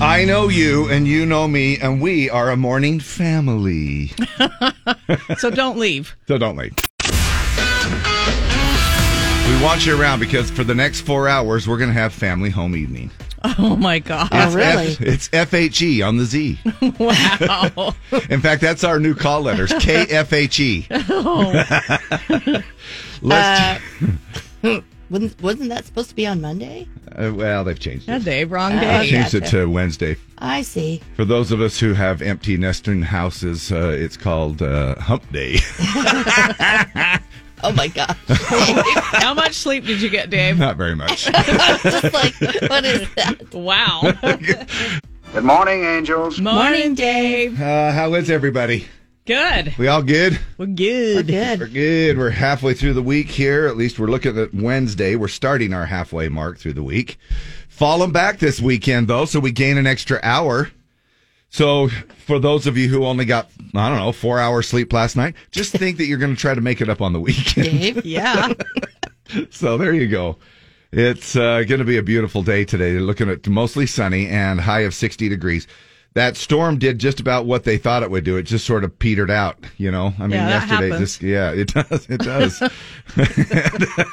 I know you, and you know me, and we are a morning family. so don't leave. So don't leave. We want you around because for the next four hours, we're going to have family home evening. Oh my god. It's F- it's FHE on the Z. wow. In fact, that's our new call letters KFHE. Oh. Let's Uh, wasn't, wasn't that supposed to be on Monday? Uh, well, they've changed it. That day, wrong Oh, day. They changed it gotcha. to Wednesday. I see. For those of us who have empty nesting houses, uh, it's called uh, Hump Day. Oh my god! How much sleep did you get, Dave? Not very much. Just like what is that? Wow. Good morning, angels. Morning, Dave. Uh, how is everybody? Good. We all good? We're good. We're Good. good. We're halfway through the week here. At least we're looking at Wednesday. We're starting our halfway mark through the week. Falling back this weekend, though, so we gain an extra hour. So, for those of you who only got, I don't know, four hours sleep last night, just think that you're going to try to make it up on the weekend. Dave. Yeah. So there you go. It's uh, going to be a beautiful day today. They're looking at mostly sunny and high of 60 degrees. That storm did just about what they thought it would do. It just sort of petered out, you know. I mean, Yeah, that yesterday, happens. just yeah, it does, it does.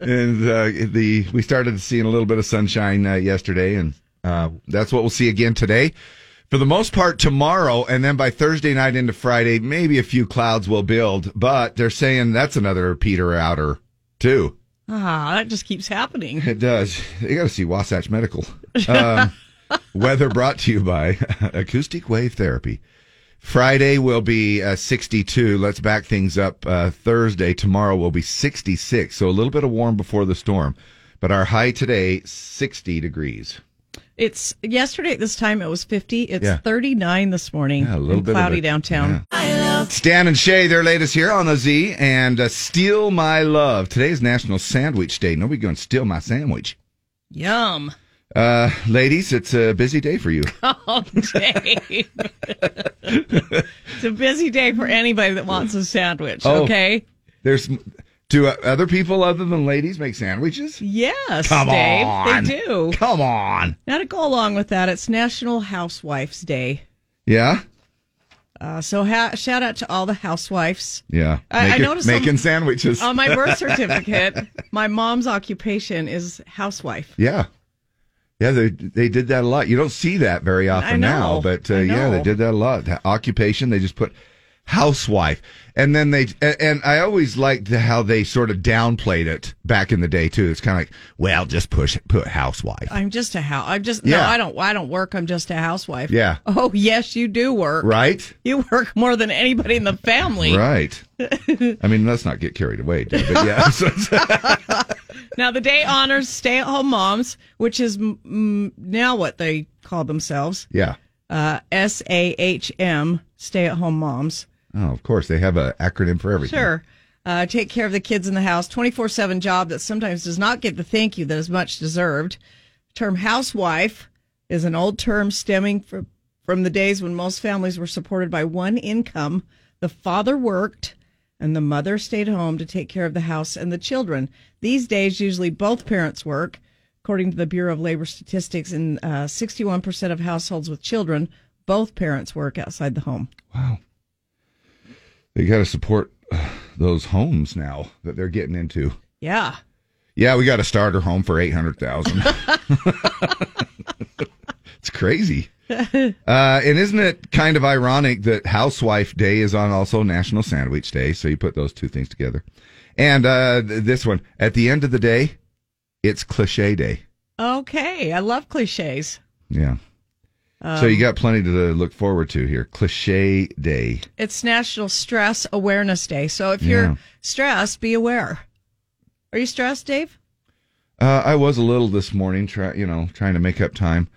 and uh, the we started seeing a little bit of sunshine uh, yesterday, and uh, that's what we'll see again today. For the most part, tomorrow, and then by Thursday night into Friday, maybe a few clouds will build. But they're saying that's another peter outer too. Ah, that just keeps happening. It does. You got to see Wasatch Medical. Um, weather brought to you by Acoustic Wave Therapy. Friday will be uh, 62. Let's back things up. Uh, Thursday, tomorrow will be 66. So a little bit of warm before the storm. But our high today, 60 degrees. It's yesterday at this time it was 50. It's Yeah. 39 this morning. Yeah, a little and bit of cloudy it. downtown. Stan and Shay, their latest here on the Z. And uh, Steal My Love. Today is National Sandwich Day. Nobody going to steal my sandwich. Yum. Uh, ladies, it's a busy day for you. Oh, Dave. it's a busy day for anybody that wants a sandwich. Oh. Okay. There's do uh, other people other than ladies make sandwiches? Yes, Come Dave. on. They do. Come on. Now to go along with that, it's National Housewives Day. Yeah. Uh, so ha- shout out to all the housewives. Yeah. I- I Making- noticed making some- sandwiches. On my birth certificate, my mom's occupation is housewife. yeah. Yeah, they they did that a lot. You don't see that very often now, know. but uh, I yeah, they know. did that a lot. The occupation, they just put housewife, and then they and, and I always liked how they sort of downplayed it back in the day too. It's kind of like, well, just push put housewife. I'm just a house. I'm just no. Yeah. I don't. I don't work. I'm just a housewife. Yeah. Oh yes, you do work. Right, You work more than anybody in the family. right. I mean, let's not get carried away, dude. But yeah, Now the day honors stay-at-home moms, which is mm, mm, now what they call themselves. yeah. Uh, S A H M, stay-at-home moms. Oh, of course. They have an acronym for everything. Sure. Uh, take care of the kids in the house. 24 7 job that sometimes does not get the thank you that is much deserved. Term housewife is an old term stemming from, from the days when most families were supported by one income. The father worked and the mother stayed home to take care of the house and the children. These days, usually both parents work. According to the Bureau of Labor Statistics, in uh, 61% of households with children, both parents work outside the home. Wow. They got to support uh, those homes now that they're getting into. Yeah. Yeah, we got a starter home for 800000 It's crazy. Uh, and isn't it kind of ironic that Housewife Day is on also National Sandwich Day? So you put those two things together. And uh, th- this one, at the end of the day, it's cliche day. Okay. I love cliches. Yeah. so Um, you got plenty to uh, look forward to here. Cliche day. It's National Stress Awareness Day. So if you're Yeah. stressed, be aware. Are you stressed, Dave? Uh, I was a little this morning, try, you know, trying to make up time.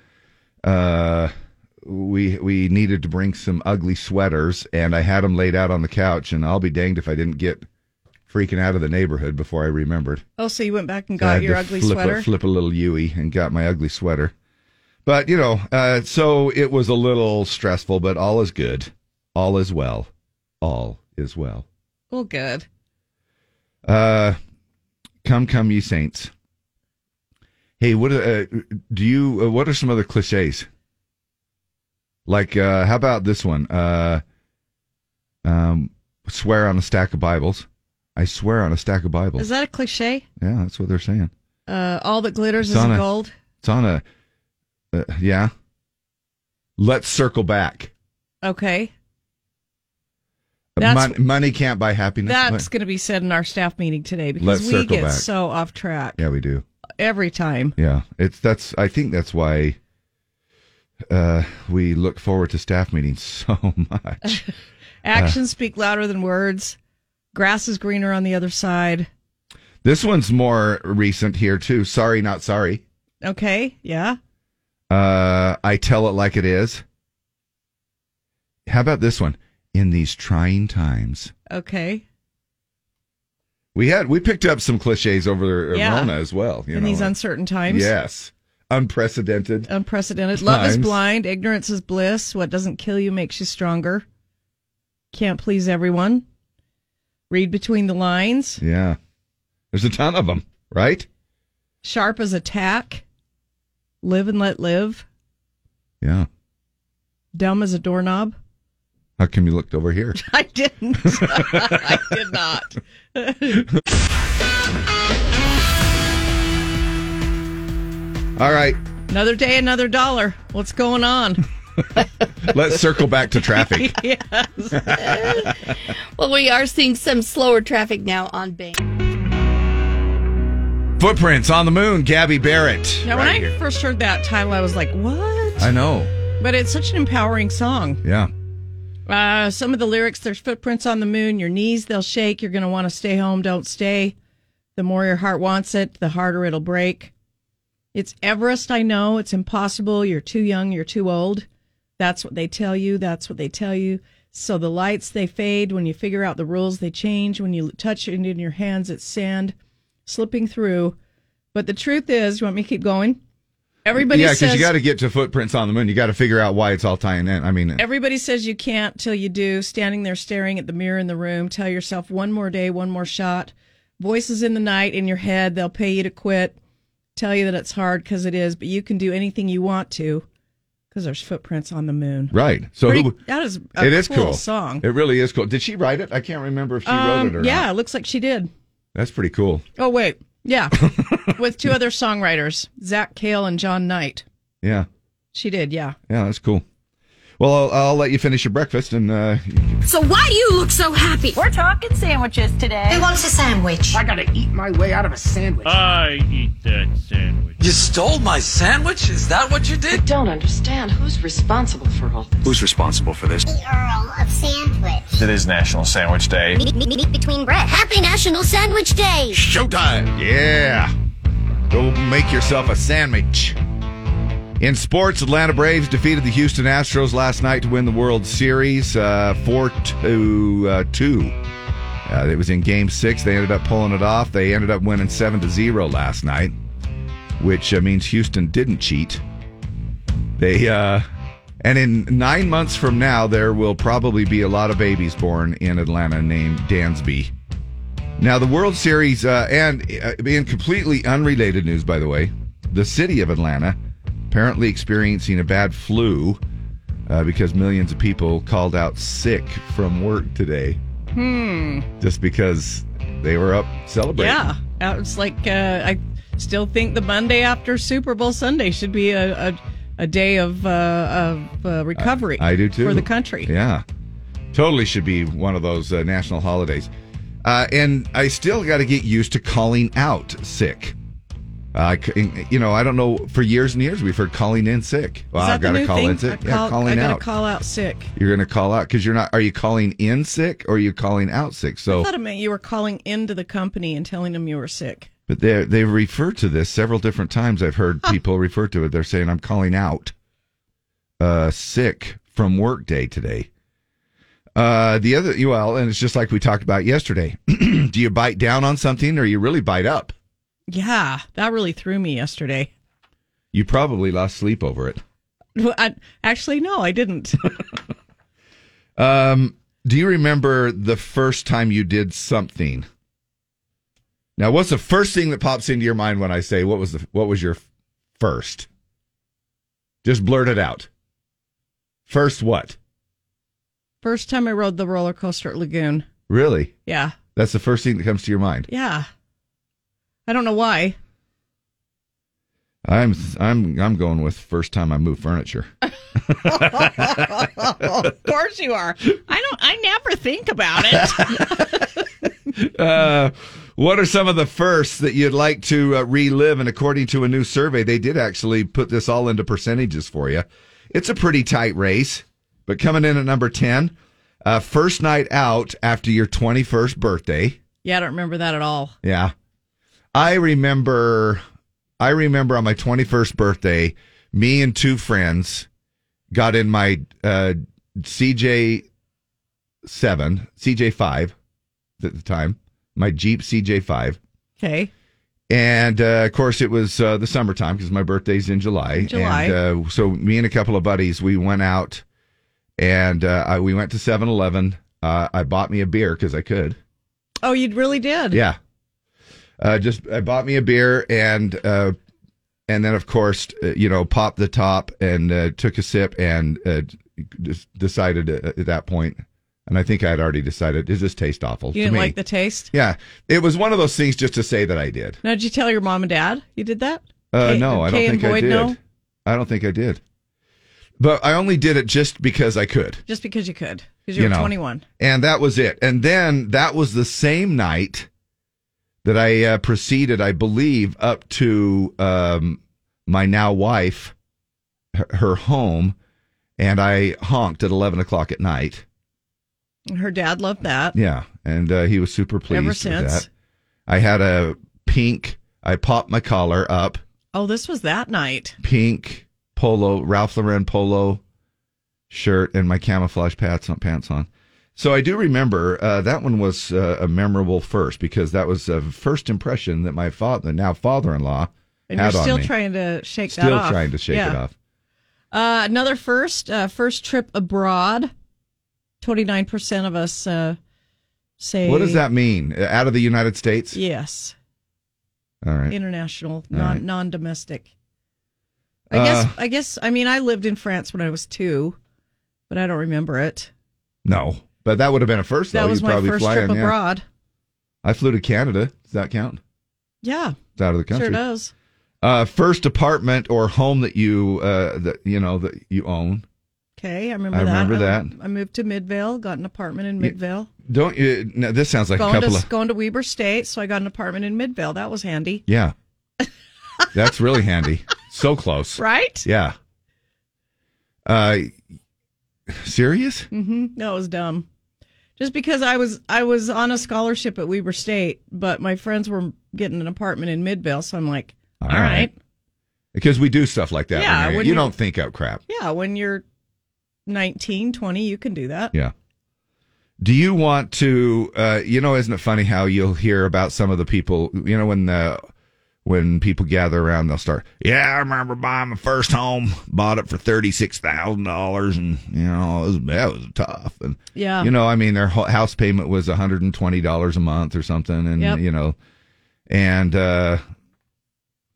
Uh, we we needed to bring some ugly sweaters, and I had them laid out on the couch. And I'll be danged if I didn't get freaking out of the neighborhood before I remembered. Oh, so you went back and I got had your to ugly flip sweater? A, flip a little Yui and got my ugly sweater. But you know, uh, so it was a little stressful, but all is good, all is well, all is well. Well, good. Uh, come, come, ye saints. Hey, what uh, do you? Uh, what are some other cliches? Like, uh, how about this one? Uh, um, swear on a stack of Bibles. I swear on a stack of Bibles. Is that a cliche? yeah, that's what they're saying. Uh, all that glitters It's is on a- gold. It's on a, uh, yeah. Let's circle back. Okay. That's- Mon- money can't buy happiness. That's What? going to be said in our staff meeting today because Let's we circle get back. so off track yeah, we do. every time. Yeah, it's that's. I think that's why uh, we look forward to staff meetings so much. Actions speak louder than words. Grass is greener on the other side. Uh, this one's more recent here too. Sorry, not sorry. Okay. Yeah. Uh, I tell it like it is. How about this one? In these trying times, Okay. we had we picked up some cliches over Yeah. Rona as well. You in know, these like- uncertain times. Yes, unprecedented. Unprecedented. Love is Times. blind. Ignorance is bliss. What doesn't kill you makes you stronger. Can't please everyone. Read between the lines. Yeah, there's a ton of them, right? Sharp as attack. Live and let live. Yeah. Dumb as a doorknob. How come you looked over here? I didn't. I did not. All right, Another day, another dollar. What's going on? let's circle back to traffic. Well, we are seeing some slower traffic now on Bank. Footprints on the moon, Gabby Barrett. Now, when right I here. first heard that title, I was like, what? I know. but it's such an empowering song. Yeah. Uh, some of the lyrics there's footprints on the moon, your knees they'll shake, you're going to want to stay home, don't stay. The more your heart wants it, the harder it'll break. It's Everest, I know, it's impossible, you're too young, you're too old. That's what they tell you, that's what they tell you. So the lights they fade when you figure out the rules they change when you touch it in your hands it's sand slipping through. But the truth is, you want me to keep going? Everybody yeah, says because you got to get to footprints on the moon. You got to figure out why it's all tying in. I mean, Everybody says you can't till you do. Standing there staring at the mirror in the room, tell yourself one more day, one more shot. Voices in the night in your head, they'll pay you to quit. Tell you that it's hard because it is, but you can do anything you want to because there's footprints on the moon. right. So Pretty- who, that is a it is cool, cool song. It really is cool. Did she write it? I can't remember if she wrote it Um, or yeah, not. it looks like she did. That's pretty cool. Oh, wait. Yeah. With two other songwriters, Zach Cale and John Knight. Yeah. She did, yeah. Yeah, that's cool. Well, I'll, I'll let you finish your breakfast and uh, So why do you look so happy? We're talking sandwiches today. Who wants a sandwich? I gotta eat my way out of a sandwich. I eat that sandwich. You stole my sandwich? Is that what you did? don't understand who's responsible for all this. Who's responsible for this? Earl of Sandwich. It is National Sandwich Day. Meet, meet, meet between bread. Happy National Sandwich Day. Showtime. Yeah. Go make yourself a sandwich. In sports, Atlanta Braves defeated the Houston Astros last night to win the World Series uh, 4 to uh, 2. Uh, it was in game six. They ended up pulling it off. They ended up winning 7 to 0 last night, which uh, means Houston didn't cheat. They, uh, and in nine months from now, there will probably be a lot of babies born in Atlanta named Dansby. Now, the World Series, uh, and uh, in completely unrelated news, by the way, the city of Atlanta apparently experiencing a bad flu uh, because millions of people called out sick from work today. Hmm. Just because they were up celebrating. Yeah, uh, it's like uh, I still think the Monday after Super Bowl Sunday should be a a, a day of uh, of uh, recovery. I do too. for the country. Yeah. Totally should be one of those uh, national holidays. Uh, and I still got to get used to calling out sick. Uh, I c- you know, I don't know. For years and years, we've heard calling in sick. Well, Is that I've got the to new call thing? in sick. I call, yeah, calling I gotta out. call out sick. You're going to call out because you're not. Are you calling in sick or are you calling out sick? So, I thought it meant you were calling into the company and telling them you were sick. but they they refer to this several different times. I've heard people refer to it. They're saying I'm calling out uh, sick from work day today. Uh, the other well, and it's just like we talked about yesterday. Do you bite down on something or you really bite up? Yeah, that really threw me yesterday. You probably lost sleep over it. Well, I, actually, no, I didn't. Um, do you remember the first time you did something? Now, what's the first thing that pops into your mind when I say what was the what was your f- first? Just blurt it out. First what? First time I rode the roller coaster at Lagoon. Really? Yeah. That's the first thing that comes to your mind. Yeah. I don't know why. I'm I'm I'm going with first time I moved furniture. of course you are. I don't I never think about it. Uh, what are some of the firsts that you'd like to uh, relive? And according to a new survey, they did actually put this all into percentages for you. It's a pretty tight race, but coming in at number 10, uh, first night out after your 21st birthday. yeah, I don't remember that at all. Yeah. I remember I remember on my 21st birthday, me and two friends got in my uh CJ7, CJ5 at the time, my Jeep CJ5. Okay. And uh, of course, it was uh, the summertime because my birthday's in July. July. And uh, so, me and a couple of buddies, we went out and uh, I, we went to 7 Eleven. Uh, I bought me a beer because I could. Oh, you really did. Yeah. Uh, just I bought me a beer and uh, and then of course uh, you know popped the top and uh, took a sip and uh, just decided at at that point, and I think I had already decided. Does this taste awful? You to didn't me? like the taste? Yeah, it was one of those things just to say that I did. Now, did you tell your mom and dad you did that? Uh, Kay- no, I don't Kay and think I Boyd, did. no? I don't think I did. But I only did it just because I could. Just because you could, because you, You were know. 21. And that was it. And then that was the same night that I uh, proceeded, I believe, up to um, my now wife, her, her home, and I honked at 11 o'clock at night. And Her dad loved that. Yeah. And uh, he was super pleased Ever with since. that. I had a pink, I popped my collar up, Oh, this was that night. pink polo, Ralph Lauren polo shirt, and my camouflage pants on. Pants on. So I do remember uh, that one was uh, a memorable first because that was a first impression that my father, now father-in-law, And had you're still on me. trying to shake that still off. trying to shake Yeah. it off. Uh, another first, uh, first trip abroad. 29% of us uh, say. What does that mean? Uh, Out of the United States? Yes. All right. International, All non right. non domestic. I Uh, guess I guess I mean I lived in France when I was two, but I don't remember it. no, but that would have been a first. That though. was You'd my probably first fly trip in, yeah. abroad. I flew to Canada. Does that count? Yeah, It's out of the country. sure does. Uh, first apartment or home that you uh, that you know that you own. Okay, I remember I that. remember I, I moved to Midvale, got an apartment in Yeah, Midvale. Don't you? Now, this sounds like a going couple to of going to Weber State, so I got an apartment in Midvale. That was handy, Yeah. That's really handy. So close. right? Yeah. Uh serious? hmm That was dumb. Just because I was I was on a scholarship at Weber State, but my friends were getting an apartment in Midvale, so I'm like, All all right. Because we do stuff like that. Yeah, when you're- when you you- don't think out crap. Yeah, when you're 19, 20, you can do that. Yeah. Do you want to? Uh, you know, isn't it funny how you'll hear about some of the people? You know, when the when people gather around, they'll start. Yeah, I remember buying my first home. Bought it for thirty six thousand dollars, and you know, it was, that was tough. And Yeah. you know, I mean, their ho- house payment was one hundred and twenty dollars a month or something, and Yep. you know, and uh,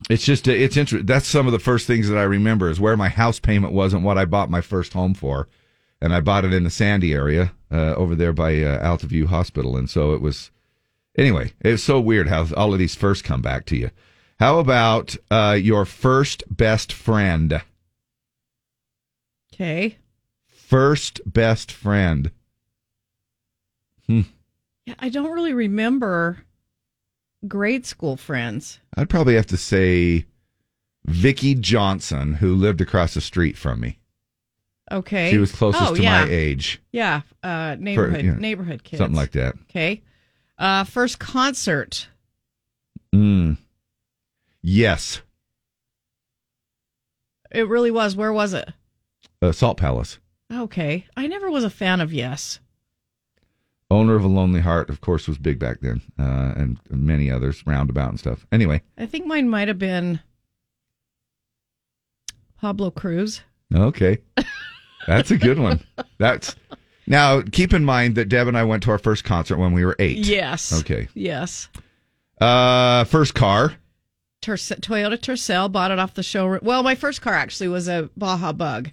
it's just uh, it's interesting. That's some of the first things that I remember is where my house payment wasn't what I bought my first home for, and I bought it in the Sandy area uh, over there by uh, Altaview Hospital, and so it was. Anyway, it's so weird how all of these first come back to you. How about uh, your first best friend? Okay. First best friend. Yeah, I don't really remember grade school friends. I'd probably have to say Vicky Johnson, who lived across the street from me. Okay. She was closest Oh, to yeah. my age, Yeah. Uh, neighborhood yeah. neighborhood kids. something like that. Okay. Uh, first concert. Mm. Yes, It really was. Where was it? uh, Salt Palace, Okay. I never was a fan of Yes. owner of a Lonely Heart, of course, was big back then, uh, and many others, Roundabout and stuff. Anyway, I think mine might have been Pablo Cruz. okay, that's a good one. That's now keep in mind that Deb and I went to our first concert when we were eight. Yes. Okay. Yes. Uh, first car. Terce- Toyota Tercel bought it off the showroom. Well, my first car actually was a Baja Bug,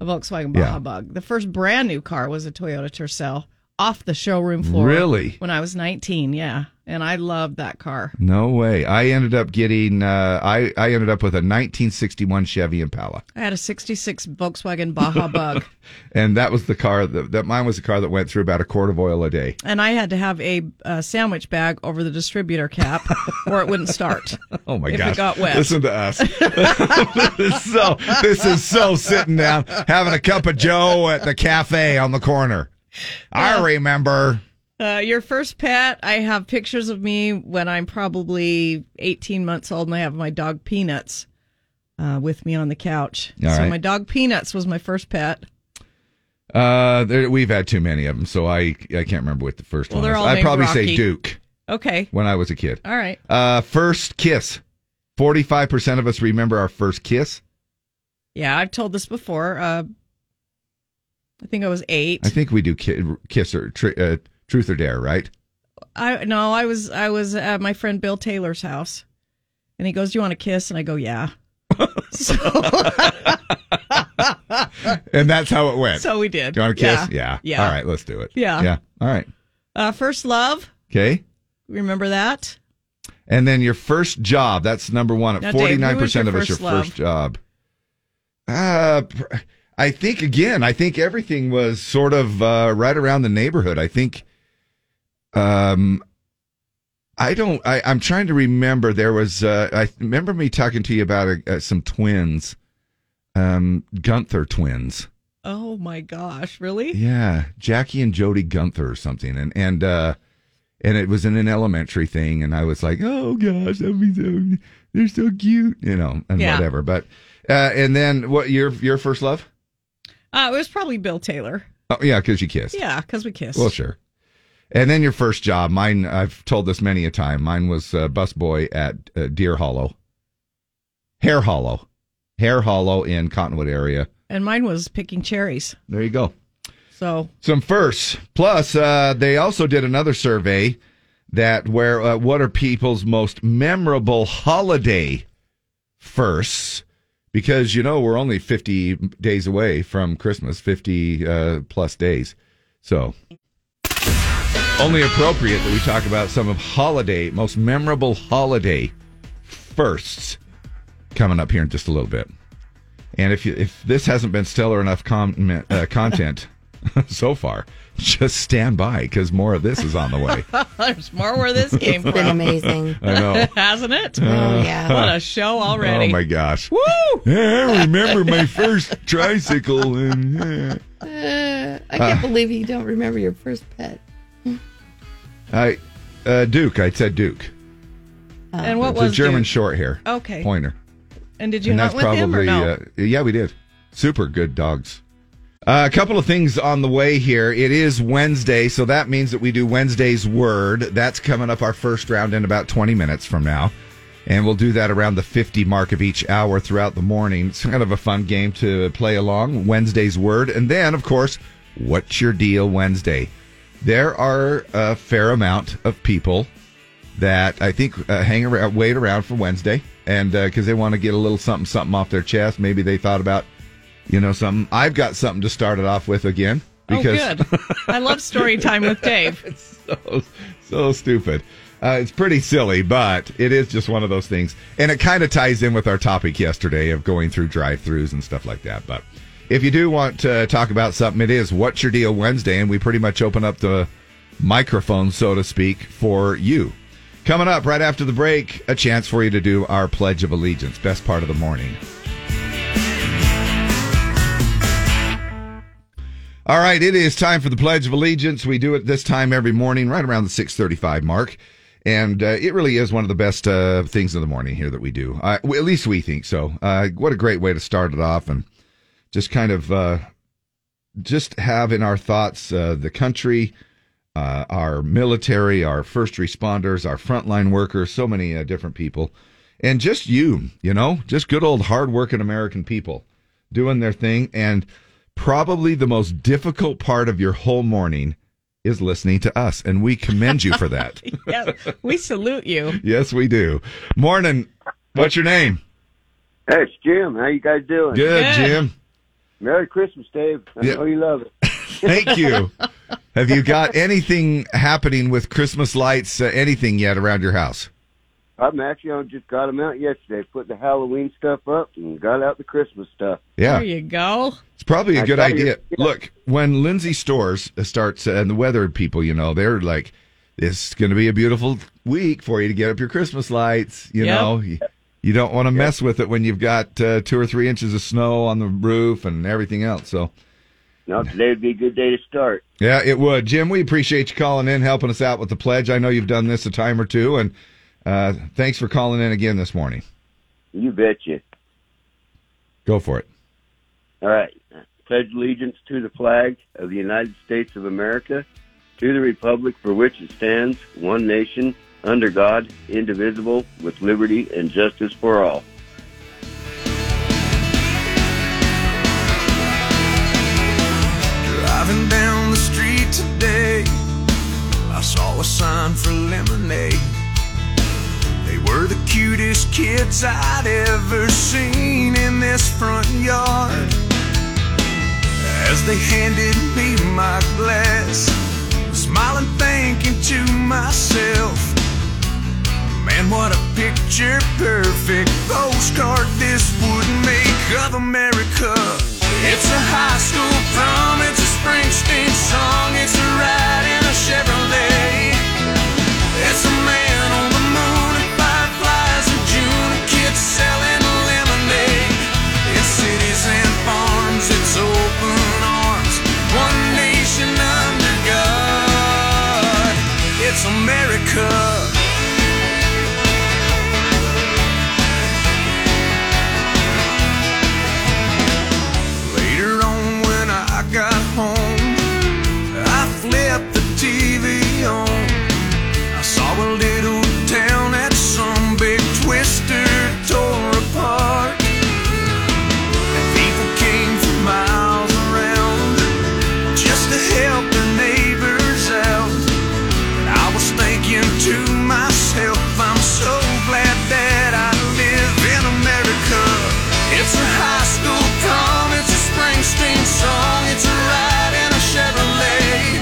a Volkswagen Yeah. Baja Bug. The first brand new car was a Toyota Tercel off the showroom floor. Really? When I was 19, yeah. And I loved that car. No way. I ended up getting. Uh, I I ended up with a 1961 Chevy Impala, I had a 66 Volkswagen Baja Bug, and that was the car that, that mine was the car that went through about a quart of oil a day. and I had to have a, uh sandwich bag over the distributor cap or it wouldn't start. Oh my if gosh! It got wet. Listen to us. this is so this is so sitting down having a cup of Joe at the cafe on the corner. I remember. Uh, your first pet, I have pictures of me when I'm probably 18 months old and I have my dog Peanuts uh, with me on the couch. All so right. my dog Peanuts was my first pet. Uh, there, we've had too many of them, so I I can't remember what the first Well, one they're was. all I'd named probably say Rocky. Duke Okay. when I was a kid. All right. Uh, first kiss. Forty-five percent of us remember our first kiss. Yeah, I've told this before. Uh, I think I was eight. I think we do ki- kiss or tr- uh, truth or dare, right? I no, I was I was at my friend Bill Taylor's house, and he goes, "Do you want a kiss?" And I go, "Yeah." And that's how it went. So we did. do you want to kiss? Yeah. Yeah. Yeah. All right, let's do it. Yeah. Yeah. All right. Uh, first love. Okay. Remember that? And then your first job. That's number one. Now, Dave, At who was forty-nine percent your of us, your first love? first job. Uh, pr- I think again. I think everything was sort of uh, right around the neighborhood. I think. Um, I don't. I, I'm trying to remember. There was. Uh, I remember me talking to you about uh uh, some twins, um, Gunther twins. Oh my gosh, really? Yeah, Jackie and Jody Gunther or something, and and uh, and it was in an elementary thing, and I was like, oh gosh, that'd be so, they're so cute, you know, and Yeah. whatever. But uh, and then what your your first love? Uh, it was probably Bill Taylor. Oh yeah, because you kissed. Yeah, because we kissed. Well, sure. And then your first job. Mine, I've told this many a time. Mine was uh, busboy at uh, Deer Hollow, Hare Hollow, Hare Hollow in Cottonwood area. And mine was picking cherries. There you go. So some firsts. Plus, uh, they also did another survey that where uh, what are people's most memorable holiday firsts? Because you know we're only fifty days away from Christmas, fifty uh, plus days, so only appropriate that we talk about some of holiday most memorable holiday firsts coming up here in just a little bit. And if you, if this hasn't been stellar enough comment, uh, content so far, just stand by because more of this is on the way. there's more where this came It's been from. amazing. I know. Uh, Hasn't it? Oh, yeah. Uh, What a show already. Oh my gosh! Woo! Yeah, I remember my first tricycle, and yeah. Uh, I Ah. can't believe you don't remember your first pet. I uh, Duke. I said Duke. Uh, And what it's was a German Duke? short hair. Okay. pointer. And did you hunt with him or no? uh, yeah, we did. Super good dogs. Uh, a couple of things on the way here. It is Wednesday, so that means that we do Wednesday's word. That's coming up our first round in about 20 minutes from now. And we'll do that around the 50 mark of each hour throughout the morning. It's kind of a fun game to play along. Wednesday's word. And then, of course, what's your deal Wednesday? There are a fair amount of people that I think uh, hang around, wait around for Wednesday, and because they want to get a little something, something off their chest. Maybe they thought about, you know, something. I've got something to start it off with again because oh, good. I love story time with Dave. so, so stupid. Uh, it's pretty silly, but it is just one of those things. And it kind of ties in with our topic yesterday of going through drive throughs and stuff like that. But if you do want to talk about something, it is What's Your Deal Wednesday. And we pretty much open up the microphone, so to speak, for you. Coming up right after the break, a chance for you to do our Pledge of Allegiance, best part of the morning. All right, it is time for the Pledge of Allegiance. We do it this time every morning, right around the six thirty-five mark, and uh, it really is one of the best uh, things in the morning here that we do. Uh, well, at least we think so. Uh, what a great way to start it off, and just kind of uh, just have in our thoughts uh, the country, uh, our military, our first responders, our frontline workers, so many uh, different people, and just you, you know, just good old hardworking American people doing their thing. And probably the most difficult part of your whole morning is listening to us, and we commend you for that. Yeah, we salute you. yes, we do. Morning. What's your name? Hey, it's Jim. How you guys doing? Good, Good. Jim. Merry Christmas, Dave. I Yeah. know you love it. Thank you. Have you got anything happening with Christmas lights, uh, anything yet around your house? I'm actually I just got them out yesterday. Put the Halloween stuff up and got out the Christmas stuff. Yeah. There you go. It's probably a I good tell you, idea. Look, when Lindsay Stores starts, uh, and the weather people, you know, they're like, it's going to be a beautiful week for you to get up your Christmas lights. You Yep. know, you, you don't want to mess with it when you've got uh, two or three inches of snow on the roof and everything else. So, Now today would be a good day to start. yeah, it would. Jim, we appreciate you calling in, helping us out with the pledge. I know you've done this a time or two, and uh, thanks for calling in again this morning. You betcha. Go for it. All right. Pledge allegiance to the flag of the United States of America, to the republic for which it stands, one nation, under God, indivisible, with liberty and justice for all. Driving down the street today, I saw a sign for lemonade. They were the cutest kids I'd ever seen in this front yard. As they handed me my glass, smiling, thinking to myself, Man, what a picture perfect postcard this would make of America. It's a high school prom, it's a Springsteen song, it's a ride in a Chevrolet. It's a man on the moon and fireflies in June, a kid selling lemonade. It's cities and farms, it's open arms, one nation under God. It's America. Later on, when I got home, I flipped the TV on. I saw a little town that some big twister tore apart. And people came from miles around just to help their neighbors out. And I was thinking to myself, I'm so glad that I live in America. It's a high school prom, it's a Springsteen song, it's a ride in a Chevrolet.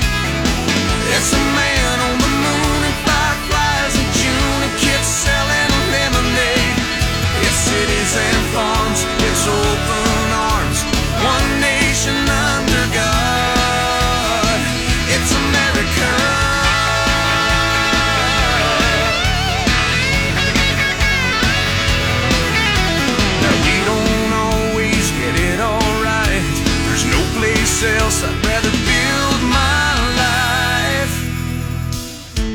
It's a man on the moon and fireflies in June, a kid selling lemonade. It's cities and farms, it's open arms, one nation under God. It's America. Now we don't always get it all right. There's no place else I'd rather build my life.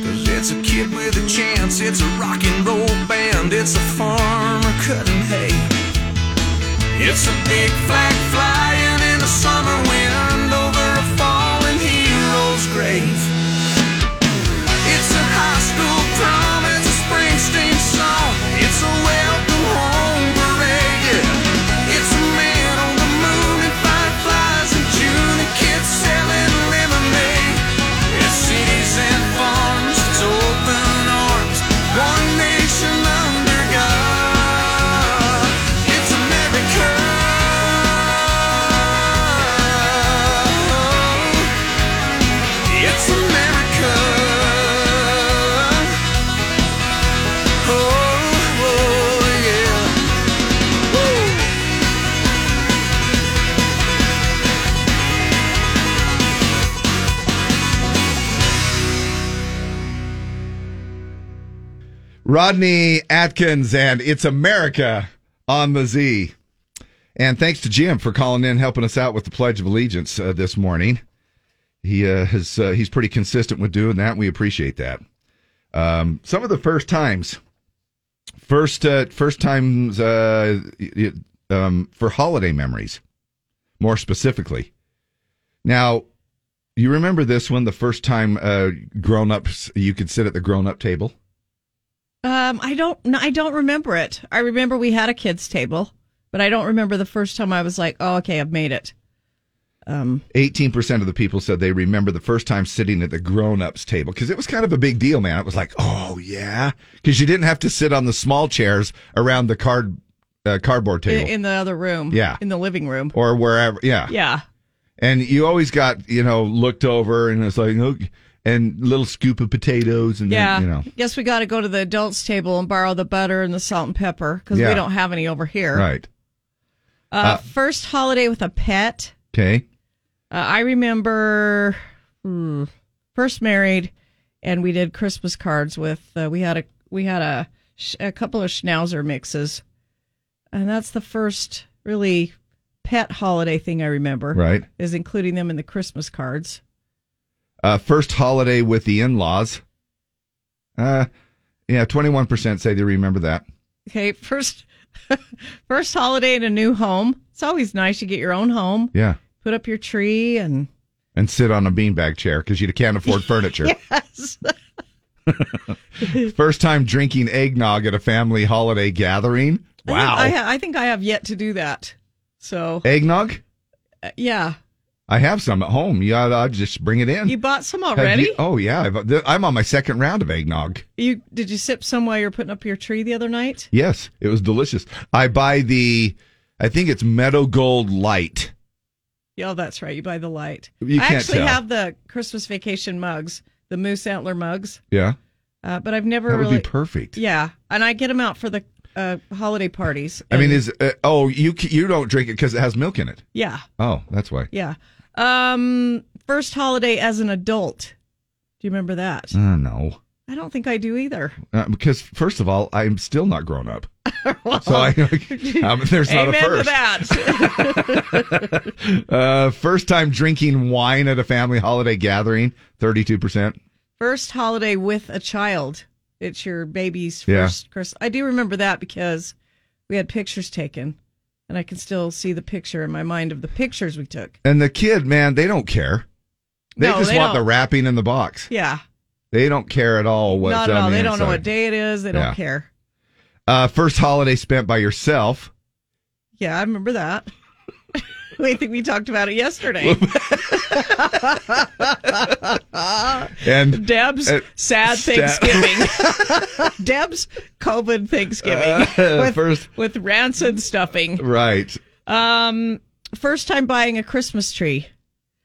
'Cause it's a kid with a chance, it's a rock and roll band, it's a farmer cutting hay. It's a big flag flying in the summer wind over a fallen hero's grave. It's a high school prom, it's a Springsteen song, it's a welcome home parade. It's a man on the moon and fireflies in June, a kid selling lemonade. It's cities and farms, it's open arms, one nation under God. It's America. It's America. Oh, oh yeah. Woo. Rodney Atkins and It's America on the Z. And thanks to Jim for calling in, helping us out with the Pledge of Allegiance uh, this morning. He uh, has uh, he's pretty consistent with doing that. And we appreciate that. Um, some of the first times, first uh, first times uh, y- y- um, for holiday memories, more specifically. Now, you remember this one—the first time uh, grown-ups you could sit at the grown-up table. Um, I don't. No, I don't remember it. I remember we had a kids' table, but I don't remember the first time I was like, "Oh, okay, I've made it." Um, 18% of the people said they remember the first time sitting at the grown-ups table because it was kind of a big deal man it was like oh yeah because you didn't have to sit on the small chairs around the card uh, cardboard I- table. in the other room. Yeah. in the living room. or wherever. Yeah. Yeah, And you always got, you know, looked over and it's like, oh, and little scoop of potatoes and, then, yeah. you know. Guess we got to go to the adults' table and borrow the butter and the salt and pepper because Yeah. we don't have any over here. Right. Uh, Uh, first holiday with a pet. Okay. Uh, I remember hmm, first married, and we did Christmas cards with. Uh, we had a we had a sh- a couple of Schnauzer mixes, and that's the first really pet holiday thing I remember. Right. is including them in the Christmas cards. Uh, first holiday with the in laws. Uh, yeah, 21% say they remember that. Okay, first first holiday in a new home. It's always nice you get your own home, Yeah. put up your tree, and And sit on a beanbag chair because you can't afford furniture. yes. First time drinking eggnog at a family holiday gathering. Wow. I, ha- I think I have yet to do that. So eggnog? Eh. uh, yeah, I have some at home. Yeah, I'll just bring it in. you bought some Have already. you- oh, yeah. I've, th- I'm on my second round of eggnog. You did you sip some while you were putting up your tree the other night? Yes, it was delicious. I buy the, I think it's Meadow Gold Light. Yeah, that's right. You buy the light. You I can't actually tell. have the Christmas vacation mugs, the moose antler mugs, Yeah. uh, but I've never That would really be perfect. Yeah, and I get them out for the uh, holiday parties. I mean, And- is, uh, oh, you c- you don't drink it because it has milk in it. yeah, Oh, that's why. yeah. Um, first holiday as an adult. Do you remember that? Uh, no. I don't think I do either. Uh, because, first of all, I'm still not grown up. so I, um, there's not Amen a first. to that. Uh, first time drinking wine at a family holiday gathering, 32%. First holiday with a child. It's your baby's Yeah. first Christmas. I do remember that because we had pictures taken, and I can still see the picture in my mind of the pictures we took. And the kid, man, they don't care. They No, just they want the don't. wrapping in the box. Yeah, They don't care at all what's not on at all. the They don't know inside. what day it is. They Yeah. don't care. Uh, first holiday spent by yourself. Yeah, I remember that. I think we talked about it yesterday. And Deb's Uh, sad sta- Thanksgiving. Deb's COVID Thanksgiving Uh, with, first- with rancid stuffing. right. Um, first time buying a Christmas tree.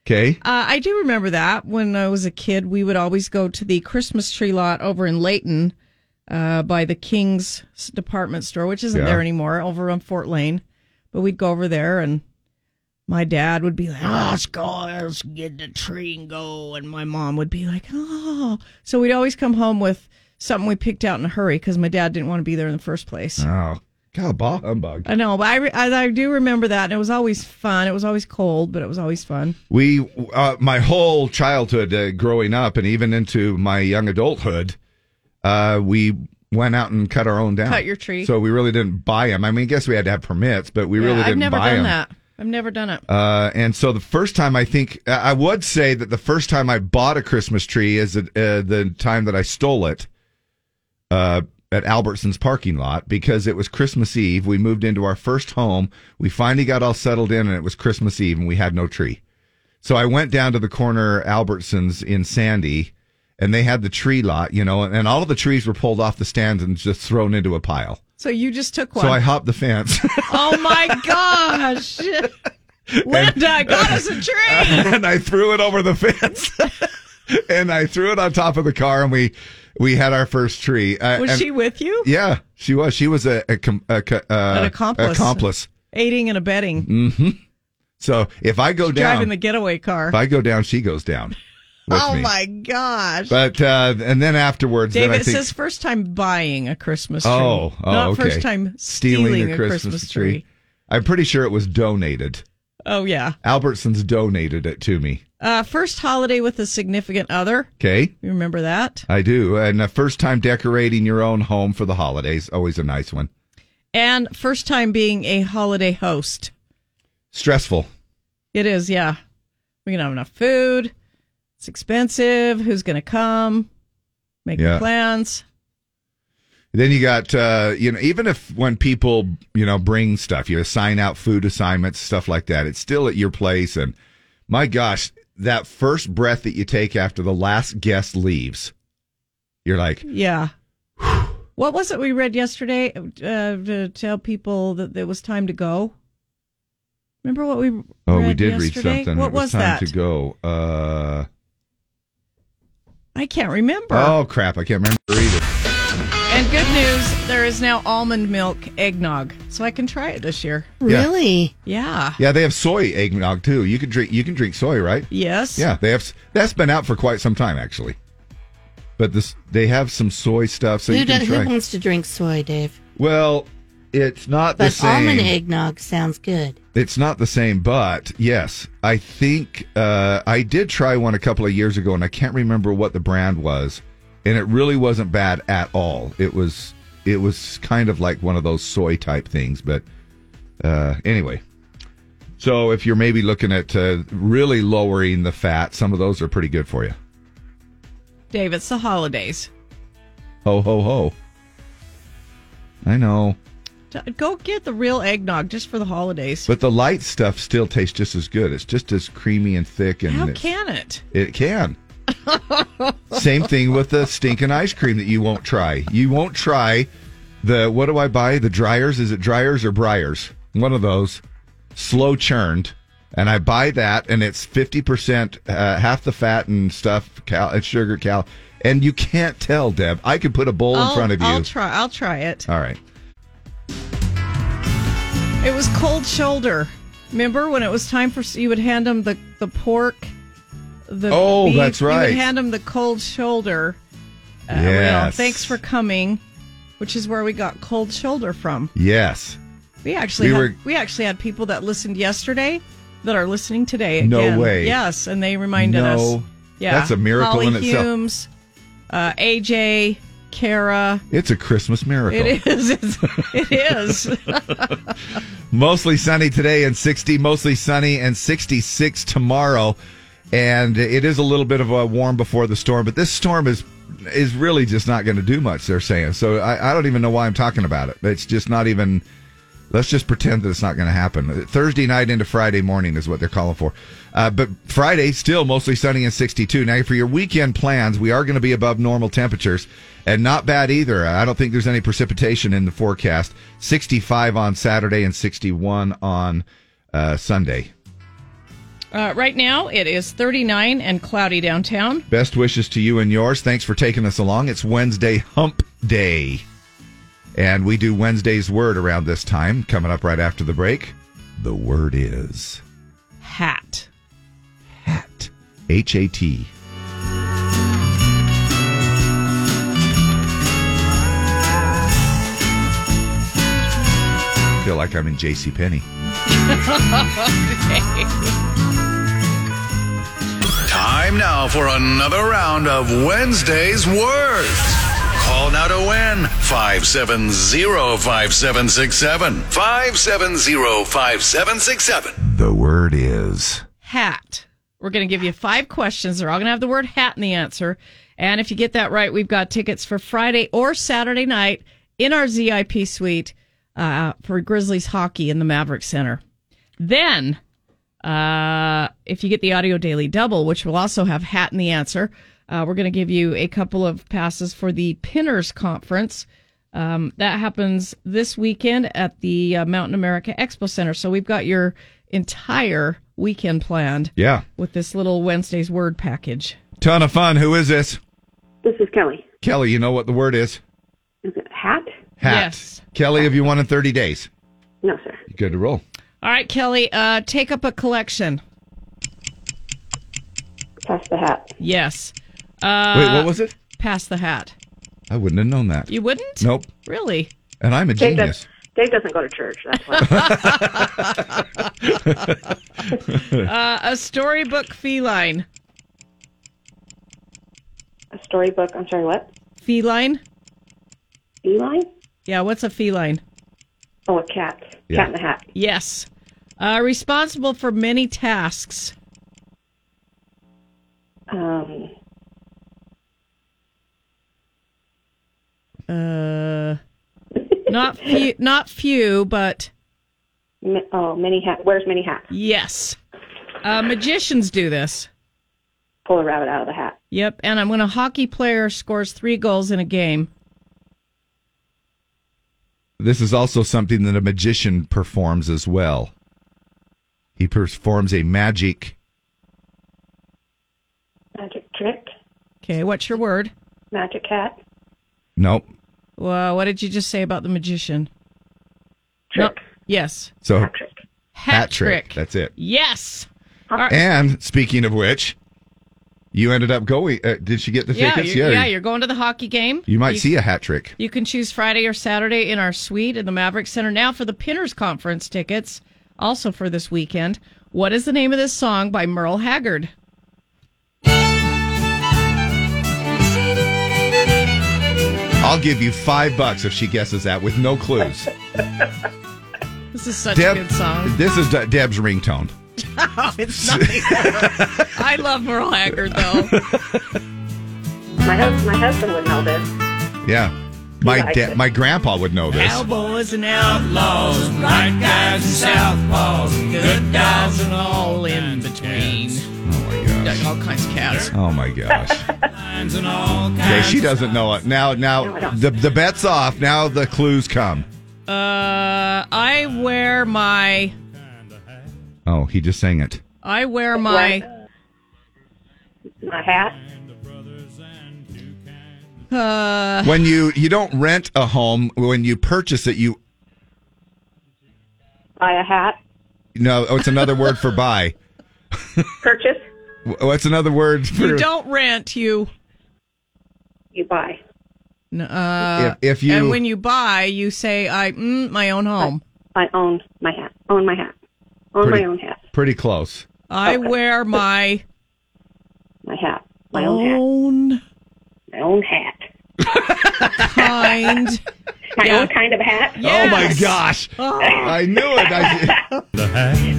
Okay. Uh, I do remember that when I was a kid, we would always go to the Christmas tree lot over in Layton uh, by the King's department store, which isn't Yeah. there anymore, over on Fort Lane. But we'd go over there, and my dad would be like, oh, let's go, let's get the tree and go. And my mom would be like, oh. So we'd always come home with something we picked out in a hurry because my dad didn't want to be there in the first place. Oh, God, bah, humbug. I know, but I, re- I, I do remember that, and it was always fun. It was always cold, but it was always fun. We, uh, my whole childhood uh, growing up and even into my young adulthood, uh, we went out and cut our own down. Cut your tree. So we really didn't buy them. I mean, I guess we had to have permits, but we really yeah, didn't I've never buy done them. that. I've never done it. Uh, and so the first time I think I I would say that the first time I bought a Christmas tree is at, uh, the time that I stole it uh, at Albertson's parking lot because it was Christmas Eve. We moved into our first home. We finally got all settled in, and it was Christmas Eve, and we had no tree. So I went down to the corner Albertsons in Sandy, and they had the tree lot, you know, and, and all of the trees were pulled off the stands and just thrown into a pile. So you just took one. So I hopped the fence. oh my gosh. Linda I got us a tree. and I threw it over the fence. and I threw it on top of the car, and we we had our first tree. Uh, Was and- she with you? Yeah, she was. She was a, a, com- a, co- uh, An accomplice. accomplice. Mm-hmm. Aiding and abetting. So if I go down, Driving the getaway car. if I go down, she goes down. with Oh me. my gosh. But uh, and then afterwards, David then I it think says first time buying a Christmas tree. Oh, oh, Not okay. first time stealing, a Christmas, tree. I'm pretty sure it was donated. Oh yeah. Albertsons donated it to me. Uh, first holiday with a significant other. Okay. You remember that? I do. And the first time decorating your own home for the holidays, always a nice one. And first time being a holiday host. Stressful. It is, yeah. We don't have enough food. It's expensive. Who's going to come? Making Yeah. plans. Then you got, uh, you know, even if when people, you know, bring stuff, you assign out food assignments, stuff like that, it's still at your place. And my gosh, that first breath that you take after the last guest leaves, you're like, Yeah. What was it we read yesterday uh, to tell people that it was time to go? Remember what we Oh, read we did yesterday? read something. What it was, was time that? to go. Uh, I can't remember. oh crap! I can't remember either. And good news, there is now almond milk eggnog, so I can try it this year. Yeah. Really? Yeah. Yeah, they have soy eggnog too. You can drink. You can drink soy, right? Yes. Yeah, they have. That's been out for quite some time actually. But this, they have some soy stuff, so who, you can does, try. who wants to drink soy, Dave? well, it's not the But same. almond eggnog sounds good. It's not the same, but yes, I think uh, I did try one a couple of years ago, and I can't remember what the brand was, and it really wasn't bad at all. It was it was kind of like one of those soy type things, but uh, anyway. So if you're maybe looking at uh, really lowering the fat, some of those are pretty good for you. Dave, it's the holidays. Ho ho ho! I know, D- Go get the real eggnog just for the holidays. but the light stuff still tastes just as good. It's just as creamy and thick, and How it's- can it? It can. Same thing with the stinking ice cream that you won't try. You won't try the what do I buy? The dryers? Is it dryers or briars? One of those. Slow churned. And I buy that and it's 50% uh, half the fat and stuff, cal and sugar, cal. And you can't tell, Deb. I could put a bowl in I'll- front of you. I'll try. I'll try it. All right. It was cold shoulder. Remember when it was time for you would hand them the the pork. The Oh, beef, that's You right. would hand them the cold shoulder. Uh, Well, Yes. thanks for coming, which is where we got cold shoulder from. Yes. We actually We had, were- we actually had people that listened yesterday that are listening today. No again. way. Yes, and they reminded No. us. Yeah, That's a miracle Holly in itself. Humes, uh, AJ, Kara. It's a Christmas miracle. It is. It's, it is. Mostly sunny today and 60, mostly sunny and 66 tomorrow. And it is a little bit of a warm before the storm, but this storm is is really just not going to do much, they're saying. So I, I don't even know why I'm talking about it. It's just not even. Let's just pretend that it's not going to happen. Thursday night into Friday morning is what they're calling for. Uh, but Friday, still mostly sunny and 62. Now, for your weekend plans, we are going to be above normal temperatures and not bad either. I don't think there's any precipitation in the forecast. 65 on Saturday and 61 on uh, Sunday. uh, right now, it is 39 and cloudy downtown. Best wishes to you and yours. Thanks for taking us along. It's Wednesday Hump Day. And we do Wednesday's word around this time, coming up right after the break. The word is. Hat. H A T. Feel like I'm in J.C. Penney. Time now for another round of Wednesday's Words. Call now to win 570-5767. 570-5767. The word is Hat. We're going to give you five questions. They're all going to have the word hat in the answer. And if you get that right, we've got tickets for Friday or Saturday night in our ZIP suite uh, for Grizzlies hockey in the Maverick Center. Then, uh, if you get the Audio Daily Double, which will also have hat in the answer, uh, we're going to give you a couple of passes for the Pinners Conference. Um, that happens this weekend at the uh, Mountain America Expo Center. So we've got your entire weekend planned Yeah. with this little Wednesday's word package. Ton of fun. Who is this? This is Kelly. Kelly, you know what the word is? Is it hat? Hat. Yes. Kelly, have you won in 30 days? No, sir. Good to roll. All right, Kelly, uh, take up a collection. Pass the hat. Yes. Uh, Wait, what was it? Pass the hat. I wouldn't have known that. You wouldn't? Nope. Really? And I'm a Dave, does- genius. Dave doesn't go to church. That's why. Uh, a storybook feline. a storybook. I'm sorry, what? Feline? Feline? Yeah, what's a feline? Oh, a cat. Yeah. Cat in the hat. Yes. Uh, responsible for many tasks. Um, Uh, not few, not few, but mi- oh, mini hat. Where's mini hat? yes. Uh, magicians do this. Pull a rabbit out of the hat. Yep. And I'm when a hockey player scores three goals in a game. This is also something that a magician performs as well. He performs a magic. Magic trick. Okay, what's your word? Magic hat. Nope. Well, what did you just say about the magician? Trick. yes. So Hat, trick. That's it. Yes. All right. And speaking of which, you ended up going. Uh, did she get the yeah, tickets? you're, yeah, you're going to the hockey game. you might see a hat trick. You can choose Friday or Saturday in our suite at the Maverick Center now for the Pinners Conference tickets, also for this weekend. What is the name of this song by Merle Haggard? I'll give you five bucks if she guesses that with no clues. This is such Deb- a good song. This is De- Deb's ringtone. oh, it's nice. I love Merle Haggard, though. My, hus- my husband would know this. Yeah. My likes da- it. my grandpa would know this. Cowboys and outlaws, right guys and southpaws, good dogs and all in between. Oh my gosh. All kinds of cats. Oh my gosh. Uh, Okay, she doesn't know it. Now now the the bet's off. Now the clues come. Uh, I wear my, Oh, he just sang it. I wear my, My hat. uh, When you you don't rent a home, when you purchase it, you Buy a hat. no, oh, it's another word for buy. Purchase. What's another word for you don't rent, you, You buy. N- uh, If- if you- and when you buy, you say, I, mm, my own home. I own my hat. Own my hat. Own Pretty- my own hat. Pretty close. I wear my My hat. My own hat. own My own hat. kind. My own kind of hat. Oh my gosh! Oh. I knew it. I, the hat.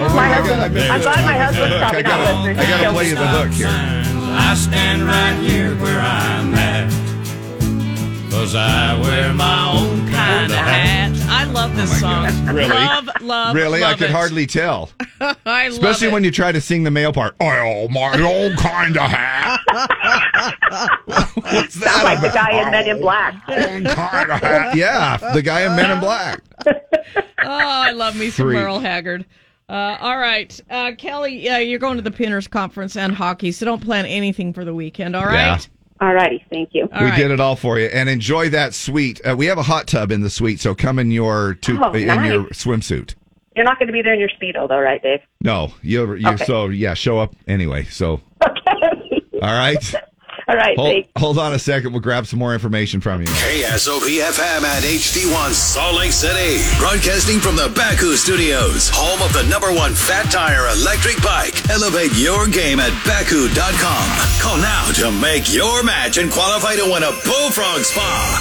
Oh my, God! I missed I'm it. glad my husband's Look, I probably not gotta, listening. I gotta play you the hook here. I stand right here where I'm at. Cause I wear my own kind of hat. I love this song. Oh Really? Love, love, really? I love could it. hardly tell, I love especially it. when you try to sing the male part. Oh my own kind of hat. What's that Like the about? guy in Men in Black. Kind of hat. Yeah, the guy in Men in Black. Oh, I love me some Freak. Merle Haggard. Uh, all right, uh, Kelly, uh, you're going to the Pinners Conference and hockey, so don't plan anything for the weekend. All Yeah. right. All righty. Thank you. we right. did it all for you, and enjoy that suite. Uh, we have a hot tub in the suite, so come in your two, Oh, in nice. your swimsuit. You're not going to be there in your speedo, though, right, Dave? No, you you Okay. so yeah, show up anyway. So Okay. all right. All right. Hold, Thanks. hold on a second. We'll grab some more information from you. KSOP FM at HD1 Salt Lake City. Broadcasting from the Baku Studios, home of the number one fat tire electric bike. Elevate your game at Baku.com. Call now to make your match and qualify to win a bullfrog spa.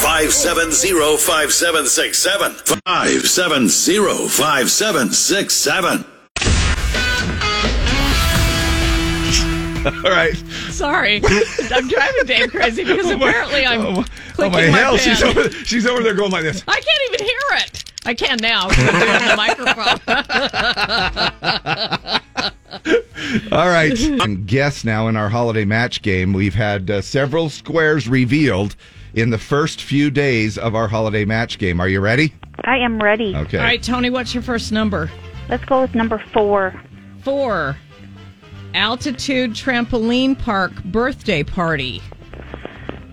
570-5767. 570-5767. All right. Sorry, I'm driving Dave crazy because apparently I'm. Oh clicking my oh my hell, pen. she's over, she's over there going like this. I can't even hear it. I can now. 'cause I'm doing the microphone. All right. And guess now in our holiday match game, we've had uh, several squares revealed in the first few days of our holiday match game. Are you ready? I am ready. Okay. All right, Tony, what's your first number? Let's go with number four. Four. Altitude Trampoline Park Birthday Party.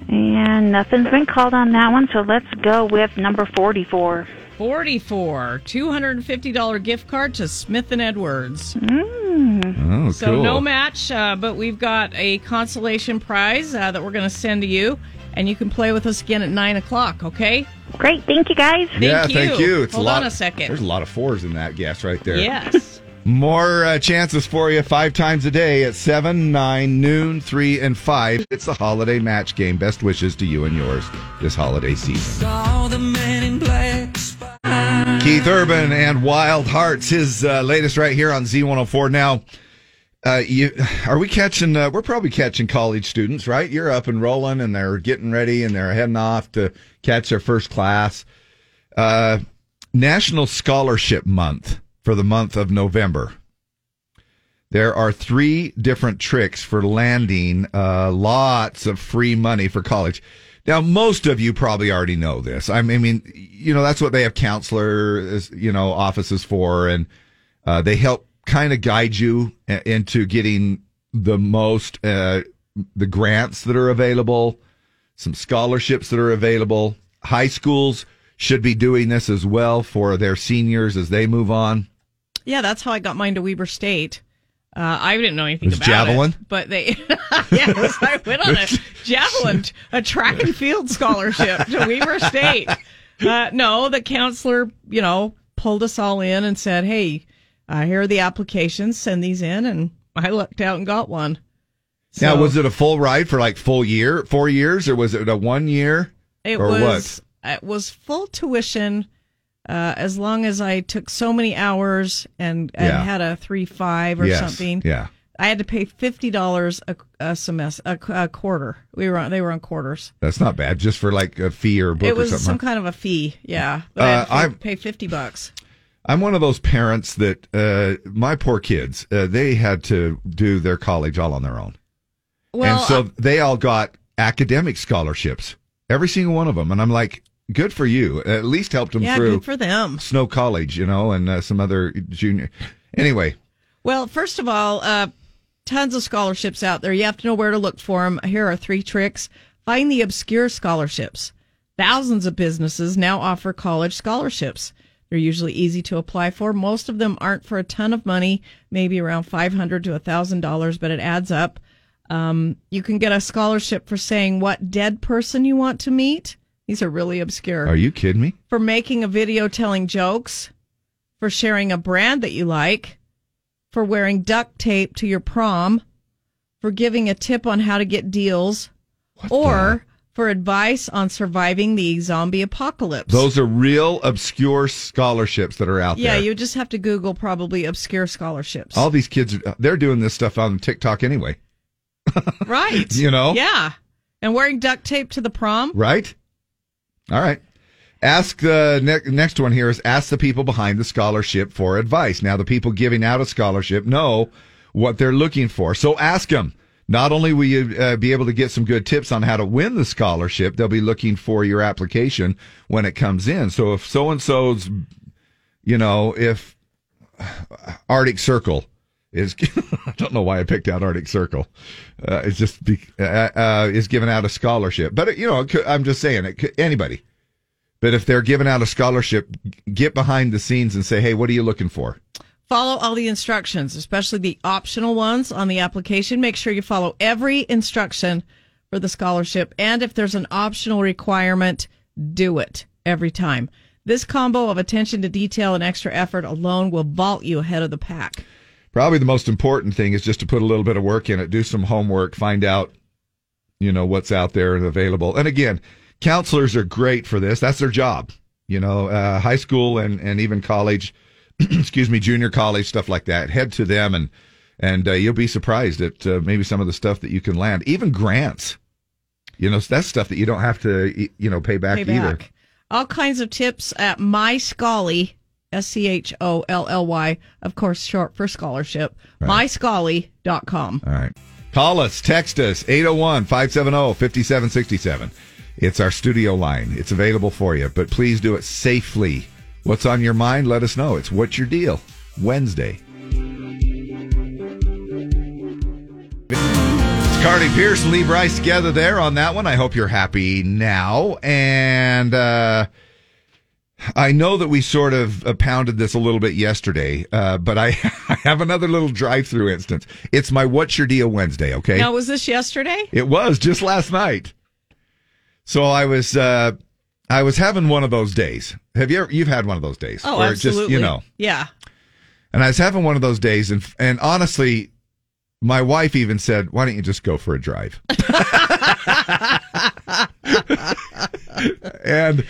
And nothing's been called on that one, so let's go with number 44. 44 $250 gift card to Smith and Edwards. Hmm. Mm. Oh, so no match, uh, but we've got a consolation prize uh, that we're going to send to you, and you can play with us again at nine o'clock. Okay? Great. Thank you, guys. yeah, thank thank you. you. It's Hold a lot, on a second. There's a lot of fours in that guess right there. Yes. More uh, chances for you five times a day at 7, 9, noon, 3, and 5. It's the holiday match game. Best wishes to you and yours this holiday season. Saw the men in black. Keith Urban and Wild Hearts, his uh, latest right here on Z104. Now, uh, you are we catching? Uh, we're probably catching college students, right? You're up and rolling, and they're getting ready, and they're heading off to catch their first class. Uh, National Scholarship Month for the month of November. There are three different tricks for landing uh, lots of free money for college. Now, most of you probably already know this. I mean, I mean, you know, that's what they have counselors, you know, offices for, and uh, they help kind of guide you a- into getting the most, uh, the grants that are available, some scholarships that are available. High schools should be doing this as well for their seniors as they move on. Yeah, that's how I got mine to Weber State. Uh, I didn't know anything It was about javelin? it, but they yes, I went on a javelin, a track and field scholarship to Weber State. Uh, no, the counselor, you know, pulled us all in and said, "Hey, uh, here are the applications. Send these in." And I lucked out and got one. now, So- was it a full ride for like full year, four years, or was it a one year, It or what? was it was full tuition uh, as long as I took so many hours and, and Yeah. had a three five or Yes, something. yeah. I had to pay fifty dollars a, a semester, a, a quarter. We were on, they were on quarters. That's not bad, just for like a fee or a book it was or something. some huh? kind of a fee, yeah. But Uh, I had to I'm- pay fifty bucks. I'm one of those parents that uh, my poor kids uh, they had to do their college all on their own, Well, and so they all got academic scholarships, every single one of them. And I'm like, good for you. At least helped them yeah, through good for them. Snow College, you know, and uh, some other junior. Anyway, Well, first of all, uh, tons of scholarships out there. You have to know where to look for them. Here are three tricks find the obscure scholarships. Thousands of businesses now offer college scholarships. They're usually easy to apply for. Most of them aren't for a ton of money, maybe around $500 to $1,000, but it adds up. Um, you can get a scholarship for saying what dead person you want to meet. These are really obscure are you kidding me? for making a video telling jokes, for sharing a brand that you like, for wearing duct tape to your prom, for giving a tip on how to get deals, or for advice on surviving the zombie apocalypse. Those are real obscure scholarships that are out yeah, there. you just have to Google probably obscure scholarships. all these kids, they're doing this stuff on TikTok anyway, right. You know? Yeah. And wearing duct tape to the prom? right? All right. Ask the ne- next one here is ask the people behind the scholarship for advice. Now, the people giving out a scholarship know what they're looking for. So ask them. Not only will you uh, be able to get some good tips on how to win the scholarship, they'll be looking for your application when it comes in. So if so and so's, you know, if Arctic Circle is I don't know why I picked out Arctic Circle. Uh, it's just be, uh, uh, is giving out a scholarship, but uh, you know it could- I'm just saying it could, anybody. But if they're giving out a scholarship, g- get behind the scenes and say, hey, what are you looking for? Follow all the instructions, especially the optional ones on the application. Make sure you follow every instruction for the scholarship. And if there's an optional requirement, do it every time. This combo of attention to detail and extra effort alone will vault you ahead of the pack. Probably the most important thing is just to put a little bit of work in it, do some homework, find out, you know, what's out there and available. And again, counselors are great for this. That's their job, you know, uh, high school and, and even college, excuse me, junior college, stuff like that. Head to them and, and uh, you'll be surprised at uh, maybe some of the stuff that you can land, even grants. You know, that's stuff that you don't have to, you know, pay back Pay either. back. All kinds of tips at My Scully, S C H O L L Y, of course, short for scholarship, myscully.com. All right. Call us, text us, 801 570 5767. It's our studio line. It's available for you, but please do it safely. What's on your mind? Let us know. It's What's Your Deal? Wednesday. It's Cardi Pierce and Lee Bryce together there on that one. I hope you're happy now. And uh, I know that we sort of uh, pounded this a little bit yesterday, uh, but I, I have another little drive through instance. It's my What's Your Deal Wednesday, okay? Now, was this yesterday? It was just last night. So I was uh I was having one of those days. Have you ever you've had one of those days? Oh, Where it absolutely. Just, you know. Yeah. And I was having one of those days and and honestly my wife even said, "Why don't you just go for a drive?" and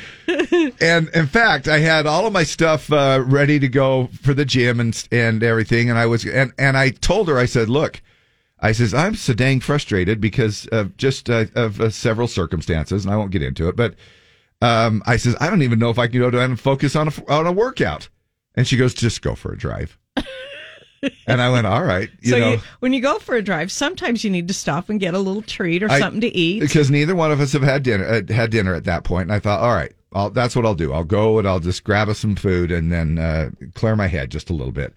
and in fact, I had all of my stuff uh, ready to go for the gym and and everything, and I was and and I told her, I said, "Look, I says I'm so dang frustrated because of just uh, of uh, several circumstances, and I won't get into it, but um, I says I don't even know if I can go down and focus on a, on a workout." And she goes, "Just go for a drive." And I went, all right. You so know, you, when you go for a drive, sometimes you need to stop and get a little treat or I- something to eat. because neither one of us have had dinner uh, had dinner at that point, and I thought, all right, I'll, that's what I'll do. I'll go and I'll just grab us some food and then uh, clear my head just a little bit.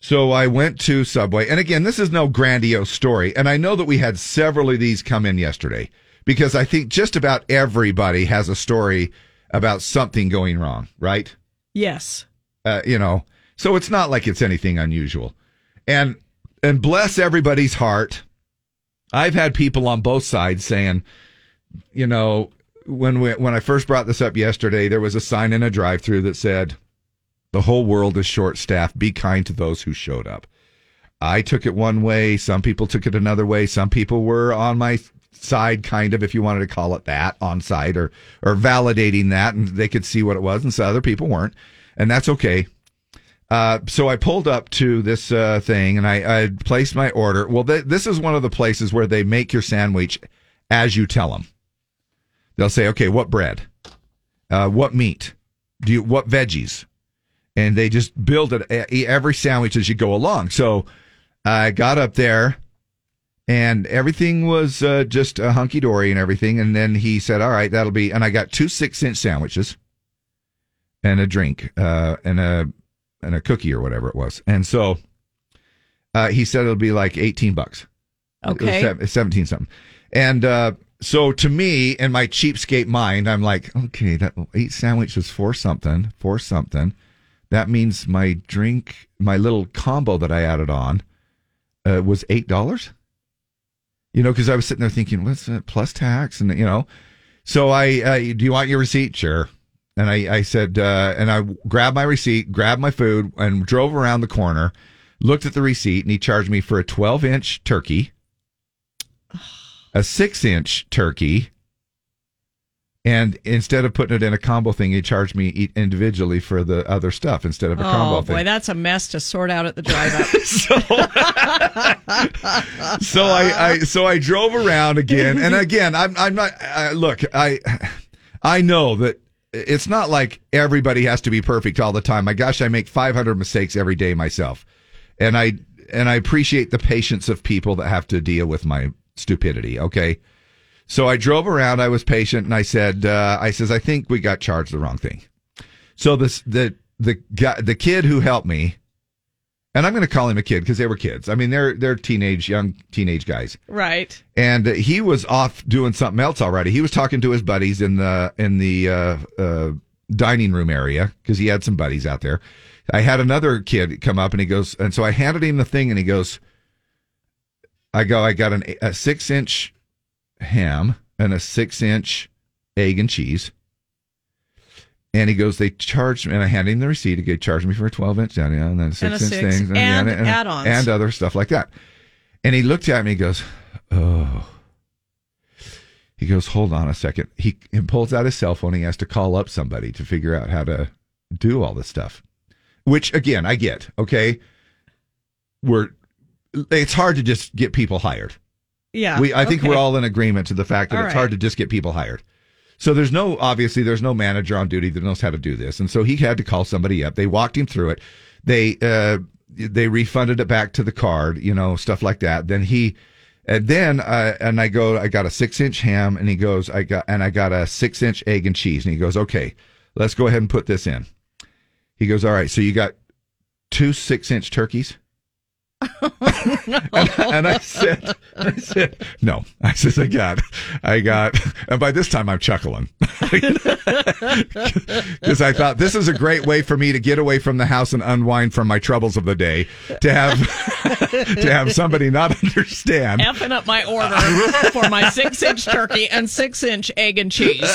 So I went to Subway, and again, this is no grandiose story, and I know that we had several of these come in yesterday because I think just about everybody has a story about something going wrong, right? Yes. uh, you know. So it's not like it's anything unusual. And and bless everybody's heart. I've had people on both sides saying, you know, when we, when I first brought this up yesterday, there was a sign in a drive-through that said, "The whole world is short-staffed. Be kind to those who showed up." I took it one way. Some people took it another way. Some people were on my side, kind of, if you wanted to call it that, on side or or validating that, and they could see what it was, and so other people weren't, and that's okay. Uh, so I pulled up to this uh, thing and I, I placed my order. Well, th- this is one of the places where they make your sandwich as you tell them. They'll say, "Okay, what bread? Uh, what meat? Do you what veggies?" And they just build it e- every sandwich as you go along. So I got up there, and everything was uh, just uh, hunky dory and everything. And then he said, "All right, that'll be." And I got two six inch sandwiches and a drink uh, and a and a cookie or whatever it was. And so uh, he said it'll be like eighteen bucks. It was Okay. sev- seventeen something. And uh, so to me, in my cheapskate mind, I'm like, okay, that eight sandwiches for something, for something. That means my drink, my little combo that I added on, uh, was eight dollars. You know, because I was sitting there thinking, what's that plus tax? And you know, so I, uh, do you want your receipt? Sure. And I, I said, uh, and I grabbed my receipt, grabbed my food, and drove around the corner, looked at the receipt, and he charged me for a 12 inch turkey, a six inch turkey, and instead of putting it in a combo thing, he charged me e- individually for the other stuff instead of a combo Oh thing. boy, that's a mess to sort out at the drive-up. so I, I so I drove around again and again I'm I'm not I, look I I know that it's not like everybody has to be perfect all the time. My gosh, I make 500 mistakes every day myself. And I and I appreciate the patience of people that have to deal with my stupidity, okay? So I drove around, I was patient and I said uh, I says I think we got charged the wrong thing. So this the the guy, the kid who helped me and I'm going to call him a kid because they were kids. I mean, they're they're teenage, young teenage guys. right. And he was off doing something else already. He was talking to his buddies in the in the uh, uh, dining room area because he had some buddies out there. I had another kid come up and he goes, and so I handed him the thing and he goes, I go, I got an, a six inch ham and a six inch egg and cheese. And he goes, they charged me, and I handed him the receipt. They charged me for a 12 inch, yeah, yeah, and then And a six inch six, things, yeah, and add-ons. and other stuff like that. And he looked at me, he goes, oh. He goes, hold on a second. He, he pulls out his cell phone. He has to call up somebody to figure out how to do all this stuff, which again, I get. Okay. We're, it's hard to just get people hired. Yeah. We, I think okay. we're all in agreement to the fact that All it's right. hard to just get people hired. So there's no, obviously, there's no manager on duty that knows how to do this. And so he had to call somebody up. They walked him through it. They, uh, they refunded it back to the card, you know, stuff like that. Then he, and then, uh, and I go, I got a six inch ham and he goes, I got, and I got a six inch egg and cheese. And he goes, okay, let's go ahead and put this in. He goes, all right. So you got two six inch turkeys. and, and I said, I said, no. I says, I got, I got, and by this time I'm chuckling because I thought this is a great way for me to get away from the house and unwind from my troubles of the day to have to have somebody not understand. Effing up my order for my six inch turkey and six inch egg and cheese.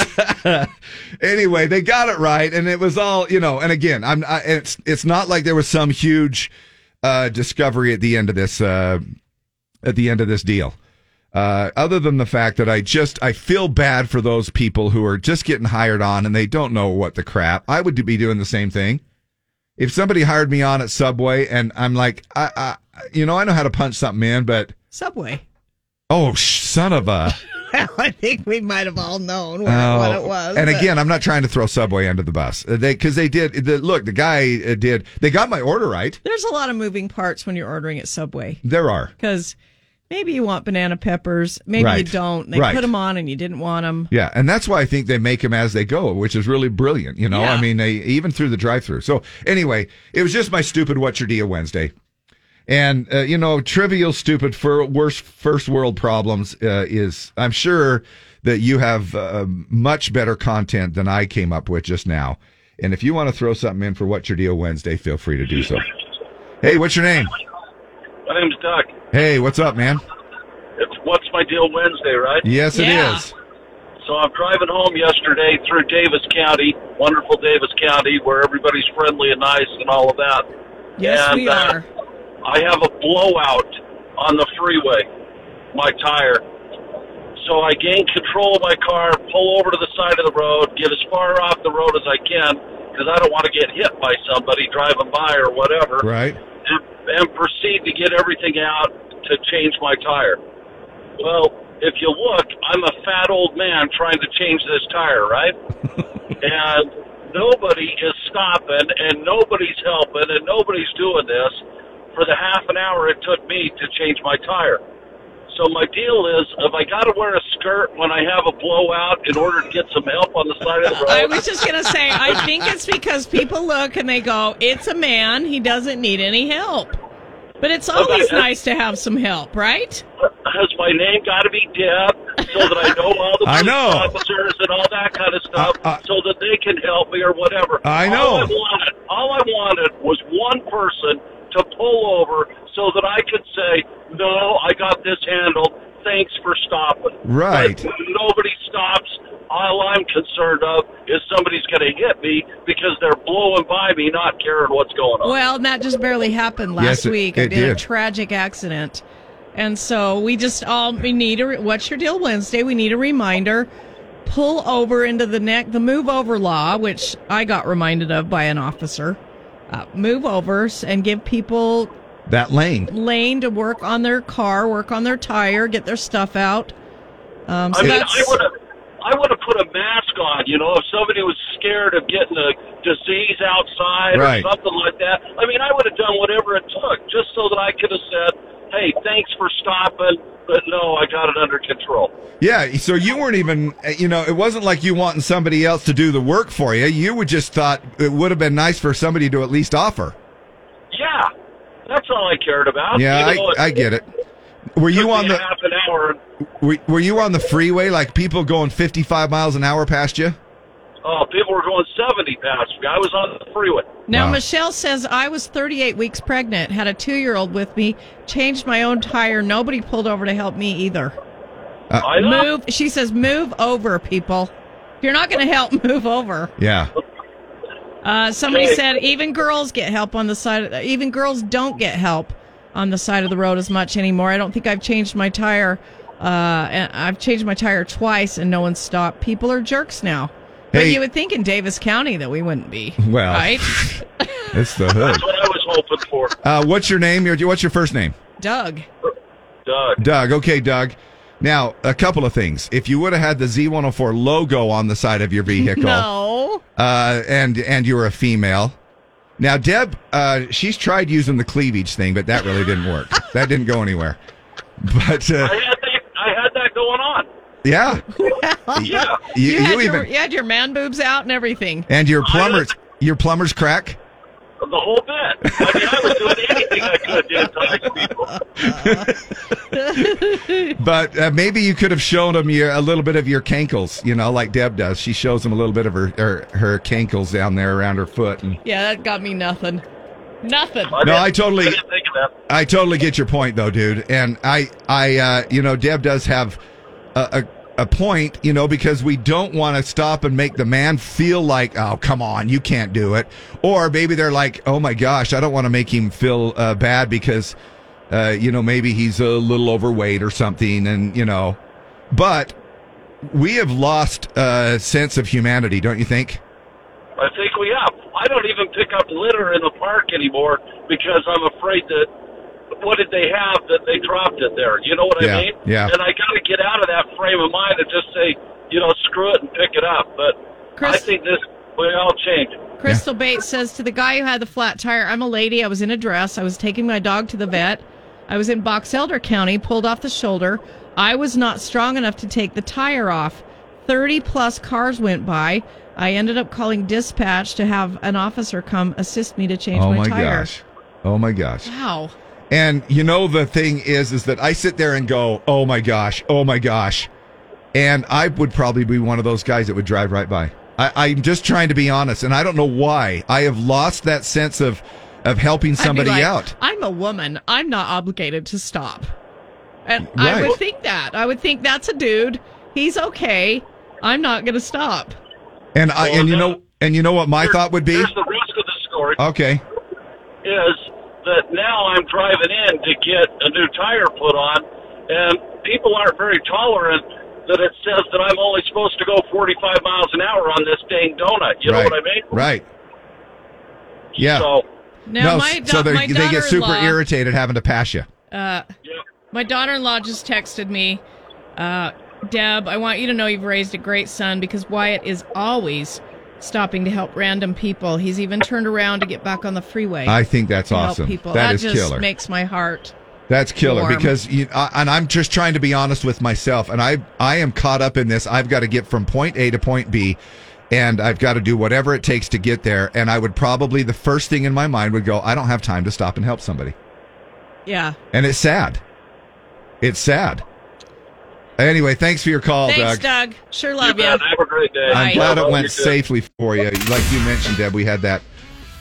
anyway, they got it right, and it was all you know. And again, I'm I, it's it's not like there was some huge uh, discovery at the end of this uh, at the end of this deal. Uh, other than the fact that I just I feel bad for those people who are just getting hired on and they don't know what the crap. I would be doing the same thing. If somebody hired me on at Subway and I'm like, I, I you know, I know how to punch something in, but Subway. oh, sh- son of a. well, I think we might have all known what, Oh, what it was. And but- again, I'm not trying to throw Subway under the bus. Uh, They because they did. The, look, the guy uh, did. They got my order right. there's a lot of moving parts when you're ordering at Subway There are. because maybe you want banana peppers, maybe Right. you don't. They put 'em Right. put them on and you didn't want them. Yeah, and that's why I think they make them as they go, which is really brilliant. You know, Yeah. I mean, they even through the drive-through. So anyway, it was just my stupid "What's Your Deal" Wednesday, and uh, you know, trivial, stupid for worst first world problems uh, is. I'm sure that you have uh, much better content than I came up with just now. And if you want to throw something in for "What's Your Deal" Wednesday, feel free to do so. Hey, what's your name? My name's Doc. Hey, what's up, man? It's What's My Deal Wednesday, right? Yes, it Yeah. is. So I'm driving home yesterday through Davis County, wonderful Davis County, where everybody's friendly and nice and all of that. Yes, and, we uh, are. I have a blowout on the freeway, my tire. So I gain control of my car, pull over to the side of the road, get as far off the road as I can, because I don't want to get hit by somebody driving by or whatever. Right. and, and proceed to get everything out to change my tire. Well, if you look, I'm a fat old man trying to change this tire, right? and nobody is stopping, and nobody's helping, and nobody's doing this for the half an hour it took me to change my tire. So my deal is, if I got to wear a skirt when I have a blowout in order to get some help on the side of the road, I was just gonna say, I think it's because people look and they go, "It's a man; he doesn't need any help." But it's always nice to have some help, right? has my name got to be Deb so that I know all the I police know. Uh, officers and all that kind of stuff so that they can help me or whatever. All I I know. wanted, all I wanted was one person to pull over so that I could say, no, I got this handled. Thanks for stopping. Right. But nobody stops. All I'm concerned of is somebody's going to hit me because they're blowing by me, not caring what's going on. Well, and that just barely happened last Yes, it- week. I it did, a did. tragic accident, and so we just all we need a. re- What's your deal Wednesday? We need a reminder. Pull over into the neck. The move over law, which I got reminded of by an officer. Uh, move overs and give people That lane. lane to work on their car, work on their tire, get their stuff out. Um, so I mean, I that's would have, I would have put a mask on. You know, if somebody was scared of getting a disease outside Right. or something like that. I mean, I would have done whatever it took just so that I could have said, "Hey, thanks for stopping, but no, I got it under control." Yeah, so you weren't even, uh, you know, it wasn't like you wanting somebody else to do the work for you. You would just thought it would have been nice for somebody to at least offer. Yeah, that's all I cared about. yeah, you know, I, I get it. Were you on me the half an hour? were, were you on the freeway like people going 55 miles an hour past you? Oh, people were going seventy past me. I was on the freeway. now Michelle says I was 38 weeks pregnant, had a two-year-old with me, changed my own tire. Nobody pulled over to help me either. I know. move. She says move over, people. If you're not going to help, move over. Yeah. Uh, somebody Okay. said even girls get help on the side. Of, even girls don't get help on the side of the road as much anymore. I don't think I've changed my tire. Uh, and I've changed my tire twice, and no one stopped. People are jerks now. But Hey. you would think in Davis County that we wouldn't be. Well, right? it's the I hood. was hoping for Uh, what's your name? Your what's your first name? Doug. Doug. Doug. Okay, Doug. Now, a couple of things. If you would have had the Z104 logo on the side of your vehicle, No. uh, and and you were a female. Now, Deb, uh, she's tried using the cleavage thing, but that really didn't work. that didn't go anywhere. But uh, I had that, I had that going on. yeah, you, you had even- your, you had your man boobs out and everything. and your plumbers, your plumbers crack. The whole bit. I mean, I was doing anything I could to entice people. But uh, maybe you could have shown them your, a little bit of your cankles, you know, like Deb does. She shows them a little bit of her her, her cankles down there around her foot. And, Yeah, that got me nothing. Nothing. no, I totally, I totally get your point though, dude. And I, I, uh, you know, Deb does have a, a, a point, you know, because we don't want to stop and make the man feel like, oh, come on, you can't do it, or maybe they're like, oh my gosh, I don't want to make him feel uh, bad because, uh, you know, maybe he's a little overweight or something, and you know, but we have lost a uh, sense of humanity, don't you think? I think we have. I don't even pick up litter in the park anymore because I'm afraid that what did they have that they dropped it there? You know what Yeah, I mean? yeah. And I got to get out of that frame of mind and just say, you know, screw it and pick it up. But I think this will all change. Crystal Bates says to the guy who had the flat tire, I'm a lady. I was in a dress. I was taking my dog to the vet. I was in Box Elder County, pulled off the shoulder. I was not strong enough to take the tire off. 30 plus cars went by. I ended up calling dispatch to have an officer come assist me to change oh my, my tire. gosh. Oh my gosh. Wow. And you know the thing is is that I sit there and go, "Oh my gosh. Oh my gosh." And I would probably be one of those guys that would drive right by. I, I'm just trying to be honest, and I don't know why. I have lost that sense of of helping I'd be somebody like, out. I'm a woman. I'm not obligated to stop. And I Right. would think that. I would think that's a dude. He's okay. I'm not going to stop. And I and you know and you know what my thought would be? Here's the rest of the story. Okay. is that now I'm driving in to get a new tire put on, and people aren't very tolerant that it says that I'm only supposed to go 45 miles an hour on this dang donut. You right. know what I mean? Right. Yeah. So, Now, my da- so they my they get super daughter-in-law- irritated having to pass you. Uh, My daughter in law just texted me, uh, Deb, I want you to know you've raised a great son because Wyatt is always stopping to help random people. He's even turned around to get back on the freeway. I think that's to help awesome. People. That that is just killer. makes my heart. That's killer Warm. because you, I, and I'm just trying to be honest with myself and I I am caught up in this. I've got to get from point A to point B and I've got to do whatever it takes to get there and I would probably the first thing in my mind would go I don't have time to stop and help somebody. Yeah. And it's sad. It's sad. Anyway, thanks for your call, Thanks, Doug. Doug. Sure love you. Have a great day. I'm glad it went safely for you. Like you mentioned, Deb, we had that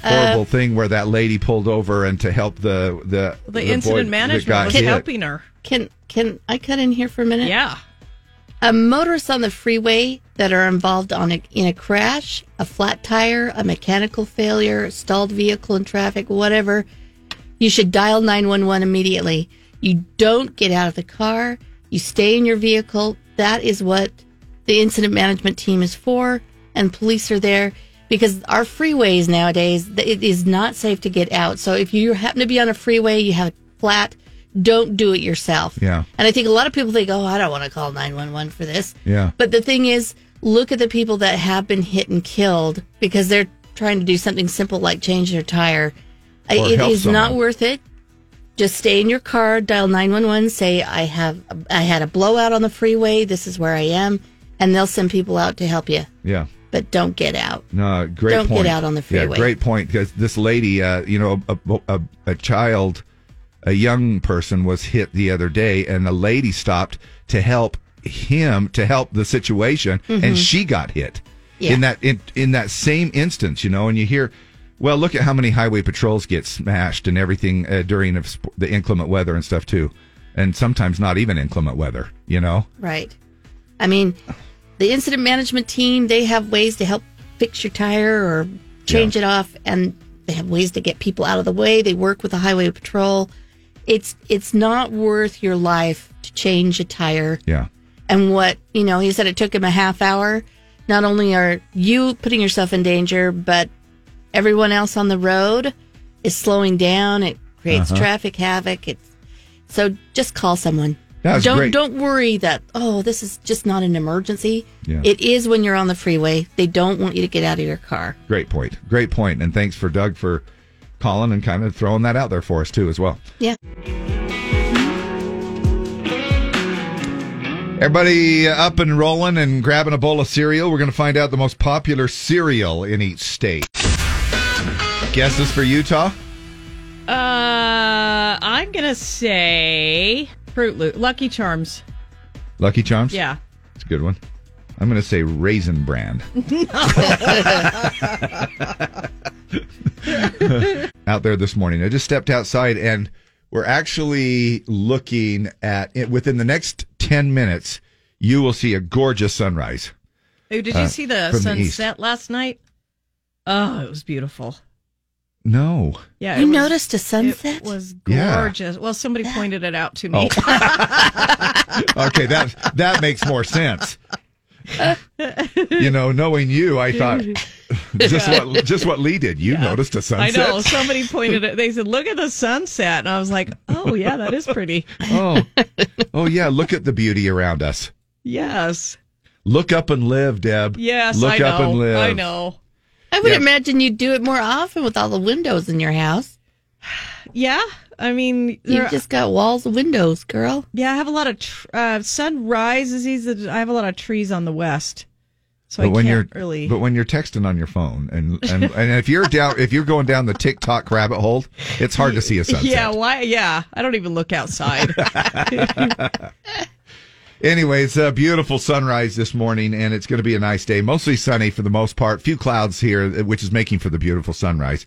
Uh, horrible thing where that lady pulled over and to help the the The, boy incident that got management was hit. helping her. Can can I cut in here for a minute? Yeah. Uh, motorists on the freeway that are involved on a, in a crash, a flat tire, a mechanical failure, stalled vehicle in traffic, whatever, you should dial 911 immediately. You don't get out of the car. You stay in your vehicle. That is what the incident management team is for, and police are there because our freeways nowadays, th- it is not safe to get out. So if you happen to be on a freeway, you have a flat, don't do it yourself. Yeah. And I think a lot of people think, oh, I don't want to call 911 for this. Yeah. But the thing is, look at the people that have been hit and killed because they're trying to do something simple like change their tire. I- Or it help is not someone. worth it. Just stay in your car, dial 911, say, I have, I had a blowout on the freeway. This is where I am. And they'll send people out to help you, Yeah. but don't get out. No, great Don't get point. out on the Yeah, freeway. great point because this lady, uh, you know, a, a, a child, a young person was hit the other day, and the lady stopped to help him to help the situation, Mhm. Mm-hmm. and she got hit Yeah. in that in, in that same instance, you know. And you hear, well, look at how many highway patrols get smashed and everything uh, during of sp- the inclement weather and stuff too, and sometimes not even inclement weather, you know. Right. I mean, the incident management team, they have ways to help fix your tire or change it off and they have ways to get people out of the way. They work with the highway patrol. It's it's not worth your life to change a tire. Yeah. And what, you know, he said it took him a half hour. Not only are you putting yourself in danger, but everyone else on the road is slowing down. It creates Uh-huh. traffic havoc. It's so just call someone. That's don't great. don't worry that oh this is just not an emergency. Yeah. It is when you're on the freeway. They don't want you to get out of your car. Great point. Great point. And thanks for Doug for calling and kind of throwing that out there for us too as well. Yeah. Everybody up and rolling and grabbing a bowl of cereal. We're going to find out the most popular cereal in each state. Guesses for Utah? Uh, I'm going to say Fruit Loop. Lucky Charms. Lucky Charms? Yeah. It's a good one. I'm going to say Raisin Bran. out there this morning. I just stepped outside and we're actually looking at it. Within the next 10 minutes, you will see a gorgeous sunrise. Oh, did you Uh, see the from the east. sunset last night? Oh, it was beautiful. No. Yeah, You it was- noticed a sunset? It was Yeah. Oh. gorgeous. Well, somebody pointed it out to me. Okay, that that makes more sense. You know, knowing you, I thought just Yeah. what just what Lee did. You noticed a I sunset. know. Somebody pointed it. They said, "Look at the sunset," and I was like, "Oh yeah, that is pretty." Oh, oh yeah. Look at the beauty around us. Yes. Look up and live, Deb. Yes, Look I know. up and live. I know. I would Yeah. imagine you'd do it more often with all the windows in your house. Yeah, I mean, you just got walls of windows, girl. Yeah, I have a lot of tr- uh, sunrise is easy. I have a lot of trees on the west, so I can't when you're really. but when you're texting on your phone and and, and if you're down if you're going down the TikTok rabbit hole, it's hard to see a sunset. yeah, why? Yeah, I don't even look outside. Anyway, it's a uh, beautiful sunrise this morning, and it's going to be a nice day. Mostly sunny for the most part. Few clouds here, which is making for the beautiful sunrise.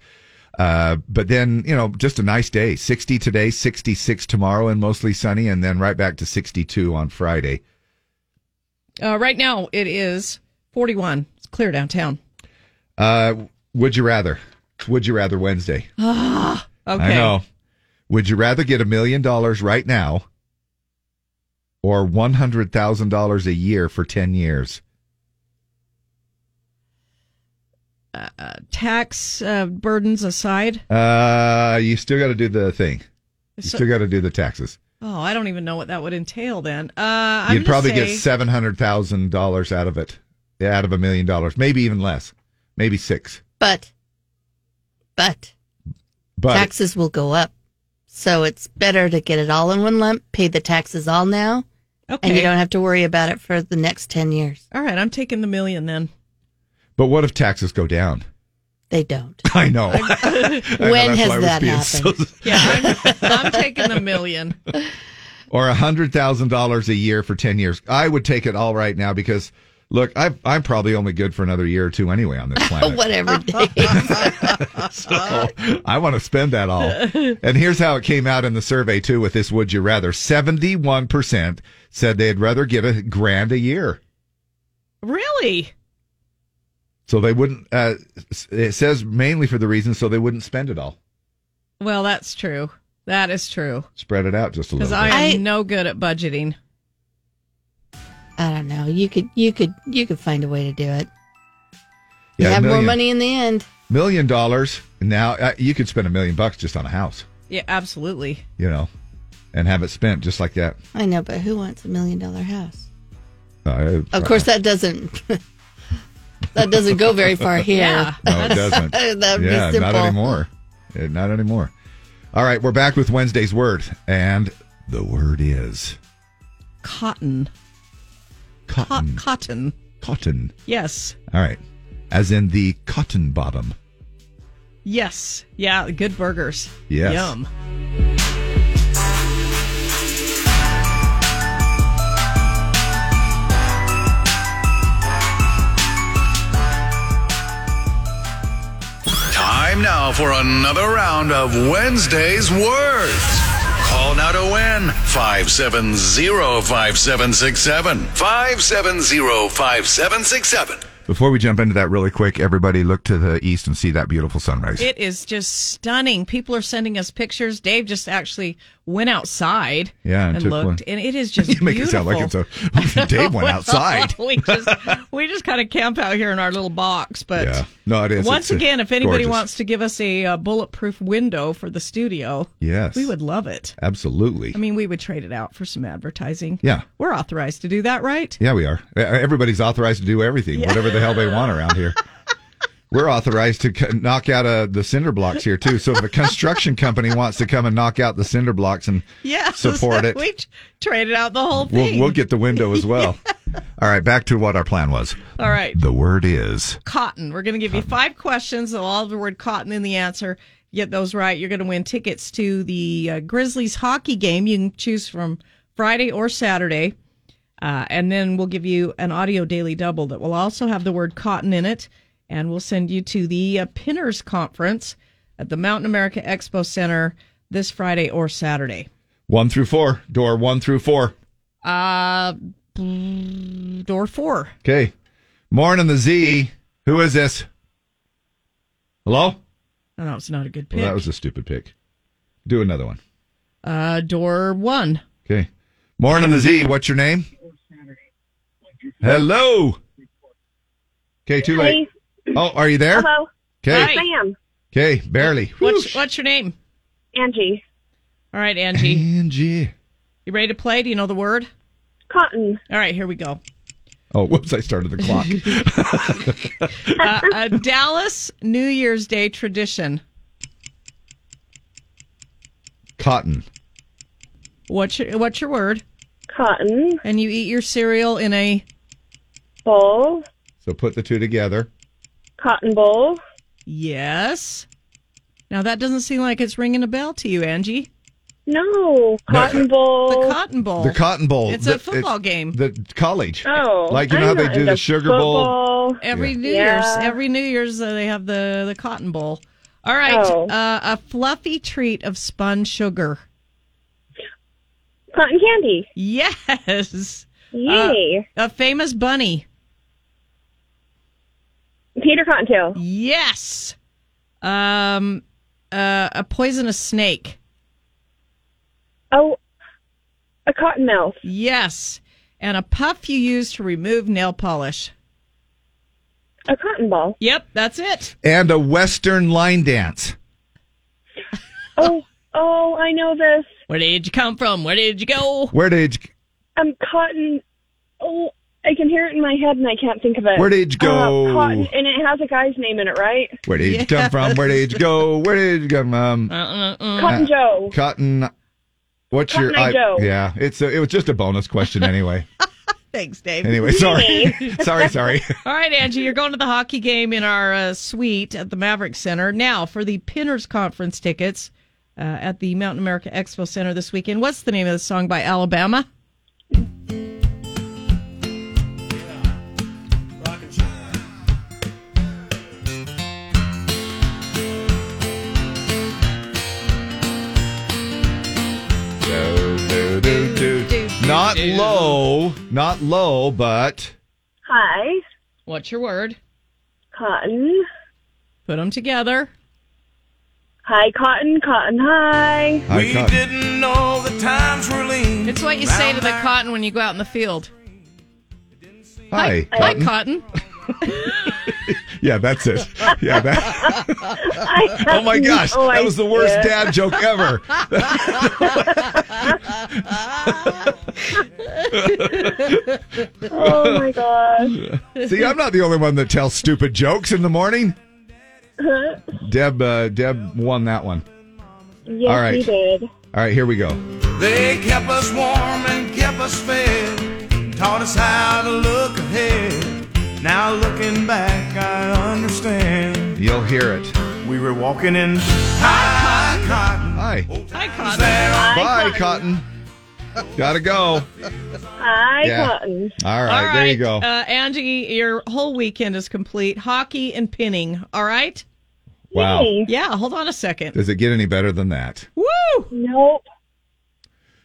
Uh, but then, you know, just a nice day. 60 today, 66 tomorrow, and mostly sunny, and then right back to 62 on Friday. uh, right now, it is forty-one. It's clear downtown. Uh, would you rather? Would you rather Wednesday? Ah, okay. I know. Would you rather get a million dollars right now or $100,000 a year for 10 years? Uh, tax uh, burdens aside. Uh, you still got to do the thing. You So- still got to do the taxes. Oh, I don't even know what that would entail. Then uh, I'm You'd gonna probably say- get seven hundred thousand dollars out of it, Yeah, out of a million dollars, maybe even less, maybe six. But, but, But taxes will go up. So it's better to get it all in one lump, pay the taxes all now, and Okay. you don't have to worry about it for the next 10 years. All right, I'm taking the million then. but what if taxes go down? They don't. I know. I know, that's why I was being so- yeah, I'm, I'm taking the million. or a hundred thousand dollars a year for ten years. I would take it all right now because look, I've, I'm probably only good for another year or two anyway on this planet. Whatever. so I want to spend that all. And here's how it came out in the survey too with this would you rather. 71% said they'd rather get a grand a year. Really? So they wouldn't uh it says mainly for the reason so they wouldn't spend it all. Well, that's true. That is true. Spread it out just a Because little I bit. am no good at budgeting. I don't know. You could, you could, you could find a way to do it. you Yeah, have more million- money in the end. Million dollars. Now uh, you could spend a million bucks just on a house, Yeah, absolutely. you know, and have it spent just like that. I know, but who wants a million dollar house? Uh, Of course, that doesn't. that doesn't go very far here. No, it doesn't. that would yeah, be simple. not anymore. Eh, Not anymore. All right, we're back with Wednesday's word, and the word is Cotton. Cotton. cotton. cotton. Yes. All right, as in the cotton bottom. Yes. Yeah. Good burgers. Yes. Yum. Time now for another round of Wednesday's Words. Call now to win 570-5767. 570-5767. Before we jump into that really quick, everybody look to the east and see that beautiful sunrise. It is just stunning. People are sending us pictures. Dave just actually went outside. Yeah, and and took looked, one. and it is just you make beautiful. it sound like it's a Dave went Well, outside. we just we just kind of camp out here in our little box, but Yeah. No, it is. Once It's, uh, again, if anybody gorgeous. wants to give us a uh, bulletproof window for the studio, Yes. we would love it. Absolutely. I mean, we would trade it out for some advertising. Yeah. we're authorized to do that, right? Yeah, we are. Uh, Everybody's authorized to do everything, Yeah. whatever the hell they want around here. We're authorized to c- knock out uh, the cinder blocks here too. So if a construction company wants to come and knock out the cinder blocks and Yes, support it, We t- traded out the whole we'll, thing. we'll get the window as well. All right, back to what our plan was. All right. The word is cotton. We're going to give you five questions. They'll all have the word cotton in the answer. Get those right. You're going to win tickets to the uh, Grizzlies hockey game. You can choose from Friday or Saturday. Uh, and then we'll give you an audio daily double that will also have the word cotton in it. And we'll send you to the uh, Pinners Conference at the Mountain America Expo Center this Friday or Saturday. one through four. Door one through four. Uh, mm, door four. Okay. Morning, the Z. Who is this? Hello. No, that was not a good pick. Well, that was a stupid pick. Do another one. uh, door one. Okay. Morning, the Z. What's your name? Hello. Okay, too late. Oh, are you there? Hello. Okay. Yes, I am. Okay. Barely. What's, what's your name? Angie. All right, Angie. Angie. You ready to play? Do you know the word? Cotton. All right, here we go. Oh, whoops! I started the clock. uh, a Dallas New Year's Day tradition. Cotton. What's your, what's your word? Cotton. And you eat your cereal in a bowl. So put the two together. Cotton bowl. Yes. Now that doesn't seem like it's ringing a bell to you, Angie. No, Cotton Bowl. The Cotton Bowl. The Cotton Bowl. It's The- a football game. The college. Oh, Like you know I'm how they not do the into Sugar Bowl. Every Yeah. New Yeah. Year's, every New Year's uh, they have the the Cotton Bowl. All right, Oh. uh, a fluffy treat of spun sugar. Cotton candy. Yes. Yay. Uh, a famous bunny. Peter Cottontail. Yes. Um, uh, a poisonous snake. Oh, a cottonmouth. Yes. And a puff you use to remove nail polish. A cotton ball. Yep, that's it. And a Western line dance. Oh, oh, I know this. Where did you come from? Where did you go? Where did you, Um, cotton. Oh, I can hear it in my head and I can't think of it. Where did you go? Uh, cotton, and it has a guy's name in it, right? where did you come from? Uh, Where did you go? Where did you come from? Uh-huh. Cotton Joe. Cotton. What's your? Cotton Eye Joe. Yeah, it's a, it was just a bonus question anyway. Thanks, Dave. anyway, sorry, sorry, sorry. All right, Angie, you're going to the hockey game in our uh, suite at the Maverick Center. Now, for the Pinners Conference tickets uh, at the Mountain America Expo Center this weekend, what's the name of the song by Alabama? Do, do, do, do. Not low, not low, but Hi. What's your word? Cotton. Put them together. Hi, Cotton. Cotton, hi. Hi, Cotton. Didn't know the times were lean. It's what you say to the cotton when you go out in the field. hi, Hi, Cotton. cotton. Yeah, that's it. Yeah, that. I Oh my have gosh, no that was the worst idea. dad joke ever. oh my gosh. See, I'm not the only one that tells stupid jokes in the morning. Deb, uh, Deb won that one. yes, All right. he did. All right, here we go. They kept us warm and kept us fed, taught us how to look ahead. Now looking back, I understand. You'll hear it. We were walking in high cotton. Hi. Hi, There cotton. on Bye, Cotton. Gotta go. Hi, Yeah. Cotton. All right, there you go. Uh, Angie, your whole weekend is complete. Hockey and pinning. All right. wow. Hey. Yeah. Hold on a second. Does it get any better than that? Woo! Nope.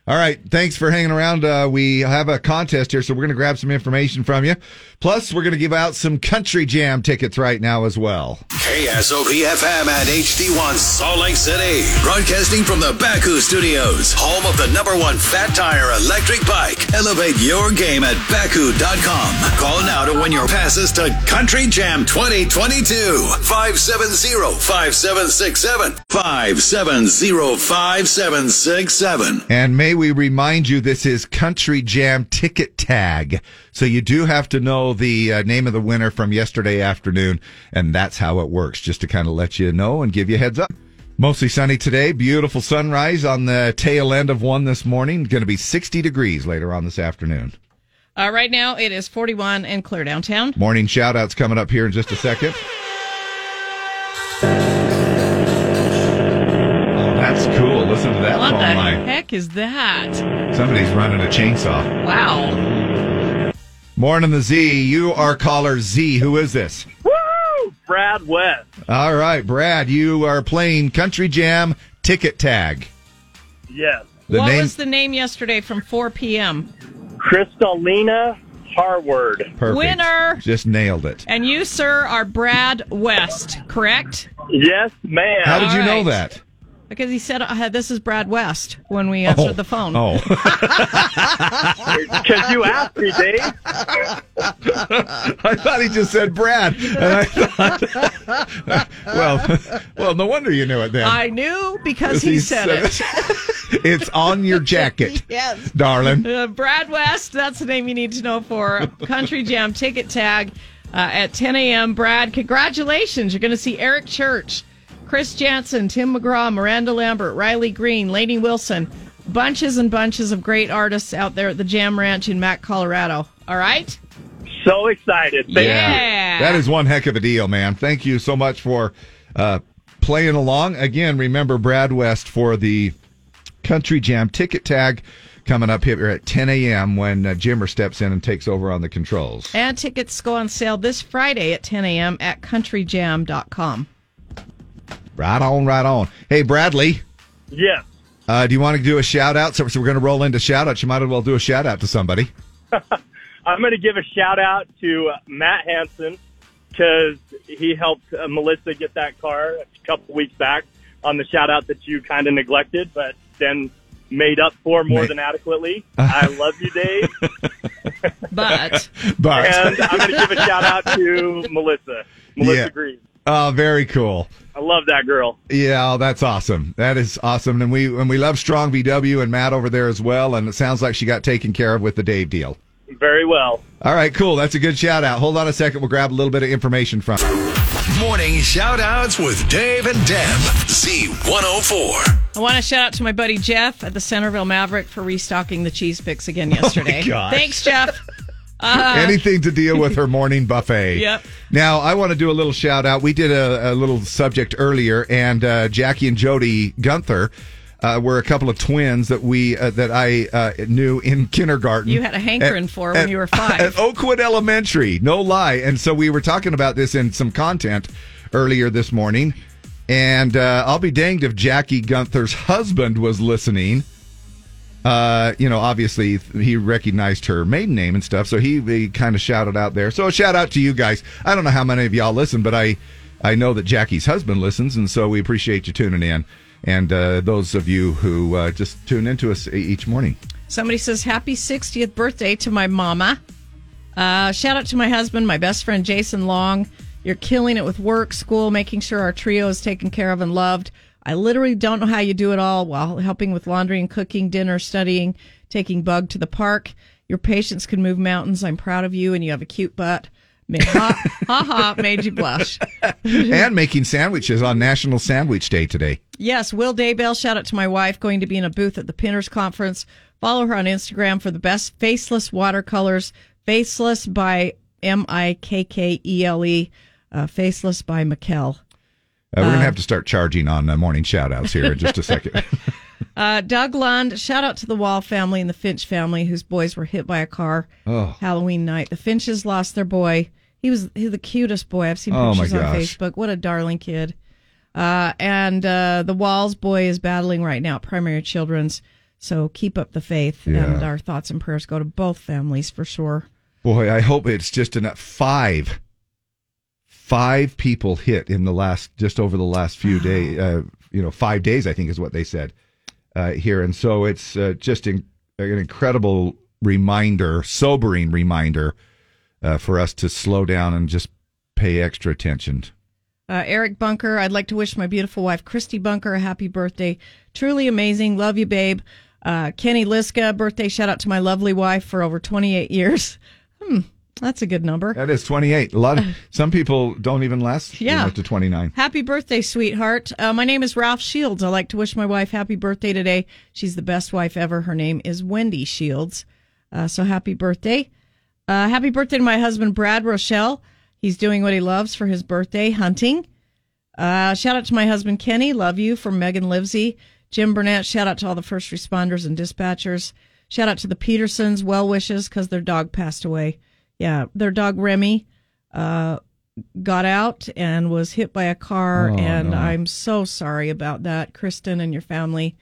All right. Thanks for hanging around. Uh, we have a contest here, so we're going to grab some information from you. Plus, we're going to give out some country jam tickets right now as well. KSOPFM at HD1 Salt Lake City. Broadcasting from the Baku Studios, home of the number one fat tire electric bike. Elevate your game at Baku.com. Call now to win your passes to Country Jam 2022. 570-5767. 570-5767. And may we remind you, this is Country Jam Ticket Tag. So you do have to know the uh, name of the winner from yesterday afternoon. And that's how it works, just to kind of let you know and give you a heads up. Mostly sunny today. Beautiful sunrise on the tail end of one this morning. Going to be 60 degrees later on this afternoon. Uh, right now, it is 41 and clear downtown. Morning shout outs coming up here in just a second. Oh, that's cool. Listen to that What the phone line. heck is that? Somebody's running a chainsaw. Wow. Morning, the Z. You are caller Z. Who is this? Woo! Brad West. All right, Brad. You are playing Country Jam Ticket Tag. Yes. The what name. was the name yesterday from 4 p.m.? Kristalina Harward. Perfect. Winner! Just nailed it. And you, sir, are Brad West, correct? Yes, ma'am. How did you All know right. that? Because he said, uh, "This is Brad West." When we answered the phone, Oh. because you asked me, Dave. I thought he just said Brad. And I thought, well, well, no wonder you knew it then. I knew because he, said, it. it's on your jacket, yes, darling. Uh, Brad West, that's the name you need to know for Country Jam ticket tag uh, at 10 a.m. Brad, congratulations. You're going to see Eric Church, Chris Jansen, Tim McGraw, Miranda Lambert, Riley Green, Lady Wilson. Bunches and bunches of great artists out there at the Jam Ranch in Mack, Colorado. All right? So excited. Thank Yeah. That is one heck of a deal, man. Thank you so much for uh, playing along. Again, remember Brad West for the Country Jam ticket tag coming up here at 10 a.m. when uh, Jimmer steps in and takes over on the controls. And tickets go on sale this Friday at 10 a.m. at countryjam.com. Right on, right on. Hey, Bradley. Yes. Uh, do you want to do a shout out? So, so we're going to roll into shout outs. You might as well do a shout out to somebody. I'm going to give a shout out to uh, Matt Hansen because he helped uh, Melissa get that car a couple weeks back on the shout out that you kind of neglected, but then made up for more Ma- than adequately. I love you, Dave. but But- and I'm going to give a shout out to Melissa. Melissa Yeah. Green. Oh, very cool. I love that girl. Yeah, oh, that's awesome. That is awesome, and we and we love Strong VW and Matt over there as well. And it sounds like she got taken care of with the Dave deal. Very well. All right, cool. That's a good shout out. Hold on a second. We'll grab a little bit of information from. Morning shout outs with Dave and Deb. Z104. I want to shout out to my buddy Jeff at the Centerville Maverick for restocking the cheese picks again yesterday. gosh. Thanks, Jeff. Uh, Anything to deal with her morning buffet. Yep. Now, I want to do a little shout out. We did a, a little subject earlier, and uh, Jackie and Jody Gunther uh, were a couple of twins that we uh, that I uh, knew in kindergarten. You had a hankering At- for when at- you were five. At Oakwood Elementary, no lie. And so we were talking about this in some content earlier this morning. And uh, I'll be danged if Jackie Gunther's husband was listening. Uh, you know, obviously he recognized her maiden name and stuff, so he, he kind of shouted out there. So a shout out to you guys. I don't know how many of y'all listen, but I I know that Jackie's husband listens, and so we appreciate you tuning in. And uh, those of you who uh, just tune into us e- each morning. Somebody says, Happy 60th birthday to my mama. Uh, shout out to my husband, my best friend Jason Long. You're killing it with work, school, making sure our trio is taken care of and loved. I literally don't know how you do it all while helping with laundry and cooking, dinner, studying, taking Bug to the park. Your patience can move mountains. I'm proud of you, and you have a cute butt. Ma- Ha ha, ha made you blush. and making sandwiches on National Sandwich Day today. Yes, Will Daybell, shout out to my wife, going to be in a booth at the Pinners Conference. Follow her on Instagram for the best faceless watercolors. Faceless by M I K K E L E. Uh, faceless by Mikkel. Uh, we're going Uh, to have to start charging on uh, morning shout outs here in just a second. Uh, Doug Lund, shout out to the Wall family and the Finch family, whose boys were hit by a car Oh. Halloween night. The Finches lost their boy. He was he, the cutest boy. I've seen Oh, my pictures on gosh. Facebook. What a darling kid. Uh, and uh, the Walls boy is battling right now at Primary Children's. So keep up the faith. Yeah. And our thoughts and prayers go to both families for sure. Boy, I hope it's just enough. Five, five people hit in the last, just over the last few day, uh, you know, five days. I think is what they said uh, here, and so it's uh, just in, an incredible reminder, sobering reminder uh, for us to slow down and just pay extra attention. Uh, Eric Bunker, I'd like to wish my beautiful wife, Christy Bunker, a happy birthday. Truly amazing. Love you, babe. Uh, Kenny Liska, birthday shout out to my lovely wife for over 28 years. Hmm, that's a good number. That is twenty eight. A lot. Of, some people don't even last. you Yeah. know, to twenty nine. Happy birthday, sweetheart. Uh, my name is Ralph Shields. I like to wish my wife happy birthday today. She's the best wife ever. Her name is Wendy Shields. Uh, so happy birthday. Uh, happy birthday to my husband, Brad Rochelle. He's doing what he loves for his birthday, hunting. Uh, shout out to my husband, Kenny. Love you from Megan Livesey. Jim Burnett, shout out to all the first responders and dispatchers. Shout out to the Petersons, well wishes, because their dog passed away. Yeah, their dog, Remy. Uh, got out and was hit by a car, Oh, and no. I'm so sorry about that, Kristen and your family.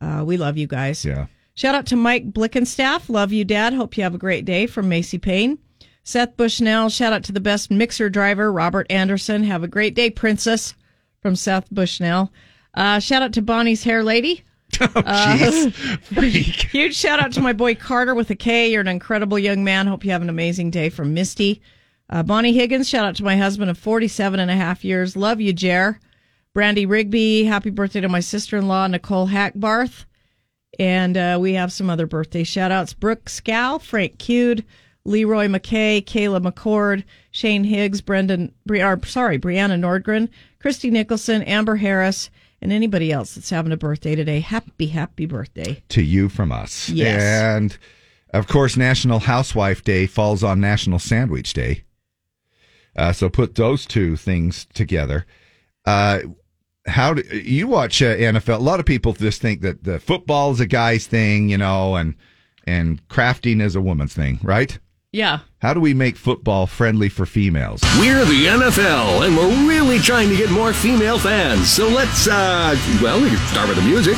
Uh, we love you guys. Yeah. Shout out to Mike Blickenstaff. Love you, Dad. Hope you have a great day from Macy Payne. Seth Bushnell. Shout out to the best mixer driver, Robert Anderson. Have a great day, Princess, from Seth Bushnell. Uh, shout out to Bonnie's hair lady. Uh, huge shout out to my boy Carter with a K. You're an incredible young man. Hope you have an amazing day from Misty. Uh, Bonnie Higgins, shout out to my husband of 47 and a half years. Love you, Jer. Brandy Rigby, happy birthday to my sister in law, Nicole Hackbarth. And uh, we have some other birthday shout outs Brooke Scow, Frank Cude, Leroy McKay, Kayla McCord, Shane Higgs, Brendan, Bri- or, sorry, Brianna Nordgren, Christy Nicholson, Amber Harris, and anybody else that's having a birthday today. Happy, happy birthday. to you from us. Yes. And of course, National Housewife Day falls on National Sandwich Day. Uh, so put those two things together. Uh, how do you watch uh, NFL? A lot of people just think that the football is a guy's thing, you know, and and crafting is a woman's thing, right? Yeah. How do we make football friendly for females? We're the NFL, and we're really trying to get more female fans. So let's, uh, well, we can start with the music.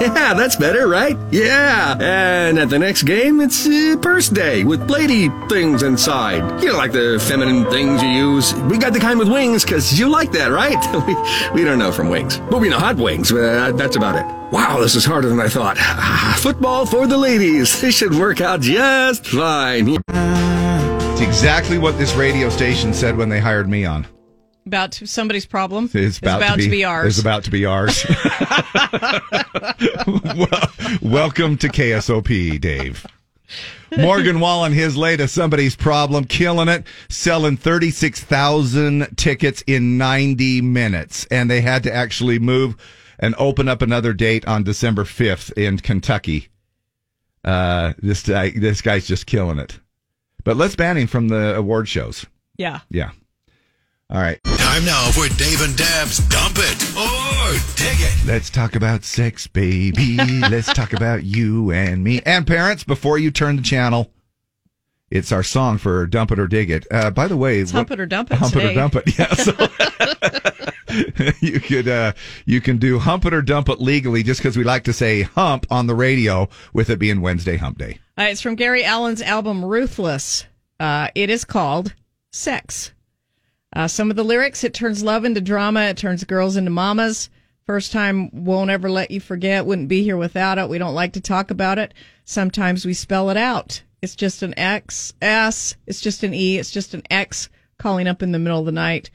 Yeah, that's better, right? Yeah. And at the next game, it's uh, Purse Day with lady things inside. You know, like the feminine things you use. We got the kind with wings because you like that, right? we, we don't know from wings, but we know hot wings. Uh, that's about it. Wow, this is harder than I thought. Football for the ladies. This should work out just fine. It's exactly what this radio station said when they hired me on. About to, somebody's problem. It's about, to, be, ours. It's about to be ours. Well, welcome to KSOP, Dave. Morgan Wallen, his latest Somebody's Problem, killing it, selling 36,000 tickets in 90 minutes. And they had to actually move and open up another date on December 5th in Kentucky. Uh, this, guy, this guy's just killing it. But let's ban him from the award shows. Yeah. Yeah. All right. Time now for Dave and Dab's Dump It or Dig It. Let's talk about sex, baby. Let's talk about you and me. And parents, before you turn the channel, it's our song for Dump It or Dig It. Uh, by the way, It's hump it or dump it Hump it today. or dump it. Yeah. So you could uh, you can do hump it or dump it legally just because we like to say hump on the radio with it being Wednesday hump day. Uh, it's from Gary Allen's album Ruthless. Uh, it is called Sex. Uh, some of the lyrics it turns love into drama, it turns girls into mamas. First time won't ever let you forget, wouldn't be here without it. We don't like to talk about it. Sometimes we spell it out. It's just an X, S, it's just an E, it's just an X calling up in the middle of the night,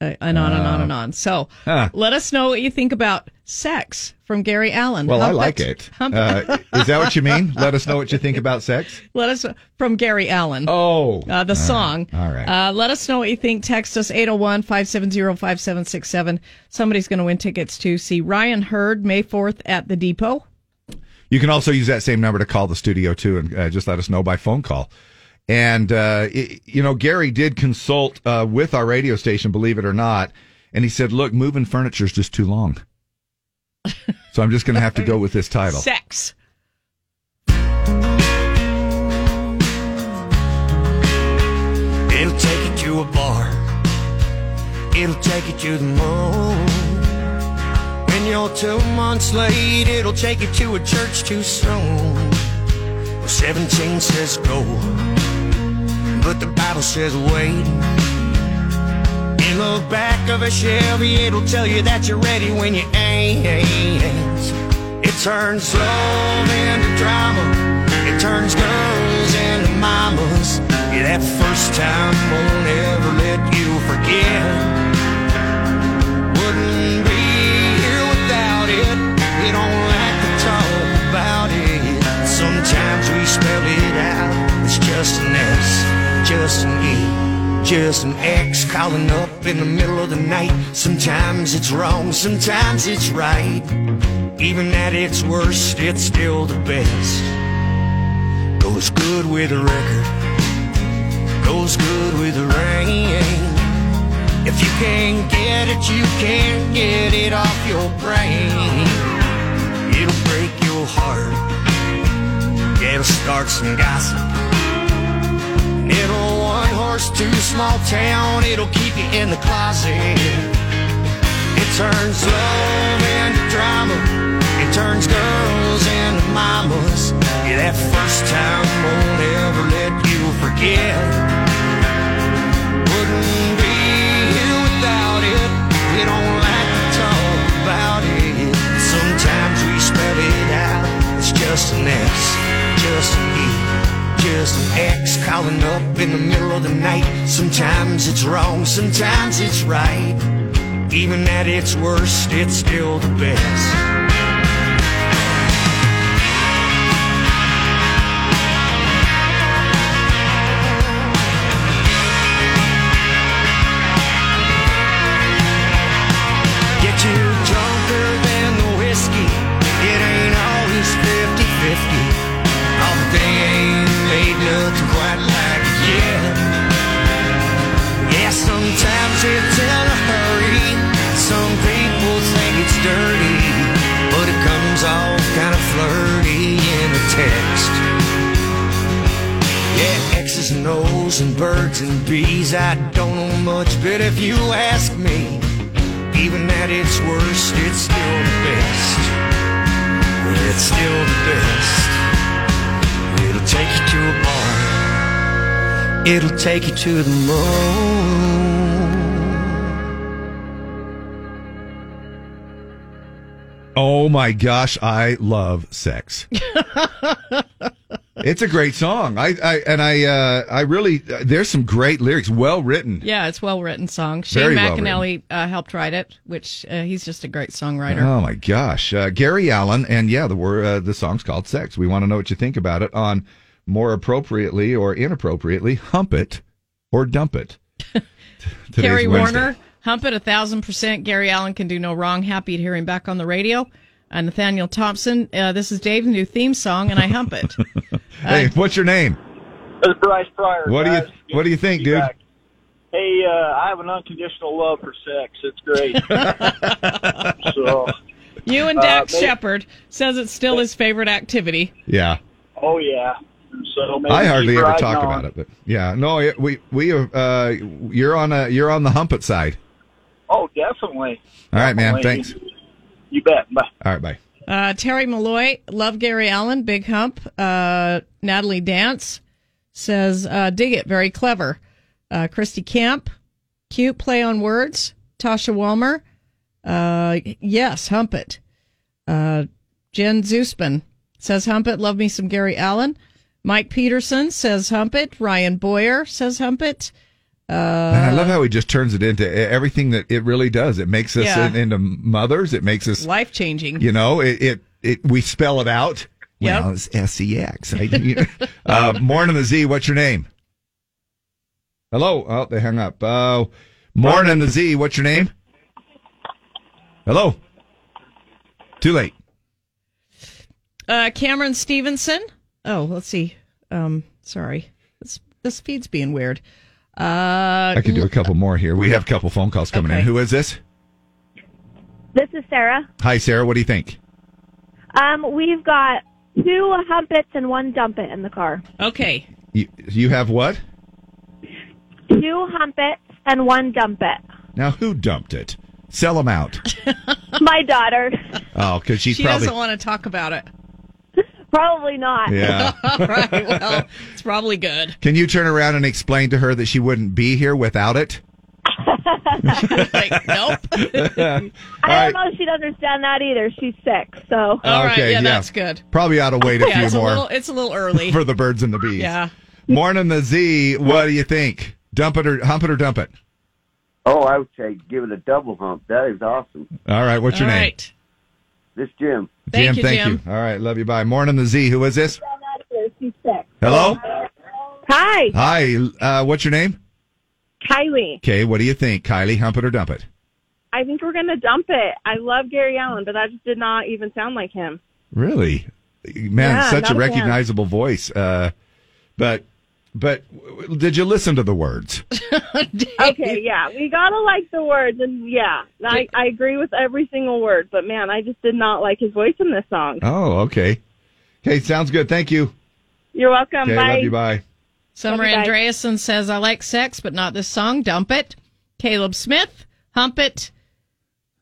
uh, and on and on and on. So Huh. let us know what you think about sex from Gary Allen. Well, I Hump like it. Hump Uh, is that what you mean? Let us know what you think about sex. Let us from Gary Allen. Oh, uh, the All song. right. All right. Uh, let us know what you think. Text us 801 570 5767. Somebody's going to win tickets to see Ryan Hurd May 4th at the Depot. You can also use that same number to call the studio too, and uh, just let us know by phone call. And uh, it- you know, Gary did consult uh, with our radio station, believe it or not, and he said, "Look, moving furniture is just too long." so I'm just going to have to go with this title. Sex. It'll take you to a bar. It'll take you to the moon. When you're two months late, it'll take you to a church too soon. Well, 17 says go, but the Bible says wait. In the back of a Chevy, it'll tell you that you're ready when you ain't. It turns love into drama. It turns girls into mamas. Yeah, that first time won't ever let you forget. Wouldn't be here without it. We don't like to talk about it. Sometimes we spell it out. It's just an S, just an E. Just an X calling up in the middle of the night. Sometimes it's wrong, sometimes it's right. Even at its worst, it's still the best. Goes good with a record, goes good with a rain. If you can't get it, you can't get it off your brain. It'll break your heart, it'll start some gossip. In a one horse, two small town, it'll keep you in the closet. It turns love into drama. It turns girls into mamas. Yeah, that first time won't ever let you forget. Wouldn't be here without it. We don't like to talk just an S, just an E, just an X calling up in the middle of the night. Sometimes it's wrong, sometimes it's right. Even at its worst, it's still the best. Get you drunker than the whiskey. It ain't always 50 50. Oh, but they ain't made nothing quite like it yet. Yeah, sometimes it's in a hurry. Some people think it's dirty, but it comes off kind of flirty in a text. Yeah, X's and O's and birds and bees. I don't know much, but if you ask me, even at its worst, it's still the best. It's still the best. It'll take you to a bar. It'll take you to the moon. Oh my gosh, I love sex. it's a great song. I, I and I uh, I really there's some great lyrics, well written. Yeah, it's well written song. Shane Very well McAnally uh, helped write it, which uh, he's just a great songwriter. Oh my gosh, uh, Gary Allen, and yeah, the word uh, the song's called "Sex." We want to know what you think about it on more appropriately or inappropriately, hump it or dump it. Today's Carrie Wednesday. Warner, hump it a thousand percent. Gary Allen can do no wrong. Happy to hear him back on the radio. Uh, Nathaniel Thompson, uh, this is Dave's new theme song, and I hump it. Hey, what's your name? This is Bryce Pryor. What do guys. you What do you think, dude? Hey, uh, I have an unconditional love for sex. It's great. so, You and Uh, Dax they- Shepard says it's still his favorite activity. Yeah. oh yeah. So maybe I hardly keep ever riding talk on. about it, but yeah, no, it- we we uh, you're on a you're on the hump it side. Oh, definitely. All right, man. Definitely. Thanks. You bet. Bye. All right, bye. Uh, Terry Malloy, love Gary Allen, big hump. Uh, Natalie Dance says, uh, dig it, very clever. Uh, Christy Camp, cute play on words. Tasha Walmer, uh, yes, hump it. Uh, Jen Zusman says, hump it, love me some Gary Allen. Mike Peterson says, hump it. Ryan Boyer says, hump it. And I Uh, love how he just turns it into e-, everything that it really does. It makes us Yeah. in- into mothers. It makes us life changing. You know, it, it, it we spell it out. Yep. Well, it's S E X. Uh, Morning the Z. What's your name? Hello. Oh, they hung up. Uh, Morning the Z. What's your name? Hello. Too late. Uh, Cameron Stevenson. Oh, let's see. Um, sorry, this this feed's being weird. Uh, I could do a couple more here. We have a couple phone calls coming in. Who is this? This is Sarah. Hi, Sarah. What do you think? Um, we've got two humpets and one dumpet in the car. Okay. You, you have what? Two humpets and one dumpet. Now, who dumped it? Sell them out. My daughter. Oh, because she's probably. want to talk about it. Probably not. Yeah. All right. Well, it's probably good. Can you turn around and explain to her that she wouldn't be here without it? nope. I don't know if she'd understand that either. She's six, so. Probably ought to wait a yeah, few it's more A little, it's a little early. for the birds and the bees. Yeah. Morning the Z, what do you think? Dump it or hump it or dump it? Oh, I would say give it a double hump. That is awesome. All right, what's your name? This Jim. Jim, thank you. All right, love you. Bye. Morning the Z, who is this? She's six. Hello? Hi, Hi, uh, what's your name? Kylie, Okay, what do you think, Kylie? Hump it or dump it? I think we're going to dump it. I love Gary Allen, but that just did not even sound like him. Really? Man, Yeah, such a not a fan. recognizable voice. Uh, but but w- w- did you listen to the words? okay, yeah. We got to like the words, and yeah, I, I agree with every single word, but man, I just did not like his voice in this song. Oh, okay. Okay, sounds good. Thank you. You're welcome. Okay, Bye. love you. Bye. Summer Love you guys. Andreasen says, I like sex, but not this song. Dump it. Caleb Smith, hump it.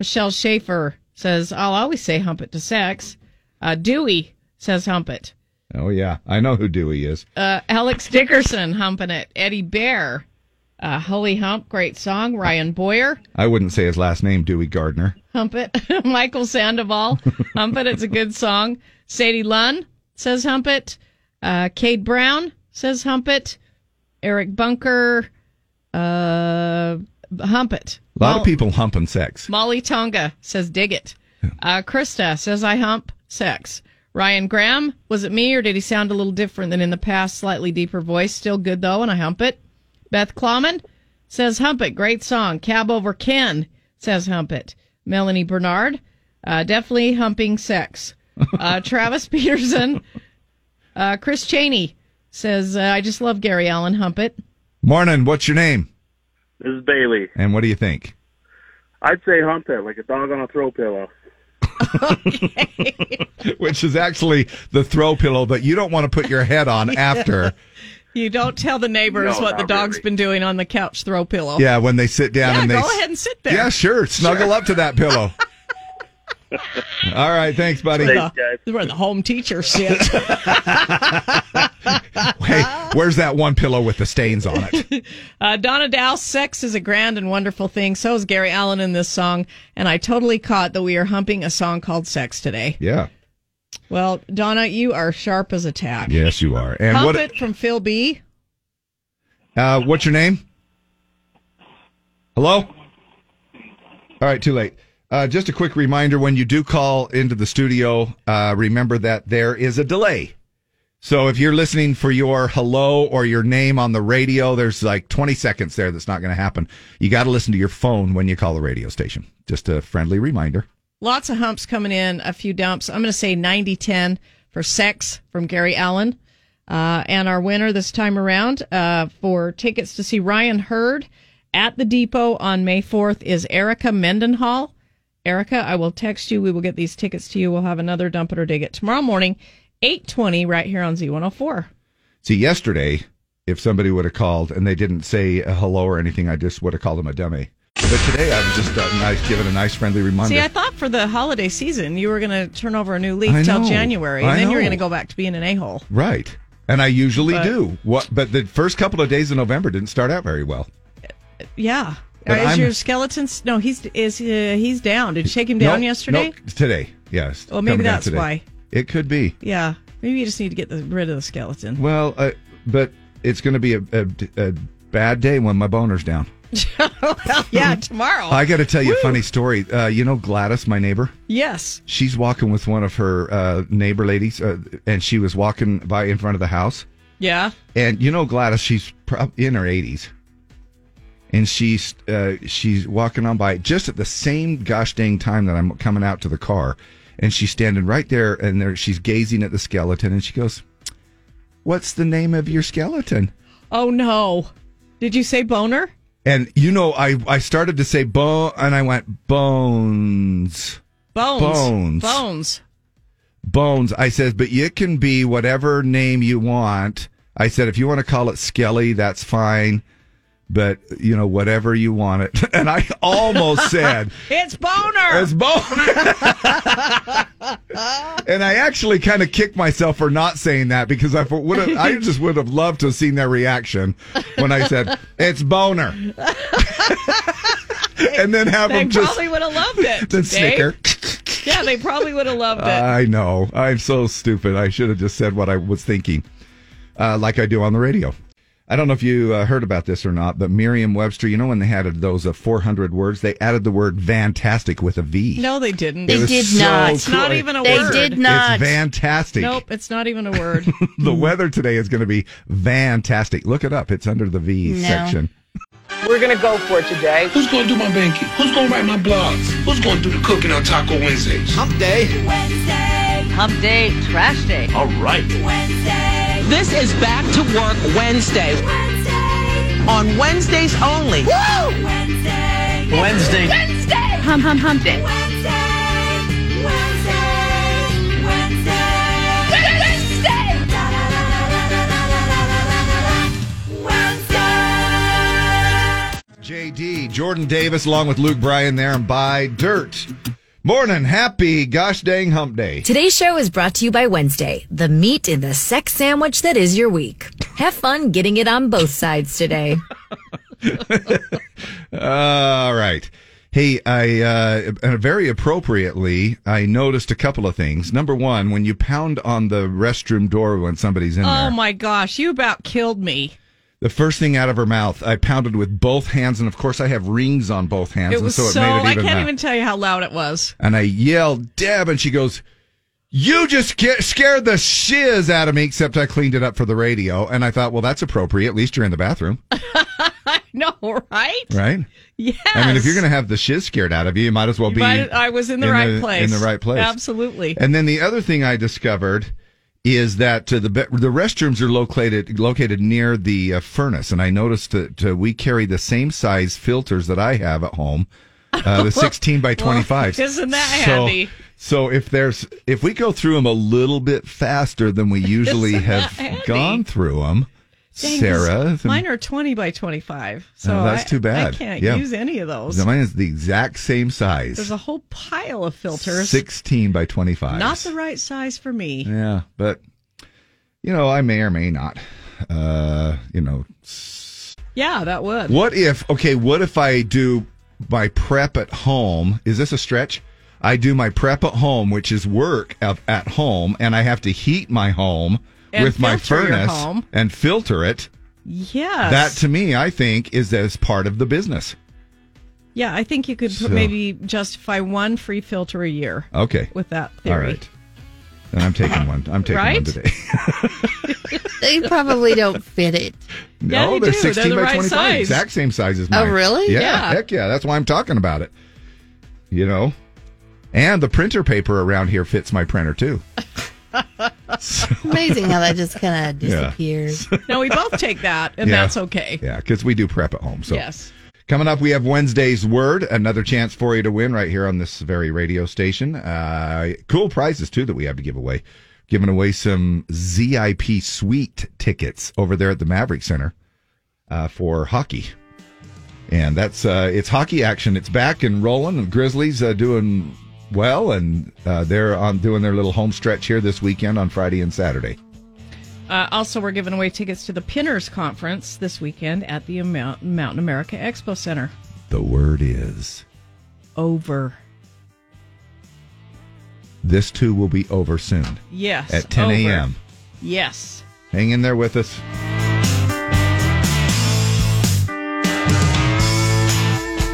Michelle Schaefer says, I'll always say hump it to sex. Uh, Dewey says, hump it. Oh yeah, I know who Dewey is. Uh, Alex Dickerson, humping it. Eddie Bear, uh, Holy Hump, great song. Ryan Boyer, I wouldn't say his last name, Dewey Gardner. hump it. Michael Sandoval, hump it. It's a good song. Sadie Lunn, says hump it. Uh, Cade Brown says hump it. Eric Bunker, uh, hump it. A lot of people humping sex. Molly Tonga says dig it. Uh, Krista says I hump sex. Ryan Graham, was it me or did he sound a little different than in the past? Slightly deeper voice, still good though, and I hump it. Beth Clawman says hump it, great song. Cab over Ken says hump it. Melanie Bernard, uh, definitely humping sex. Uh, Travis Peterson, uh, Chris Cheney says uh, I just love Gary Allen hump it. Morning, what's your name? This is Bailey. And what do you think? I'd say hump it like a dog on a throw pillow. Which is actually the throw pillow that you don't want to put your head on after. You don't tell the neighbors No, what the not dog's been doing on the couch throw pillow. Yeah, when they sit down Yeah, and they go s- ahead and sit there. Yeah, sure. Snuggle up to that pillow. All right, thanks, buddy. Where the home teacher sits. Where's that one pillow with the stains on it? Uh, Donna Dow, sex is a grand and wonderful thing. So is Gary Allen in this song. And I totally caught that we are humping a song called Sex today. Yeah. Well, Donna, you are sharp as a tack. Yes, you are. And Hump what? it from Phil B. Uh, what's your name? Hello? All right, too late. Uh, just a quick reminder when you do call into the studio, uh, remember that there is a delay. So if you're listening for your hello or your name on the radio, there's like 20 seconds there that's not going to happen. You got to listen to your phone when you call the radio station. Just a friendly reminder. Lots of humps coming in, a few dumps. I'm going to say 90 10 for sex from Gary Allen. Uh, and our winner this time around uh, for tickets to see Ryan Hurd at the depot on May 4th is Erica Mendenhall. Erica, I will text you. We will get these tickets to you. We'll have another dump it or dig it tomorrow morning, 820 right here on Z104. See, yesterday, if somebody would have called and they didn't say a hello or anything, I just would have called them a dummy. But today, I was just uh, nice, given a nice friendly reminder. See, I thought for the holiday season you were going to turn over a new leaf I till know. January, and I then you were know. going to go back to being an a hole. Right. And I usually But- do. What but the first couple of days of November didn't start out very well. Yeah. But is I'm- your skeleton? s- No, he's is uh, he's down. Did you shake him down Nope, yesterday? nope, today. Yes. Well, maybe Coming down that's today. why. It could be. Yeah. Maybe you just need to get the, rid of the skeleton. Well, uh, but it's going to be a, a, a bad day when my boner's down. yeah, tomorrow. I got to tell you a funny story. Uh, you know Gladys, my neighbor? Yes. She's walking with one of her uh, neighbor ladies, uh, and she was walking by in front of the house. Yeah. And you know Gladys, she's prob- in her 80s. And she's uh, she's walking on by just at the same gosh dang time that I'm coming out to the car, and she's standing right there, and there she's gazing at the skeleton, and she goes, "What's the name of your skeleton?" Oh no. Did you say boner? And you know, I I started to say bone, and I went bones, Bones. bones, Bones. bones. I said, but it can be whatever name you want. I said, if you want to call it Skelly, that's fine. But you know, whatever you want it. And I almost said, It's boner. It's and I actually kind of kicked myself for not saying that because I would have, I just would have loved to have seen their reaction when I said it's boner, and then have they them just probably would have loved it. then Dave. snicker. Uh, Yeah, they probably would have loved it. I know. I'm so stupid. I should have just said what I was thinking, uh, like I do on the radio. I don't know if you uh, heard about this or not, but Merriam-Webster, you know when they had those uh, 400 words, they added the word "fantastic" with a V. no, Mm. they didn't. It was so It's not cool. even a It's- word. It's fantastic. Nope, it's not even a word. the weather today is going to be fantastic. Look it up. It's under the V No. section. We're gonna go for it today. Who's gonna do my banking? Who's gonna write my blogs? Who's gonna do the cooking on Taco Wednesdays? Hump day. Wednesday. Hump day, trash day. All right. Wednesday. This is back to work Wednesday. On Wednesdays only. Woo! Wednesday. Wednesday. Wednesday. Hum hum hump day. JD, Jordan Davis, along with Luke Bryan there, and by Dirt. Morning. Happy gosh dang hump day. Today's show is brought to you by Wednesday, the meat in the sex sandwich that is your week. Have fun getting it on both sides today. All right. Hey, I uh, and very appropriately, I noticed a couple of things. Number one, when you pound on the restroom door when somebody's in Oh there, my gosh, you about killed me. the first thing out of her mouth, I pounded with both hands, and of course, I have rings on both hands, it was and so it so made it I can't louder. even tell you how loud it was. And I yelled, Deb, and she goes, You just get, scared the shiz out of me, except I cleaned it up for the radio. And I thought, well, that's appropriate. At least you're in the bathroom, I know, right? right? Yes. I mean, if you're going to have the shiz scared out of you, you might as well be. But I was in the right place. In the right place. Absolutely. And then the other thing I discovered is that uh, the be- the restrooms are located located near the uh, furnace, and I noticed that uh, we carry the same size filters that I have at home, uh, the sixteen by Well, twenty five. isn't that so, handy? So if there's if we go through them a little bit faster than we usually Isn't that have handy? gone through them, Dang, 'cause Sarah. then- mine are twenty by twenty-five, so Oh, that's I- too bad. I can't Yeah. use any of those. Mine is the exact same size. There's a whole pile of filters. 16 by 25. Not the right size for me. Yeah, but you know, I may or may not. Uh, you know, Yeah, that would. what if okay, what if I do my prep at home? Is this a stretch? I do my prep at home, which is work at, at home, and I have to heat my home And with my filter your furnace home. and filter it. Yes. That to me, I think, is as part of the business. yeah, I think you could So- maybe justify one free filter a year. Okay. With that theory. All right. And I'm taking one. I'm taking one Right? today. They probably don't fit it. No, Yeah, they they're do. 16 They're the by right 25. size. Exact same size as Oh, mine. really? Yeah, Yeah. Heck yeah. That's why I'm talking about it. You know? And the printer paper around here fits my printer too. Amazing how that just kind of Yeah. disappears. No, we both take that, and Yeah. that's okay. Yeah, because we do prep at home. So Yes. Coming up, we have Wednesday's Word, another chance for you to win right here on this very radio station. Uh, cool prizes, too, that we have to give away. Giving away some ZIP suite tickets over there at the Maverick Center uh, for hockey. And that's uh, it's hockey action. It's back and rolling. And Grizzlies uh, doing well, and uh, they're on doing their little home stretch here this weekend on Friday and Saturday. Uh, also, we're giving away tickets to the Pinners Conference this weekend at the Amount- Mountain America Expo Center. The word is over. This too will be over soon. Yes, at 10 over. a.m. Yes. Hang in there with us.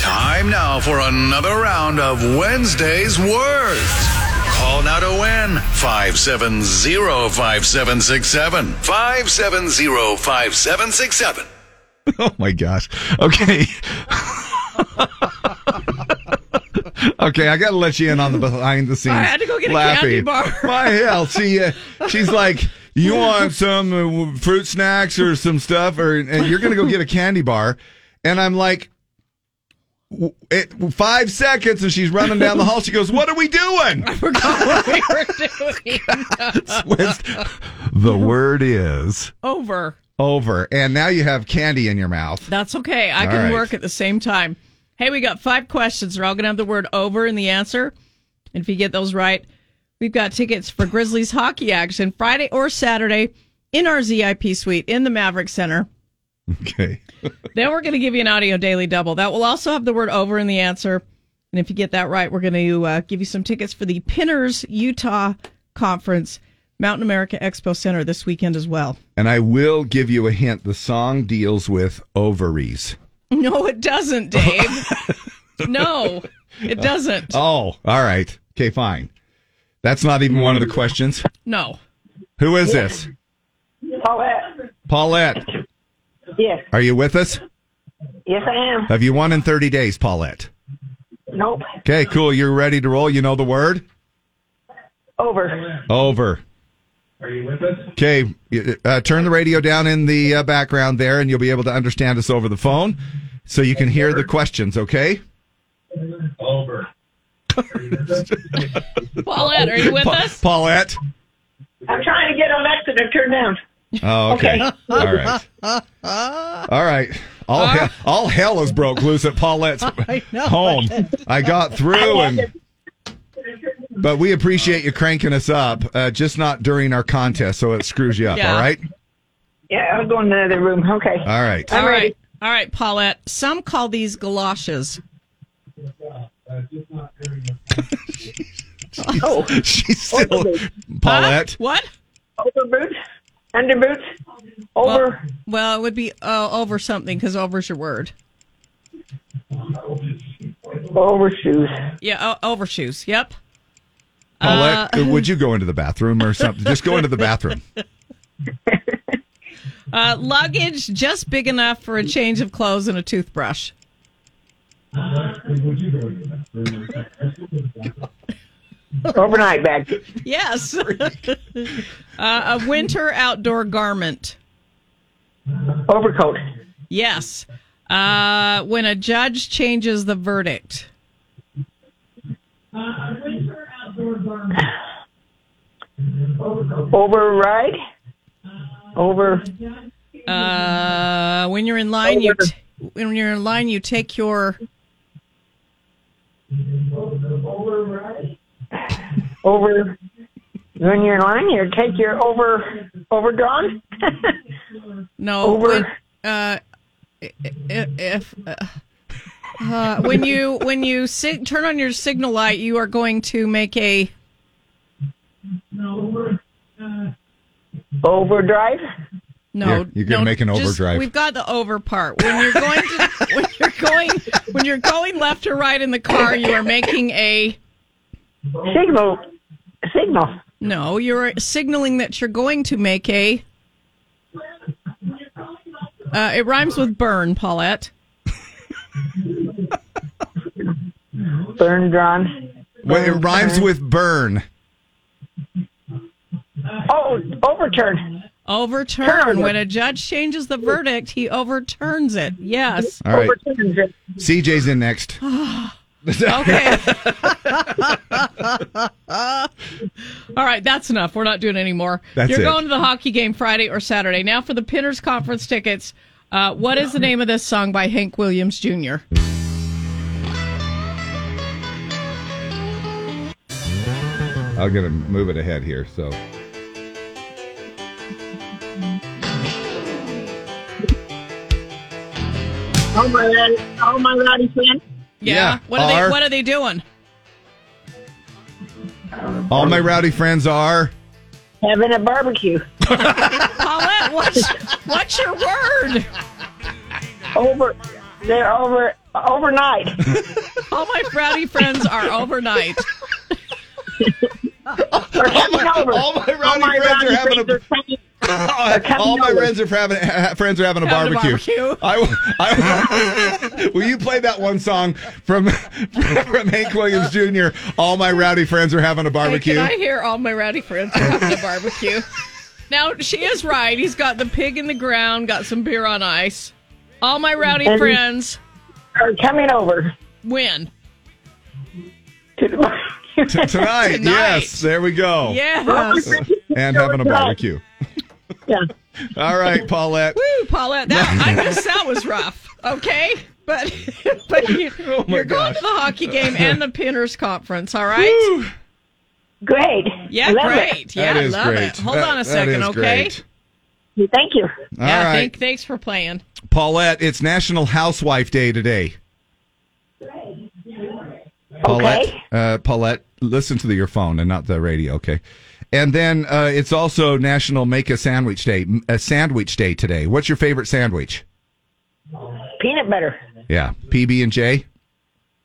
Time now for another round of Wednesday's Words. Call now to win 570-5767. 570-5767. Oh my gosh. Okay. okay, I gotta let you in on the behind the scenes. I had to go get a laughing. candy bar. My hell, she uh, she's like, you want some uh, w- fruit snacks or some stuff, or and you're gonna go get a candy bar, and I'm like. w- It, five seconds and she's running down the hall. She goes, "What are we doing?" I forgot what we were doing. The word is over. over, and now you have candy in your mouth. That's okay. I All can right. work at the same time. Hey, we got five questions. They're all going to have the word over in the answer. And if you get those right, we've got tickets for Grizzlies hockey action Friday or Saturday in our ZIP suite in the Maverick Center. Okay. then we're going to give you an audio daily double. That will also have the word over in the answer. And if you get that right, we're going to uh, give you some tickets for the Pinners Utah Conference, Mountain America Expo Center this weekend as well. And I will give you a hint. The song deals with ovaries. No, it doesn't, Dave. no, it doesn't. Oh, all right. Okay, fine. That's not even one of the questions. No. Who is this? Paulette. Paulette. Yes. Are you with us? Yes, I am. Have you won in 30 days, Paulette? Nope. Okay, cool. You're ready to roll. You know the word? Over. Over. Are you with us? Okay, uh, turn the radio down in the uh, background there, and you'll be able to understand us over the phone so you can hear the questions, okay? Over. Paulette, are you with Pa- us? Paulette? I'm trying to get Alexa to turn down. Oh, okay. All right. All right. All, he- all hell is broke loose at Paulette's I know. home. I got through and But we appreciate you cranking us up, uh, just not during our contest, so it screws you up. Yeah. All right. Yeah, I'm going to another room. Okay. All right. All right. All right, Paulette. Some call these galoshes. oh, she's still Paulette. What? Overboots? Underboots? Over. Well, well, it would be uh, over something because over's your word. Overshoes. Yeah, o- overshoes. Yep. Paulette, uh, would you go into the bathroom or something? Just go into the bathroom. Uh, luggage just big enough for a change of clothes and a toothbrush. Overnight bag. Yes. uh, a winter outdoor garment. Overcoat. Yes. Uh, when a judge changes the verdict. Override? Over. Uh, when you're in line, you t- when you're in line, you take your Override? Over. When you're in line, you take your over overdrawn. no Over. When, uh, i- i- if uh, uh, when you when you sig- turn on your signal light, you are going to make a No. Overdrive. No, You're- you're gonna no, make an just- overdrive. we've got the over part. When you're going to, when you're going when you're going left or right in the car, you are making a Signal. Signal. No, you're signaling that you're going to make a. Uh, it rhymes with burn, Paulette. Burn drawn. Well, it rhymes with burn. Oh, overturn. Overturn. Turn. When a judge changes the verdict, he overturns it. Yes. All right. CJ's in next. okay. All right, that's enough. We're not doing any more. That's You're it. going to the hockey game Friday or Saturday. Now for the Pinners Conference tickets. Uh, what is the name of this song by Hank Williams Jr.? I'm gonna move it ahead here. So Oh my lottie, oh my lottie friend. Yeah. Yeah, What are are- they what are they doing? all my rowdy friends are. Having a barbecue. Paulette, what's what's your word? Over. They're over overnight. All my rowdy friends are overnight. They're having over. all my rowdy friends are having a- all my friends are having ha- friends are having a Having a barbecue. barbecue. I, will- I will- will you play that one song from from Hank Williams Jr. All my rowdy friends are having a barbecue. Hey, can I hear all my rowdy friends are having a barbecue? Now she is right. He's got the pig in the ground, got some beer on ice. All my rowdy And- friends are coming over. win. T- tonight, yes, there we go. Yes. and having a barbecue. Yeah. All right, Paulette. Woo, Paulette. That I guess that was rough. Okay, but but you, Oh my you're going gosh. to the hockey game and the Pinners Conference. All right. Great. Yeah, Love it. great. Yeah, That is love great. it. Hold That- on a that second, is okay? great. Thank you. All yeah, right. thank- thanks for playing. Paulette, it's National Housewife Day today. Paulette, uh, Paulette, listen to the, your phone and not the radio, okay? And then uh, it's also National Make a Sandwich Day. M- A sandwich day today. What's your favorite sandwich? Peanut butter. Yeah, PB and J,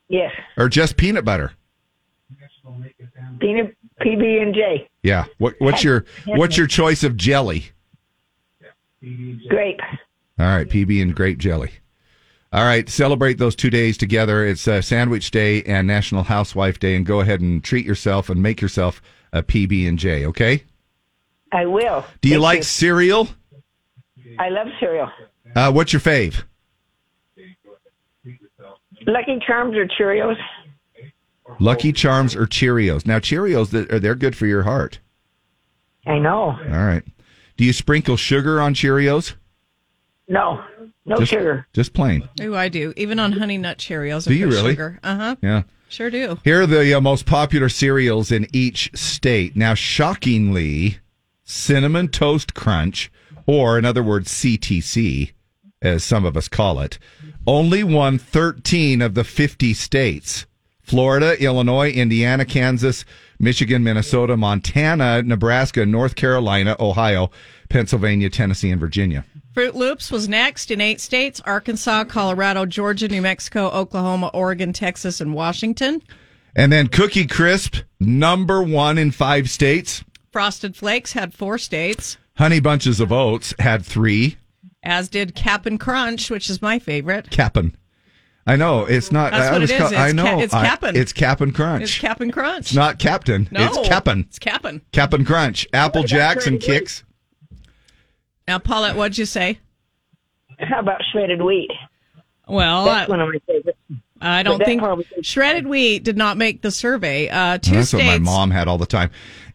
Yes. or just peanut butter? Peanut PB and J. Yeah. What, what's your What's your choice of jelly? Grape. All right, PB and grape jelly. All right, celebrate those two days together. It's uh, Sandwich Day and National Housewife Day, and go ahead and treat yourself and make yourself a PB and J. Okay. I will. Do you like cereal? I love cereal. Uh, what's your fave? Lucky Charms or Cheerios. Lucky Charms or Cheerios? Now Cheerios, th- uh, they're good for your heart. I know. All right. Do you sprinkle sugar on Cheerios? No. No Just- sugar. Just plain. Oh, I do. Even on Honey Nut Cheerios. I Do you put really? Sugar. Uh huh. Yeah. Sure do. Here are the uh, most popular cereals in each state. Now, shockingly, Cinnamon Toast Crunch, or in other words, CTC, as some of us call it, only won 13 of the 50 states Florida, Illinois, Indiana, Kansas, Michigan, Minnesota, Montana, Nebraska, North Carolina, Ohio, Pennsylvania, Tennessee, and Virginia. Fruit Loops was next in eight states Arkansas, Colorado, Georgia, New Mexico, Oklahoma, Oregon, Texas, and Washington. And then Cookie Crisp, number one in five states. Frosted Flakes had four states, Honey Bunches of Oats had three. as did Cap'n Crunch, which is my favorite. Cap'n. I know it's not. That's I what was it is. ca- It's I know ca- it's I- Cap'n. it's Cap'n Crunch. It's Cap'n Crunch. It's not Captain. No, it's Cap'n. It's Cap'n. Cap'n Crunch. Apple Jacks and Kicks. Now, Paulette, what'd you say? How about shredded wheat? Well, That's I, one of my favorites. I But don't that think probably- shredded wheat did not make the survey. Uh, two That's states. what my mom had all the time.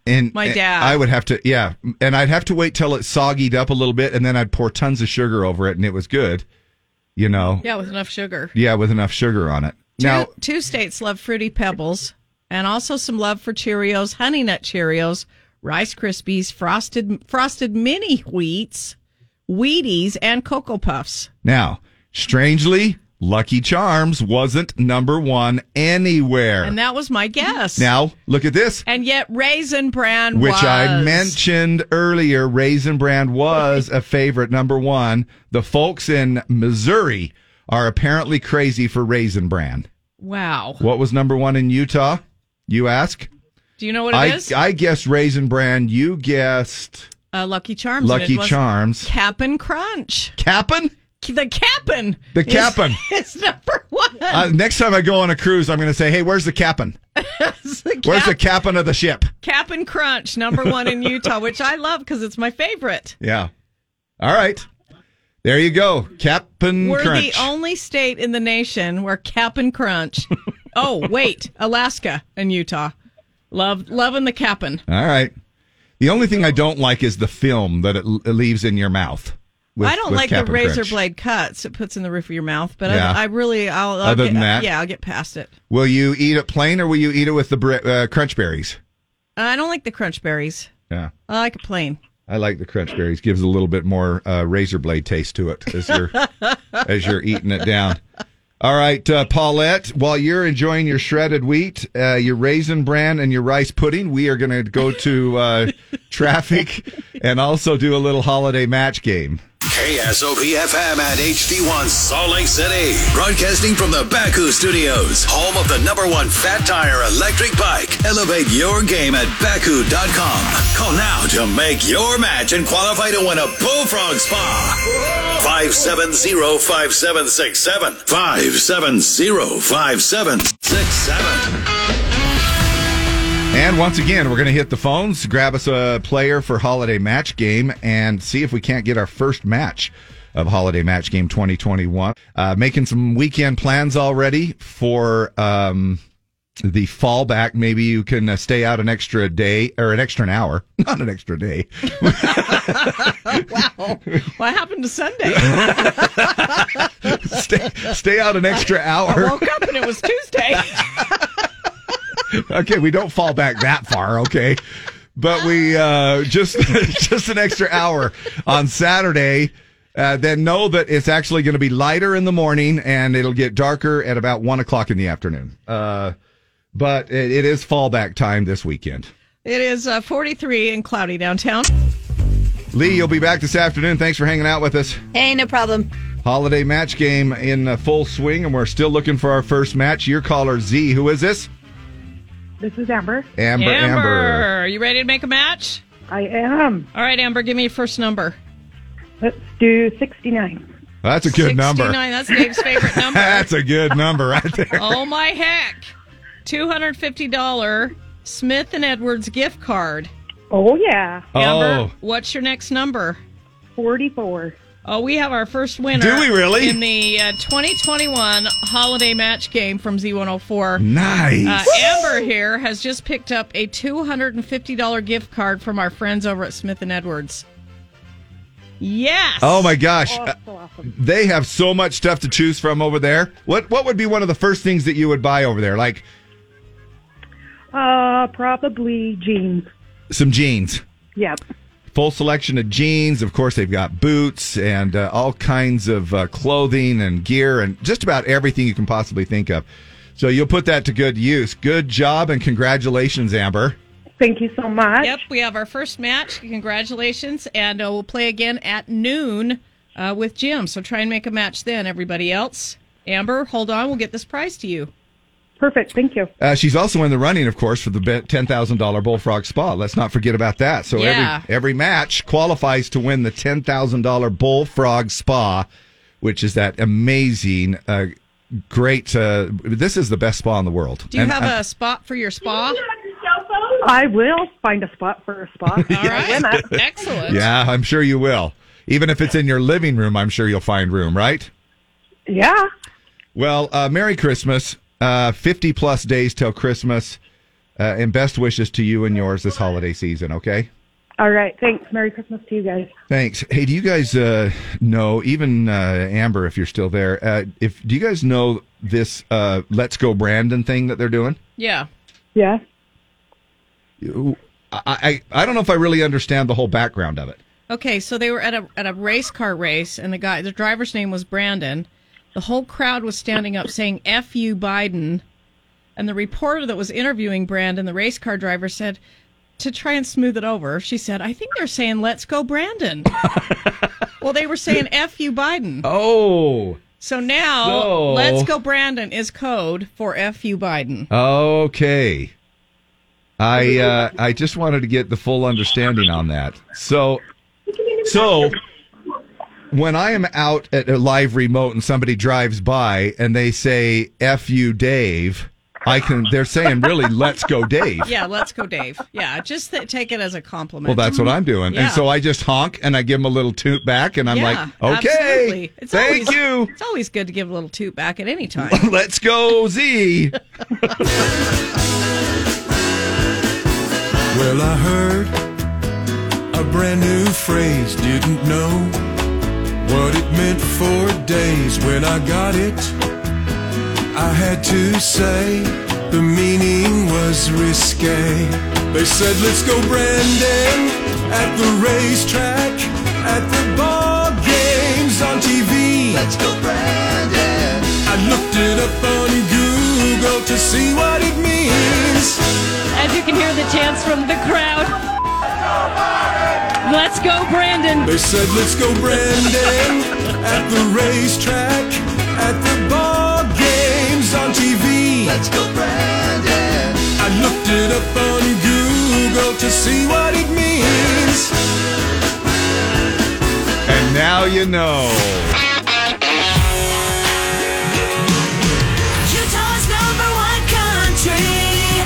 And My and dad. I would have to, yeah, and I'd have to wait till it soggied up a little bit, and then I'd pour tons of sugar over it, and it was good. You know, Yeah, with enough sugar. yeah, with enough sugar on it. Now, two, two states love fruity pebbles, and also some love for Cheerios, Honey Nut Cheerios, Rice Krispies, frosted frosted mini wheats, Wheaties, and Cocoa Puffs. now, strangely, Lucky Charms wasn't number one anywhere. And that was my guess. now, look at this. and yet Raisin Bran, which was. I mentioned earlier, Raisin Bran was a favorite number one. The folks in Missouri are apparently crazy for Raisin Bran. Wow. What was number one in Utah? You ask. Do you know what it I is? I guessed Raisin Bran. You guessed uh, Lucky Charms. and Lucky it was Charms. Cap'n Crunch. Cap'n. The Cap'n. The is- Cap'n. Is, number one. Uh, next time I go on a cruise, I'm going to say, "Hey, where's the captain? Where's the captain of the ship?" Cap'n Crunch, number one in Utah, which I love because it's my favorite. Yeah. All right. There you go, Captain We're the Crunch. only state in the nation where Cap'n Crunch. oh wait, Alaska and Utah. Love loving the Cap'n. All right. The only thing I don't like is the film that it l- it leaves in your mouth. with- I don't with like Cap'n the razor Crunch. blade cuts it puts in the roof of your mouth, but Yeah. I, I really I'll, I'll Other get, than that? yeah I'll get past it. Will you eat it plain or will you eat it with the br- uh, crunch berries? I don't like the crunch berries. Yeah. I like a plain. I like the crunch berries. Gives a little bit more uh, razor blade taste to it as you're as you're eating it down. All right, uh, Paulette. While you're enjoying your shredded wheat, uh, your raisin bran, and your rice pudding, we are going to go to uh, traffic and also do a little holiday match game. KSOP FM at HD1 Salt Lake City. Broadcasting from the Baku Studios, home of the number one fat tire electric bike. Elevate your game at Baku.com. Call now to make your match and qualify to win a Bullfrog Spa. 570-5767. 570-5767. And once again, we're going to hit the phones, grab us a player for holiday match game, and see if we can't get our first match of holiday match game 2021. Uh, making some weekend plans already for um, the fallback. Maybe you can uh, stay out an extra day or an extra an hour, not an extra day. wow, what happened to Sunday? stay, stay out an extra I hour. woke up and it was Tuesday. okay, we don't fall back that far, okay? But we uh, just just an extra hour on Saturday. Uh, then know that it's actually going to be lighter in the morning, and it'll get darker at about one o'clock in the afternoon. Uh, but it, it is fallback time this weekend. It is uh, 43 and cloudy downtown. Lee, you'll be back this afternoon. Thanks for hanging out with us. Hey, no problem. Holiday match game in uh, full swing, and we're still looking for our first match. Your caller Z, who is this? This is Amber. Amber, Amber. Are you ready to make a match? I am. All right, Amber, give me your first number. Let's do 69. That's a good number. 69, that's Dave's favorite number. That's a good number right there. oh my heck. $250 Smith and Edwards gift card. Oh, yeah. Oh. Amber, what's your next number? 44. Oh, we have our first winner. Do we really? In the uh, 2021 holiday match game from Z104. Nice. Uh, Amber here has just picked up a $250 gift card from our friends over at Smith and Edwards. Yes. Oh my gosh. Uh, They have so much stuff to choose from over there. What what would be one of the first things that you would buy over there? Like Uh, probably jeans. Some jeans. Yep. Full selection of jeans. Of course, they've got boots and uh, all kinds of uh, clothing and gear and just about everything you can possibly think of. So you'll put that to good use. Good job and congratulations, Amber. Thank you so much. Yep, we have our first match. Congratulations. And uh, we'll play again at noon uh, with Jim. So try and make a match then, everybody else. Amber, hold on. We'll get this prize to you. Perfect. Thank you. Uh, she's also in the running, of course, for the be- ten thousand dollar Bullfrog Spa. Let's not forget about that. So Yeah. every every match qualifies to win the ten thousand dollar Bullfrog Spa, which is that amazing, uh, great. Uh, this is the best spa in the world. Do you And have I- a spot for your spa? I will find a spot for a spot. All right. Excellent. Yeah, I'm sure you will. Even if it's in your living room, I'm sure you'll find room, right? Yeah. Well, uh, Merry Christmas. Uh, 50 plus days till Christmas. Uh, and best wishes to you and yours this holiday season, okay? All right. Thanks. Merry Christmas to you guys. Thanks. Hey, do you guys uh, know, even uh, Amber, if you're still there, uh, if do you guys know this uh, Let's Go Brandon thing that they're doing? Yeah. Yeah. I, I, I don't know if I really understand the whole background of it. Okay, so they were at a at a race car race, and the guy, the driver's name was Brandon. The whole crowd was standing up saying "F you, Biden," and the reporter that was interviewing Brandon, the race car driver, said to try and smooth it over. She said, "I think they're saying let's go, Brandon." well, they were saying "F you, Biden." Oh. So now, So- let's go, Brandon is code for "F you, Biden." Okay. I uh, I just wanted to get the full understanding on that. So so when I am out at a live remote and somebody drives by and they say "F you, Dave," I can. They're saying really "Let's go, Dave." Yeah, let's go, Dave. Yeah, just th- take it as a compliment. Well, that's what I'm doing, Yeah. and so I just honk and I give them a little toot back, and I'm Yeah, like, "Okay, absolutely. It's thank always- you." It's always good to give a little toot back at any time. Let's go, Z. Well, I heard a brand new phrase, didn't know what it meant for days. When I got it, I had to say the meaning was risque. They said, Let's go, Brandon, at the racetrack, at the ball games on TV. Let's go, Brandon. I looked it up on Google to see what it means. As you can hear the chants from the crowd. Let's go, Brandon. They said, let's go, Brandon, at the racetrack, at the ball games on TV. Let's go, Brandon. I looked it up on Google to see what it means. and now you know. Utah's number one country.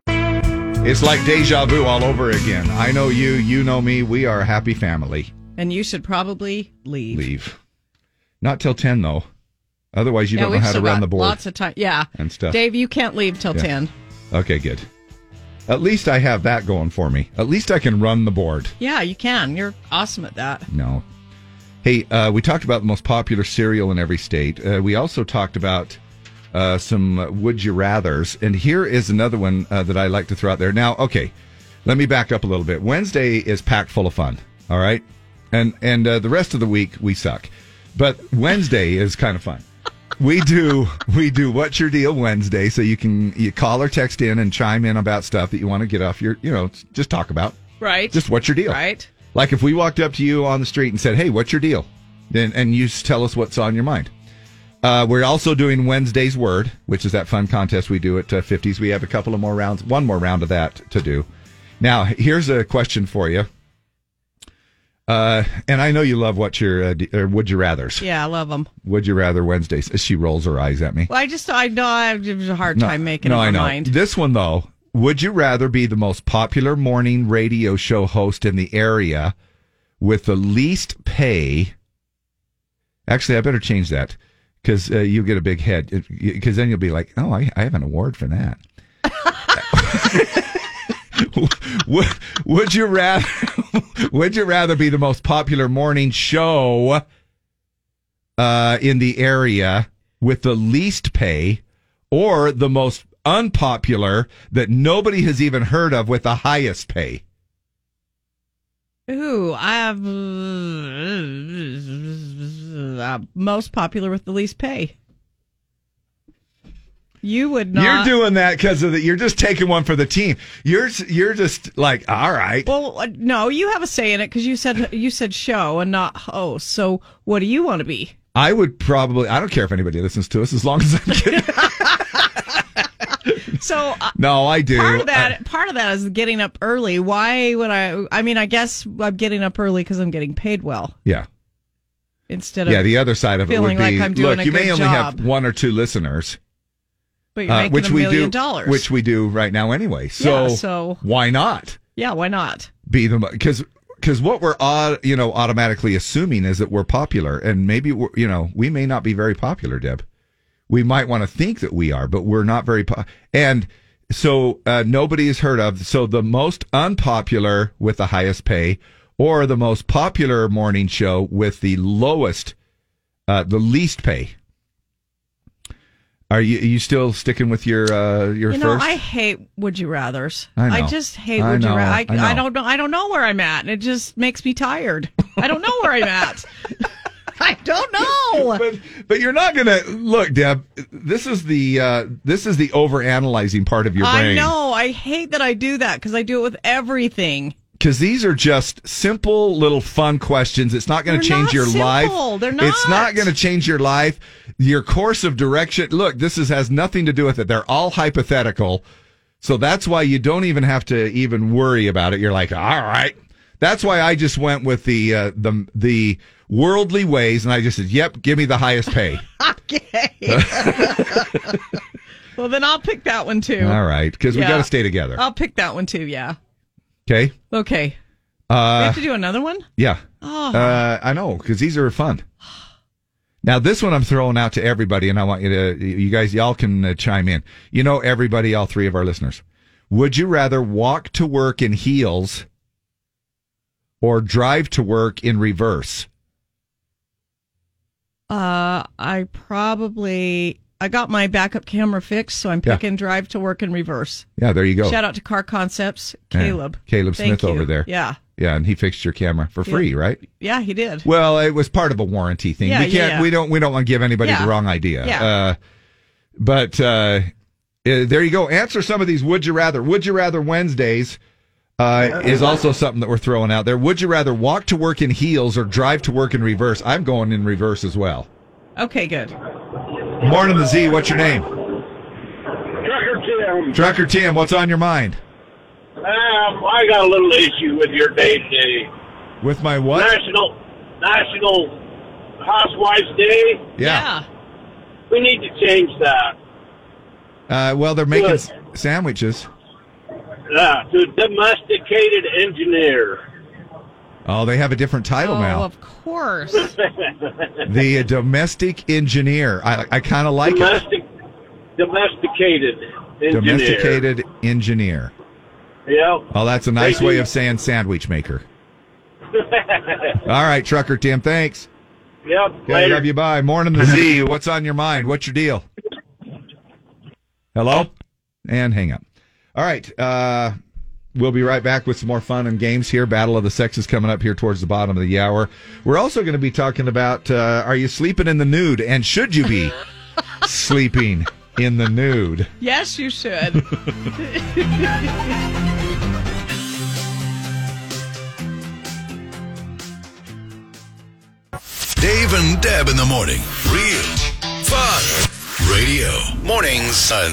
T104. It's like deja vu all over again. I know you, you know me. We are a happy family. And you should probably leave. Leave. Not till 10, though. Otherwise, you yeah, don't know we've how to still run got the board. Lots of time. Yeah. and stuff. Dave, you can't leave till Yeah. 10. Okay, good. At least I have that going for me. At least I can run the board. Yeah, you can. You're awesome at that. No. Hey, uh, we talked about the most popular cereal in every state. Uh, we also talked about uh, some uh, would you rather's, and here is another one uh, that I like to throw out there. Now, okay, let me back up a little bit. Wednesday is packed full of fun. All right, and and uh, the rest of the week we suck, but Wednesday is kind of fun. We do we do what's your deal Wednesday, so you can you call or text in and chime in about stuff that you want to get off your you know just talk about. Right. Just what's your deal? Right. Like if we walked up to you on the street and said, "Hey, what's your deal?" and, and you s- tell us what's on your mind. Uh, we're also doing Wednesday's Word, which is that fun contest we do at uh, 50s. We have a couple of more rounds, one more round of that to do. Now, here's a question for you. Uh, and I know you love what your uh, d- or would you rather's. Yeah, I love them. Would you rather Wednesdays? She rolls her eyes at me. Well, I just, I know I have a hard time making no, up my I know. mind. This one though, would you rather be the most popular morning radio show host in the area with the least pay? Actually, I better change that because uh, you get a big head. Because then you'll be like, oh, I, I have an award for that. would, would you rather? would you rather be the most popular morning show? uh, in the area with the least pay or the most unpopular that nobody has even heard of with the highest pay? Ooh, I'm uh, most popular with the least pay. You would not. You're doing that because of the. You're just taking one for the team. You're you're just like, all right. Well, uh, no, you have a say in it because you said you said show and not host. So what do you want to be? I would probably. I don't care if anybody listens to us as long as I'm getting. So uh, no, I do. Uh, part of that part of that is getting up early. Why would I? I mean, I guess I'm getting up early because I'm getting paid well yeah, instead of yeah. The other side of it feeling would be like I'm doing a look. You may good only have job. one or two listeners, but you're uh, making which a we million do, dollars. which we do right now anyway. So, Yeah, so- why not yeah, why not? be the because because what we're au- you know automatically assuming is that we're popular, and maybe we're, you know we may not be very popular, Deb. We might want to think that we are, but we're not very po- and. So uh, nobody is heard of. So the most unpopular with the highest pay, or the most popular morning show with the lowest, uh, the least pay. Are you you still sticking with your uh, your you know, first? I hate would you rather's. I know. just hate I would know, you rather. I I, know. I don't know. I don't know where I'm at, and it just makes me tired. I don't know where I'm at. I don't know. But you're not gonna look, Deb. This is the uh, this is the overanalyzing part of your I brain. know. I hate that I do that because I do it with everything. because these are just simple little fun questions. It's not going to They're change not your simple. life. They're It's not going to change your life. Your course of direction. Look, this is, has nothing to do with it. They're all hypothetical. So that's why you don't even have to even worry about it. You're like, all right. That's why I just went with the uh, the the worldly ways, and I just said, "Yep, give me the highest pay." Okay. well, then I'll pick that one too. all right, because we Yeah. Oh. got to stay together. I'll pick that one too. Yeah. Okay. Okay. we Uh, have to do another one. Yeah. Oh. Uh, I know because these are fun. Now this one I'm throwing out to everybody, and I want you to, you guys, y'all can uh, chime in. You know, everybody, all three of our listeners. Would you rather walk to work in heels or drive to work in reverse? Uh, I probably I got my backup camera fixed, so I'm Yeah. picking drive to work in reverse. Yeah, there you go. Shout out to Car Concepts, Yeah. Caleb. Caleb Thank Smith over you. there. Yeah. Yeah, and he fixed your camera for Yeah. free, right? Yeah, he did. Well, it was part of a warranty thing. Yeah, we yeah, can't. yeah. We don't. We don't want to give anybody Yeah. the wrong idea. Yeah. Uh, but uh, uh, there you go. Answer some of these. Would you rather? Would you rather Wednesdays uh, is also something that we're throwing out there. Would you rather walk to work in heels or drive to work in reverse? I'm going in reverse as well. Okay, good. Morning, the Z. What's your name? Trucker Tim, Trucker Tim. What's on your mind? um, I got a little issue with your day today. With my what? National National Housewives Day. Yeah. We need to change that Uh, well, they're making s- sandwiches. uh, to domesticated engineer. Oh, they have a different title now. Oh, of course. the uh, domestic engineer. I, I kind of like it. Domestic, domesticated engineer. Domesticated engineer. Yep. Oh, that's a nice way of saying sandwich maker. All right, trucker Tim. Thanks. yep. Okay, love you. Bye. Morning the Z. What's on your mind? What's your deal? Hello, and hang up. All right. Uh, we'll be right back with some more fun and games here. Battle of the Sexes coming up here towards the bottom of the hour. We're also going to be talking about uh, are you sleeping in the nude and should you be sleeping in the nude? Yes, you should. Dave and Deb in the morning. Real fun radio. Mornings on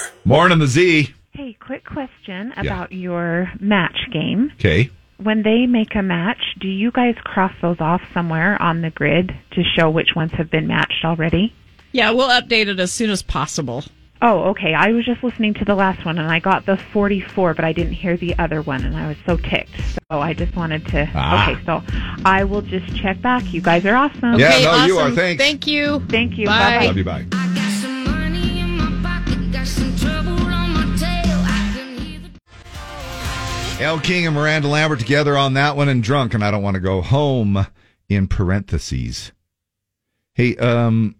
Z104. Morning the Z. Hey, quick question about your match game. Okay. When they make a match, do you guys cross those off somewhere on the grid to show which ones have been matched already? yeah, we'll update it as soon as possible. Oh, okay. I was just listening to the last one and I got the 44, but I didn't hear the other one and I was so ticked. So I just wanted to. Ah. Okay, so I will just check back. You guys are awesome. Yeah, Okay, no, you awesome. are. Thanks. Thank you. Thank you. Bye. Love you. Bye. L. King and Miranda Lambert together on that one and drunk, and I don't want to go home in parentheses. Hey, um,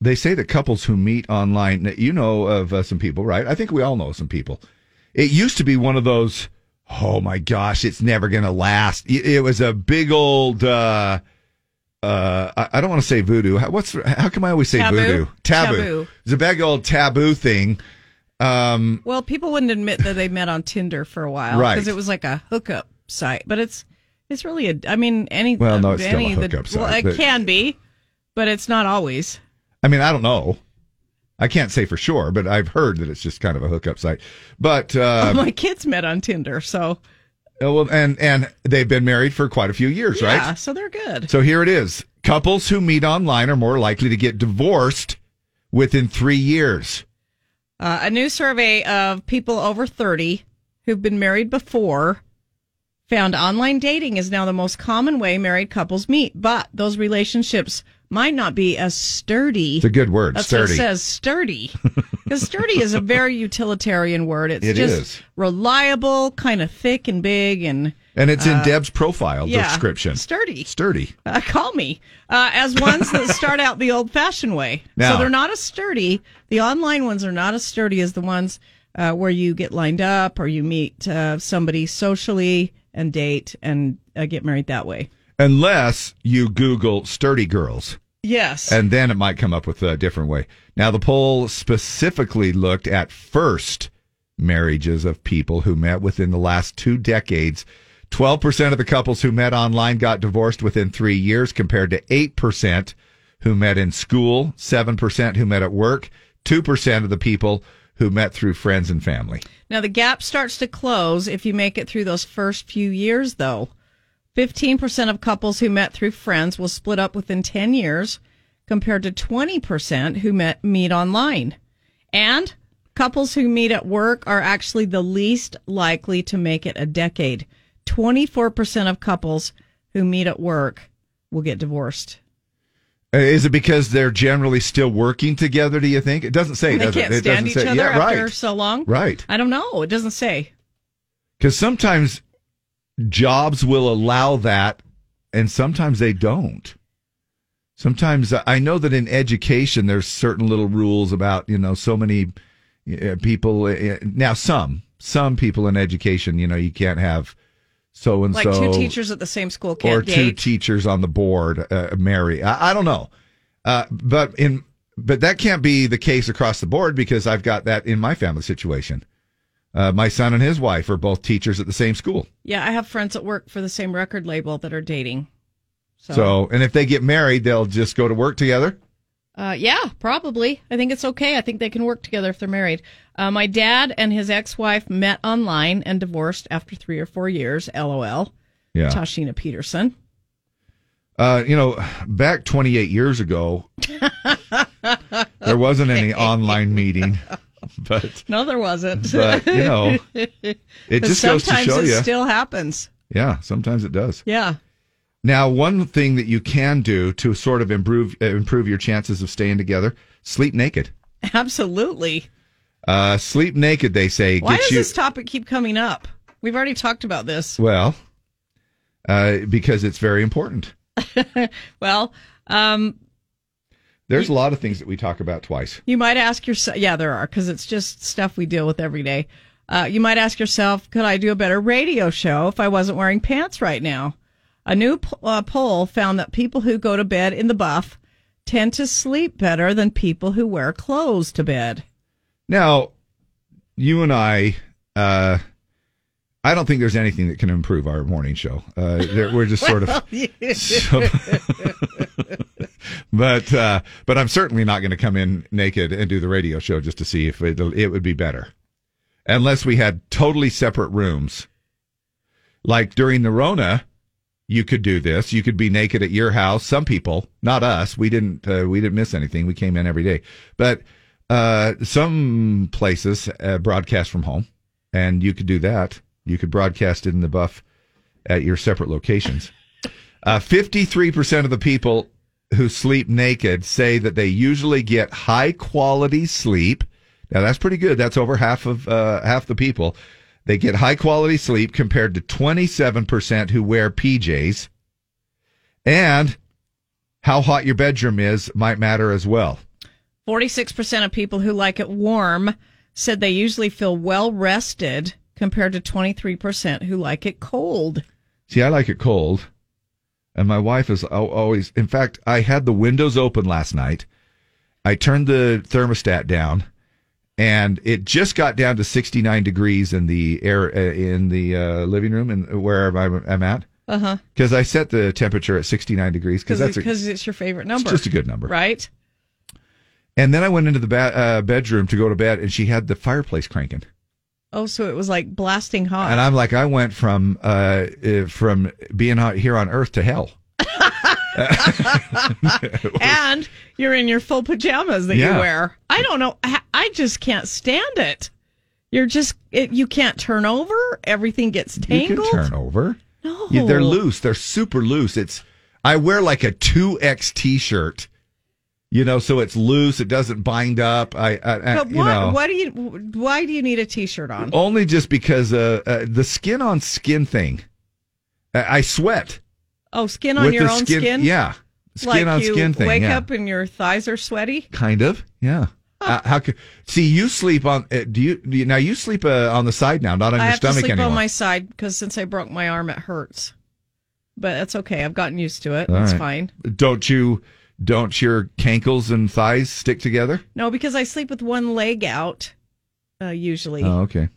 They say that couples who meet online, you know of uh, some people, right? I think we all know some people. It used to be one of those, oh my gosh, it's never going to last. It, it was a big old, uh, uh, I, I don't want to say voodoo. How, what's how come I always say Taboo? voodoo? Taboo. Taboo. It's a big old taboo thing. Um, Well, people wouldn't admit that they met on Tinder for a while Right. because it was like a hookup site, but it's it's really a. I mean, any uh, Well, no, it's still any of a the- hookup site, Well, it but- can be, but it's not always. I mean, I don't know. I can't say for sure, but I've heard that it's just kind of a hookup site. But uh, My kids met on Tinder, so oh, well, and and they've been married for quite a few years, yeah, right? so they're good. So here it is: couples who meet online are more likely to get divorced within three years. Uh, a new survey of people over 30 who've been married before found online dating is now the most common way married couples meet, but those relationships might not be as sturdy. It's a good word, That's what it sturdy. says sturdy. Because sturdy is a very utilitarian word. It's It just is. reliable, kind of thick and big, and And it's in uh, Deb's profile yeah, description. Sturdy. Sturdy. Uh, call me uh, as ones that start out the old fashioned way. Now- so they're not as sturdy. The online ones are not as sturdy as the ones uh, where you get lined up or you meet uh, somebody socially and date and uh, get married that way. Unless you Google sturdy girls. Yes. And then it might come up with a different way. Now, the poll specifically looked at first marriages of people who met within the last two decades. 12% of the couples who met online got divorced within three years, compared to 8% who met in school, 7% who met at work, 2% of the people who met through friends and family. Now, the gap starts to close if you make it through those first few years, though. 15% of couples who met through friends will split up within 10 years, compared to 20% who met meet online. And couples who meet at work are actually the least likely to make it a decade. 24% of couples who meet at work will get divorced. Uh, Is it because they're generally still working together? Do you think it doesn't say? And they does it? can't It stand doesn't each say- other yeah, after right. so long? Right. I don't know. It doesn't say. Because sometimes jobs will allow that, and sometimes they don't. Sometimes uh, I know that in education, there's certain little rules about you know so many uh, people. uh, Now, some some people in education, you know, you can't have so and Like so two teachers at the same school can't or two date. teachers on the board uh, marry. I, I don't know, uh, but in but that can't be the case across the board because I've got that in my family situation. Uh, my son and his wife are both teachers at the same school, Yeah, I have friends that work for the same record label that are dating. Oh. so, and if they get married, they'll just go to work together. Uh, yeah, probably. I think it's okay. I think they can work together if they're married. Uh, my dad and his ex-wife met online and divorced after three or four years. LOL. Yeah. Tashina Peterson. Uh, you know, back 28 years ago, there wasn't any online meeting, but No, there wasn't. But, you know, it just goes to show it ya. still happens. yeah, sometimes it does. Yeah. Now, one thing that you can do to sort of improve uh, improve your chances of staying together: sleep naked. Absolutely. Uh, sleep naked, they say. Why gets does you, this topic keep coming up? We've already talked about this. Well, uh, because it's very important. Well, um, There's a lot of things that we talk about twice. You might ask yourself, yeah, there are, because it's just stuff we deal with every day. Uh, you might ask yourself, could I do a better radio show if I wasn't wearing pants right now? A new p- uh, poll found that people who go to bed in the buff tend to sleep better than people who wear clothes to bed. Now, you and I, uh, I don't think there's anything that can improve our morning show. Uh, there- we're just sort of. so- but uh, but I'm certainly not going to come in naked and do the radio show just to see if it it would be better, unless we had totally separate rooms. Like during the Rona, you could do this. You could be naked at your house. Some people, not us, we didn't uh, we didn't miss anything. We came in every day, but uh, some places uh, broadcast from home, and you could do that. You could broadcast it in the buff at your separate locations. Uh, 53% of the people who sleep naked say that they usually get high quality sleep. Now that's pretty good. That's over half of uh, half the people. They get high quality sleep compared to 27% who wear PJs. And how hot your bedroom is might matter as well. 46% of people who like it warm said they usually feel well rested compared to 23% who like it cold. See, I like it cold. And my wife is al- always, in fact, I had the windows open last night. I turned the thermostat down and it just got down to 69 degrees in the air, uh, in the uh, living room and wherever I'm, I'm at. Uh huh. Because I set the temperature at 69 degrees because that's a, Because it's your favorite number. just a good number. Right? And then I went into the ba- uh, bedroom to go to bed and she had the fireplace cranking. Oh, so it was like blasting hot. And I'm like, I went from uh, uh, from being out here on Earth to hell. and you're in your full pajamas that Yeah. you wear. I don't know. I I just can't stand it. You're just it, you can't turn over. Everything gets You tangled. can turn over. No. Yeah, they're loose. They're super loose. It's I wear like a two X T-shirt, you know, so it's loose. It doesn't bind up. I, I, I But you what? know, Why do you? Why do you need a T-shirt on? only just because uh, uh, the skin on skin thing. I, I sweat Oh, skin on with your the own skin, skin. Yeah, skin like on you skin thing. Wake yeah. up and your thighs are sweaty. Kind of, yeah. Uh, how could see you sleep on? Uh, do you, do you- now? You sleep uh, on the side now, not on I your have to stomach sleep anymore. on my side because since I broke my arm, it hurts. But that's okay. I've gotten used to it. All it's right. fine. Don't you? Don't your cankles and thighs stick together? No, because I sleep with one leg out uh, usually. Oh, okay.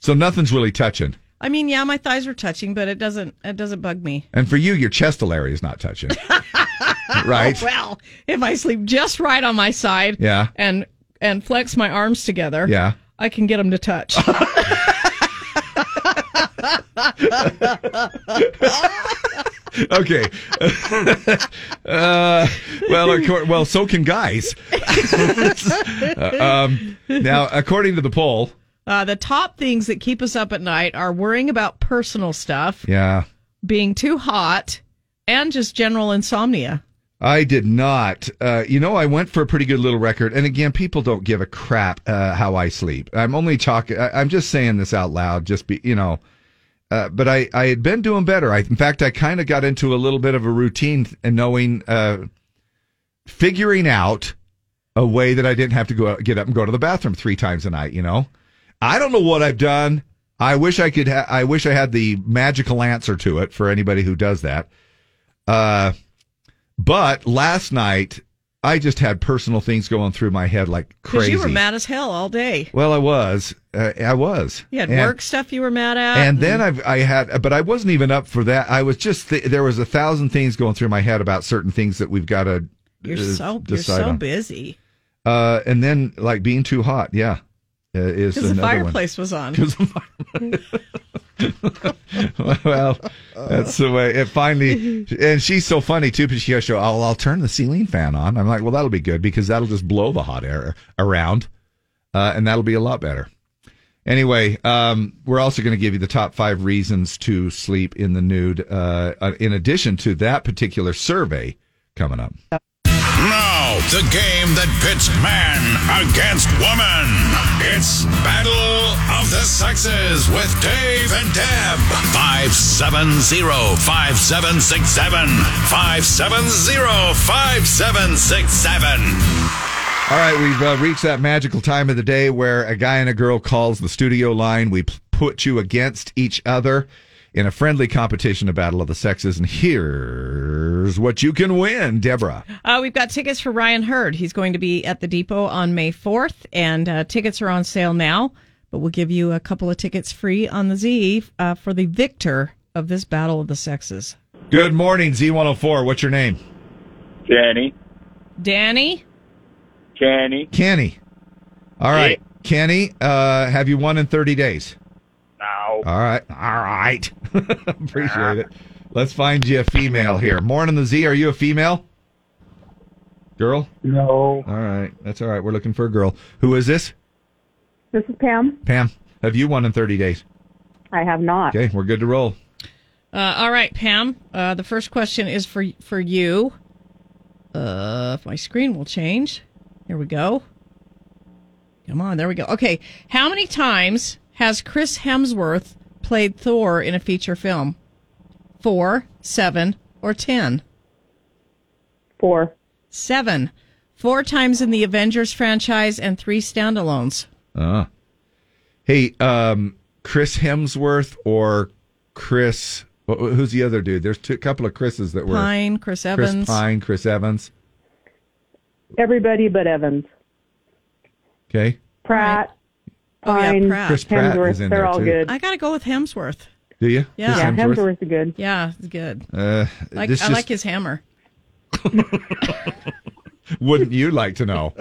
So nothing's really touching, I mean, yeah, my thighs are touching, but it doesn't it doesn't bug me. and for you, your chestal area is not touching, right? Oh, well, if I sleep just right on my side, Yeah. and and flex my arms together, Yeah. Uh, I can get them to touch. okay. uh, well, of cour- well, so can guys. Uh, um, now, according to the poll, Uh, the top things that keep us up at night are worrying about personal stuff, yeah. being too hot, and just general insomnia. I did not. Uh, you know, I went for a pretty good little record. And again, people don't give a crap uh, how I sleep. I'm only talking. I- I'm just saying this out loud. Just be, you know. Uh, but I, I had been doing better. I, in fact, I kind of got into a little bit of a routine and knowing, uh, figuring out a way that I didn't have to go out, get up and go to the bathroom three times a night. You know, I don't know what I've done. I wish I could. Ha- I wish I had the magical answer to it for anybody who does that. Uh, but last night I just had personal things going through my head like Because crazy. you were mad as hell all day. well, I was. Uh, I was. You had And- work stuff you were mad at. and then I've, I had, but I wasn't even up for that. I was just th- there was a thousand things going through my head about certain things that we've got to you're so you're uh, decide so on. busy Uh, and then like being too hot, yeah, uh, is because the another fireplace was on. One. well, that's the way it finally. And she's so funny too, because she goes, "I'll I'll turn the ceiling fan on." I'm like, "Well, that'll be good because that'll just blow the hot air around, uh, and that'll be a lot better." Anyway, um, we're also going to give you the top five reasons to sleep in the nude. Uh, uh, in addition to that particular survey coming up. Now, the game that pits man against woman. It's Battle of the Sexes with Dave and Deb. 570-5767. 570-5767. All right, we've uh, reached that magical time of the day where a guy and a girl calls the studio line. We p- put you against each other in a friendly competition, a battle of the sexes, and here's what you can win, Deborah. Uh, we've got tickets for Ryan Hurd. He's going to be at the Depot on May 4th, and uh, tickets are on sale now. But we'll give you a couple of tickets free on the Z uh, for the victor of this battle of the sexes. Good morning, Z104. What's your name? Danny. Danny, Kenny. Kenny. All right, Kenny. Uh, have you won in 30 days? No. All right, all right. Appreciate it. Let's find you a female here. Morning, the Z. Are you a female? Girl? No. All right, that's all right. We're looking for a girl. Who is this? This is Pam. Pam, have you won in 30 days? I have not. Okay, we're good to roll. Uh, all right, Pam. Uh, the first question is for for you. Uh, if my screen will change, here we go. Come on, there we go. Okay, how many times has Chris Hemsworth played Thor in a feature film? Four, seven, or ten? Four. Seven. four times in the Avengers franchise, and three standalones. Uh, hey, um, Chris Hemsworth or Chris? wh- wh- Who's the other dude? There's a couple of Chris's that were Pine, Chris Chris Evans. Pine, Chris Evans. Everybody but Evans. Okay, Pratt. Oh, yeah, Pine, Pratt. Chris Pratt Hemsworth, is in they're there, all too. good. I gotta go with Hemsworth. do you? Yeah, Chris Hemsworth? is good. Yeah, it's good. Uh, Like this I just, like his hammer. Wouldn't you like to know?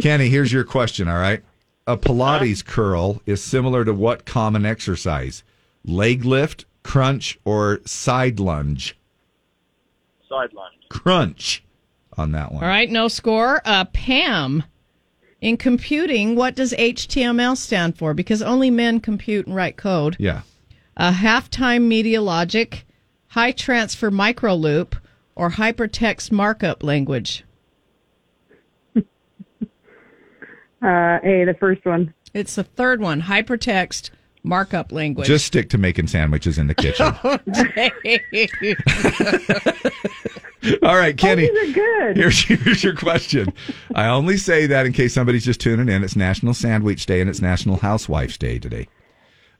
Kenny, here's your question, all right? A Pilates Uh-huh. curl is similar to what common exercise? Leg lift, crunch, or side lunge? Sideline. Crunch on that All one. right, no score. Uh, Pam, in computing, what does HTML stand for? Because only men compute and write code. Yeah. Uh, halftime media logic, high transfer micro loop, or hypertext markup language. Uh, hey, the first one. It's the third one, hypertext markup language. Just stick to making sandwiches in the kitchen. all right, Kenny. Oh, These are good. Here's, here's your question. I only say that in case somebody's just tuning in. It's National Sandwich Day and it's National Housewife's Day today.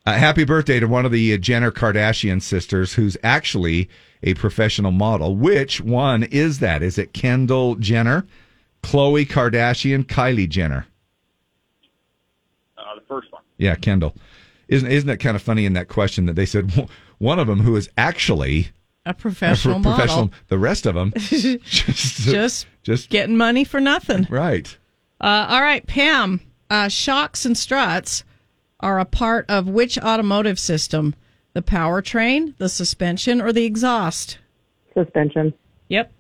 Uh, happy birthday to one of the uh, Jenner Kardashian sisters who's actually a professional model. Which one is that? Is it Kendall Jenner, Chloe Kardashian, Kylie Jenner? Uh, the first one. Yeah, Kendall. Isn't isn't it kind of funny in that question that they said w- one of them who is actually a professional a pro- model. the rest of them just just getting money for nothing. right. Uh, all right, Pam. Uh, shocks and struts are a part of which automotive system? The powertrain, the suspension, or the exhaust? Suspension. Yep.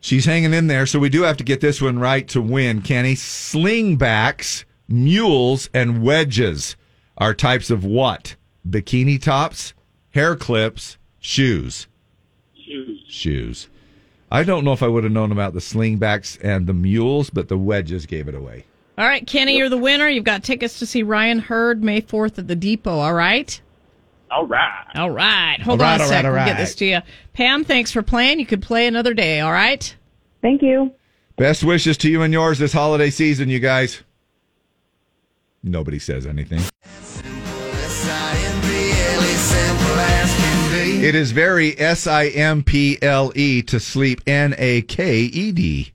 She's hanging in there, so we do have to get this one right to win, Kenny. Slingbacks, mules, and wedges are types of what? Bikini tops, hair clips, shoes. Shoes. Shoes. I don't know if I would have known about the slingbacks and the mules, but the wedges gave it away. All right, Kenny, you're the winner. You've got tickets to see Ryan Hurd May 4th at the Depot, all right? All right. All right. Hold All on right, a all second. right, all We'll get right. this to you. Pam, thanks for playing. You could play another day, all right? Thank you. Best wishes to you and yours this holiday season, you guys. Nobody says anything. It is very S I M P L E to sleep N A K E D.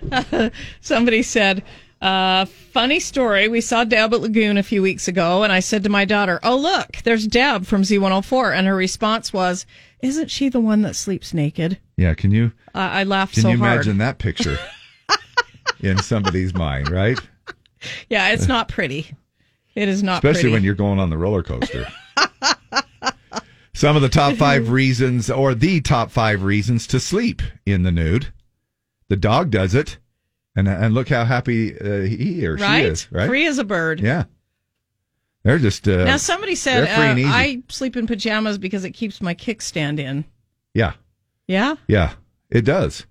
Somebody said, uh, funny story. We saw Deb at Lagoon a few weeks ago, and I said to my daughter, Oh, look, there's Deb from Z104. And her response was, Isn't she the one that sleeps naked? Yeah, can you Uh, I laughed can so you hard. imagine that picture in somebody's mind, right? Yeah, it's not pretty. It is not Especially pretty. when you're going on the roller coaster. Some of the top five reasons, or the top five reasons to sleep in the nude. The dog does it, and and look how happy uh, he or right? she is. Right, Free as a bird. Yeah, they're just uh, Now, somebody said, they're free and uh, easy. I sleep in pajamas because it keeps my kickstand in. yeah, Yeah? yeah, it does.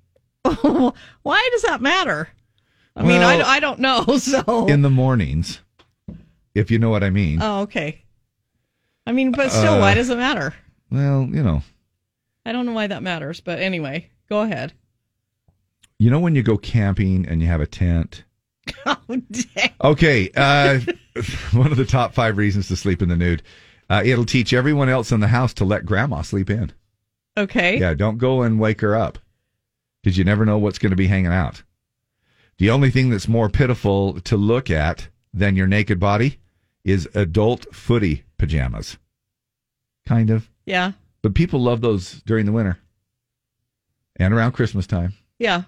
Why does that matter? I mean, I, Well, I don't know. So. In the mornings, if you know what I mean. oh, okay. I mean, but still, Uh, why does it matter? Well, you know, I don't know why that matters, but anyway, go ahead. you know when you go camping and you have a tent. Oh, dang. Okay, uh, one of the top five reasons to sleep in the nude. Uh, it'll teach everyone else in the house to let grandma sleep in. Okay. Yeah, don't go and wake her up because you never know what's going to be hanging out. The only thing that's more pitiful to look at than your naked body is adult footy pajamas. Kind of. Yeah. But people love those during the winter and around Christmas time. Yeah.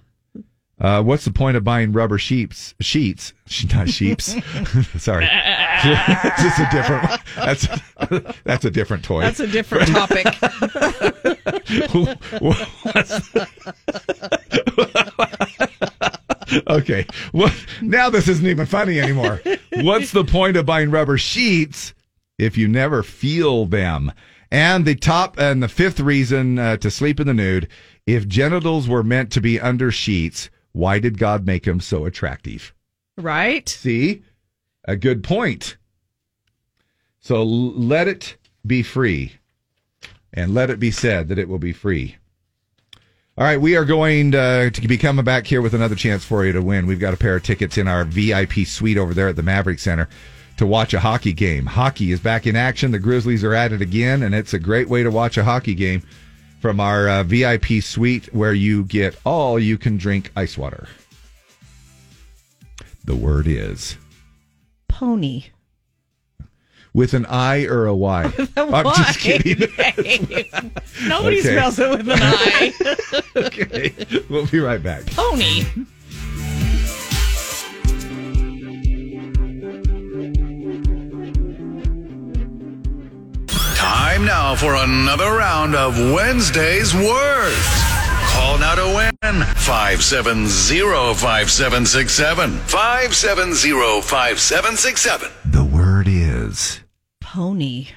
Uh, what's the point of buying rubber sheeps, sheets? sh- Not sheeps. Sorry, just a different. one. That's that's a different toy. That's a different topic. okay. Well, now this isn't even funny anymore. What's the point of buying rubber sheets if you never feel them? And the top and the fifth reason uh, to sleep in the nude: if genitals were meant to be under sheets, why did God make them so attractive? right? See, a good point. So l- let it be free, and let it be said that it will be free. All right, we are going uh, to be coming back here with another chance for you to win. We've got a pair of tickets in our VIP suite over there at the Maverick Center to watch a hockey game. Hockey is back in action. The Grizzlies are at it again, and it's a great way to watch a hockey game from our uh, VIP suite where you get all you can drink ice water. The word is Pony. with an I or a Y. I'm just kidding. Nobody Okay. spells it with an I. We'll be right back. Pony. Time now for another round of Wednesday's Words. Call now to win 570-5767. 570-5767. The word is Pony.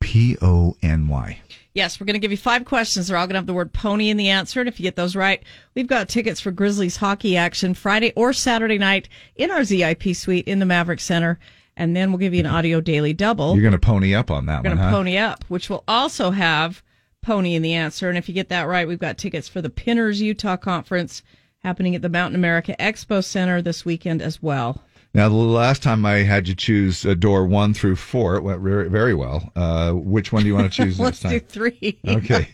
P O N Y. Yes, we're going to give you five questions. They're all going to have the word pony in the answer. And if you get those right, we've got tickets for Grizzlies hockey action Friday or Saturday night in our ZIP suite in the Maverick Center. And then we'll give you an audio daily double. You're going to pony up on that We're going one, to huh? Oh. pony up, which will also have pony in the answer. And if you get that right, we've got tickets for the Pinners Utah Conference happening at the Mountain America Expo Center this weekend as well. Now, the last time I had you choose uh, door one through four, it went re- very well. Uh, which one do you want to choose Let's next do time? three. Okay.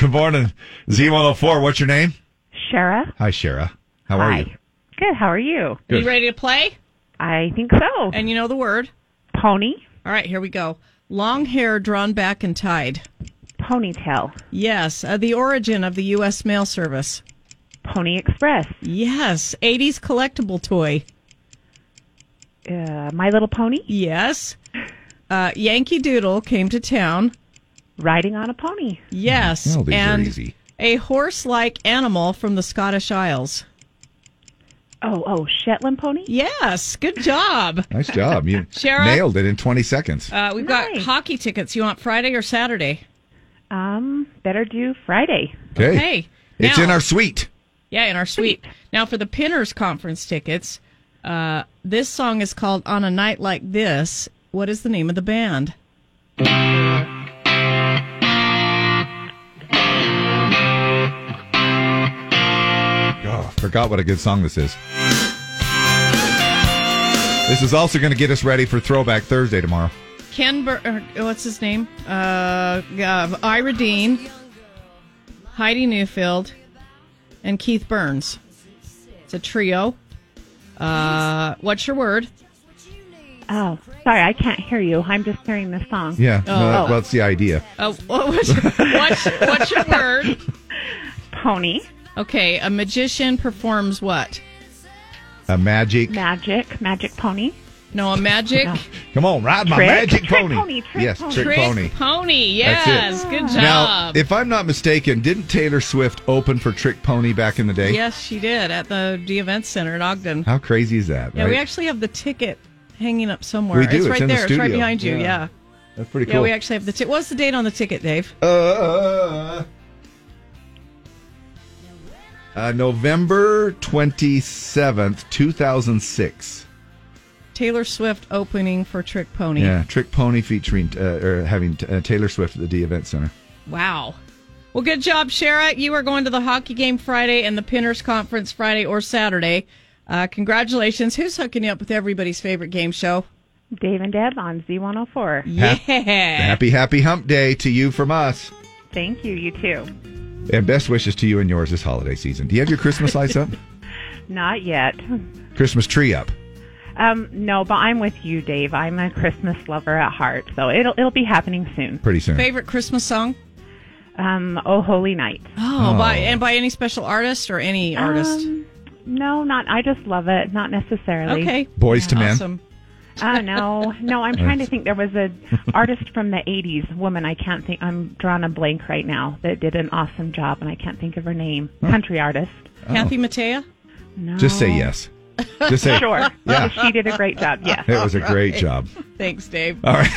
Good morning, Z104. What's your name? Shara, Hi, Shara. How are Hi. you? good. How are you? Good. You ready to play? I think so. And you know the word? Pony. All right, here we go. Long hair drawn back and tied. Ponytail. Yes. Uh, the origin of the U.S. mail service. Pony Express. Yes. 80s collectible toy. Uh, My Little Pony. Yes. Uh, Yankee Doodle came to town. Riding on a pony. Yes. Well, these are and easy. a horse like animal from the Scottish Isles. Oh, oh, Shetland pony? Yes. Good job. Nice job. You Shara? nailed it in 20 seconds. Uh, we've got hockey tickets. You want Friday or Saturday? Um, better do Friday. Okay. okay. It's Now- in our suite. Yeah, in our suite. Now for the Pinners conference tickets, uh, this song is called "On a Night Like This." What is the name of the band? Oh, forgot what a good song this is. This is also going to get us ready for Throwback Thursday tomorrow. Ken, Bur- or, what's his name? Uh, uh, Ira Dean, Heidi Newfield, and Keith Burns. It's a trio. Uh, what's your word? Oh, sorry, I can't hear you. I'm just hearing this song. Yeah, Oh. no, that- well, that's the idea. Uh, what was your, what's, what's your word? Pony. Okay, a magician performs what? A magic. Magic. Magic pony. No, a magic. Come on, ride my Trick? magic Trick pony. pony, trick yes, pony. trick, Trick pony. pony, That's it. yes, good Now, job. if I'm not mistaken, didn't Taylor Swift open for Trick Pony back in the day? Yes, she did at the D Event Center in Ogden. How crazy is that? Yeah, right? we actually have the ticket hanging up somewhere. We do. It's It's right in the there. It's right studio. behind you. Yeah. Yeah. That's pretty Yeah, cool. we actually have the ticket. What's the date on the ticket, Dave? Uh, uh, November 27th, 2006. Taylor Swift opening for Trick Pony. Yeah, Trick Pony featuring, uh, or having uh, Taylor Swift at the D Event Center. Wow. Well, good job, Shara. You are going to the hockey game Friday and the Pinners Conference Friday or Saturday. Uh, congratulations. Who's hooking you up with everybody's favorite game show? Dave and Deb on Z104. Hap- Eh. Happy, happy hump day to you from us. Thank you. You too. And best wishes to you and yours this holiday season. Do you have your Christmas lights up? Not yet. Christmas tree up. Um, no, but I'm with you, Dave. I'm a Christmas lover at heart, so it'll it'll be happening soon. Pretty soon. Favorite Christmas song? Um, Oh Holy Night. Oh, Oh. by and by any special artist or any artist? Um, no, not. I just love it. Not necessarily. Okay. Boys to Men. Uh, no, no. I'm trying to think. There was a artist from the '80s, woman. I can't think. I'm drawing a blank right now. That did an awesome job, and I can't think of her name. Country artist. Kathy Mattea? No. Just say yes. Just say sure. Yeah. She did a great job. Yes. It was a great job. Thanks, Dave. All right.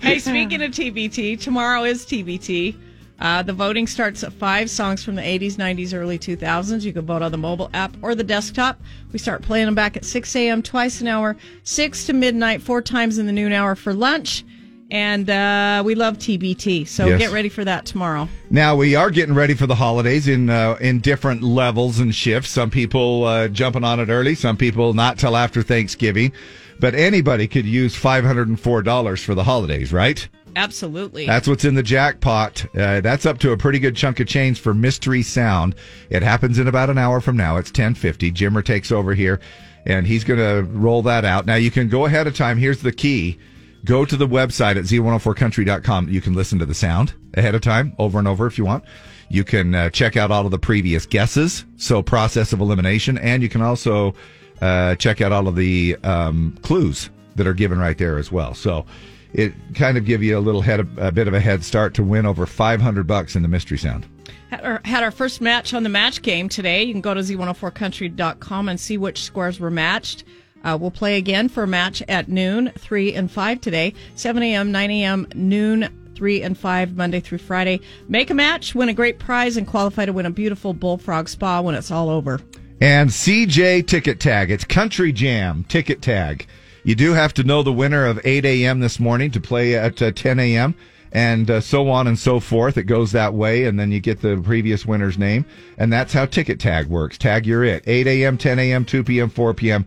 hey, speaking of TBT, tomorrow is TBT. Uh, the voting starts at five songs from the 80s, 90s, early 2000s. You can vote on the mobile app or the desktop. We start playing them back at 6 a.m. twice an hour, 6 to midnight, four times in the noon hour for lunch. And uh, we love TBT. So Yes. get ready for that tomorrow. Now we are getting ready for the holidays in uh, in different levels and shifts. Some people uh, jumping on it early, some people not till after Thanksgiving. But anybody could use five hundred and four dollars for the holidays, right? Absolutely. That's what's in the jackpot. Uh, that's up to a pretty good chunk of change for Mystery Sound. It happens in about an hour from now. It's 1050. Jimmer takes over here and he's going to roll that out. Now you can go ahead of time. Here's the key. Go to the website at z104country.com. You can listen to the sound ahead of time over and over if you want. You can uh, check out all of the previous guesses. So process of elimination. And you can also uh, check out all of the um, clues that are given right there as well. So it kind of give you a little head a bit of a head start to win over 500 bucks in the mystery sound Had our, had our first match on the match game today. You can go to z104country.com and see which squares were matched. Uh, we'll play again for a match at noon, 3 and 5 today, 7 a.m., 9 a.m., noon, 3 and 5, Monday through Friday. Make a match, win a great prize, and qualify to win a beautiful bullfrog spa when it's all over. and cj ticket tag it's country jam ticket tag you do have to know the winner of 8 a.m this morning to play at uh, 10 a.m and uh, so on and so forth it goes that way and then you get the previous winner's name and that's how ticket tag works tag you're it 8 a.m 10 a.m 2 p.m 4 p.m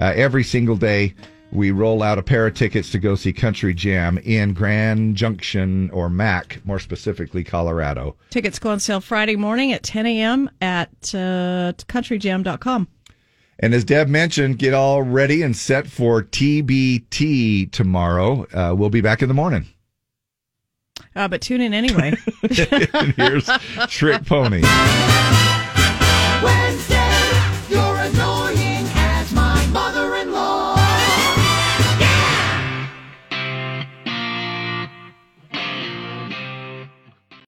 uh, every single day we roll out a pair of tickets to go see country jam in grand junction or mac more specifically colorado Tickets go on sale Friday morning at 10 a.m. at uh, countryjam.com. And as Deb mentioned, get all ready and set for TBT tomorrow. Uh, we'll be back in the morning. Uh, but tune in anyway. Here's Trick Pony.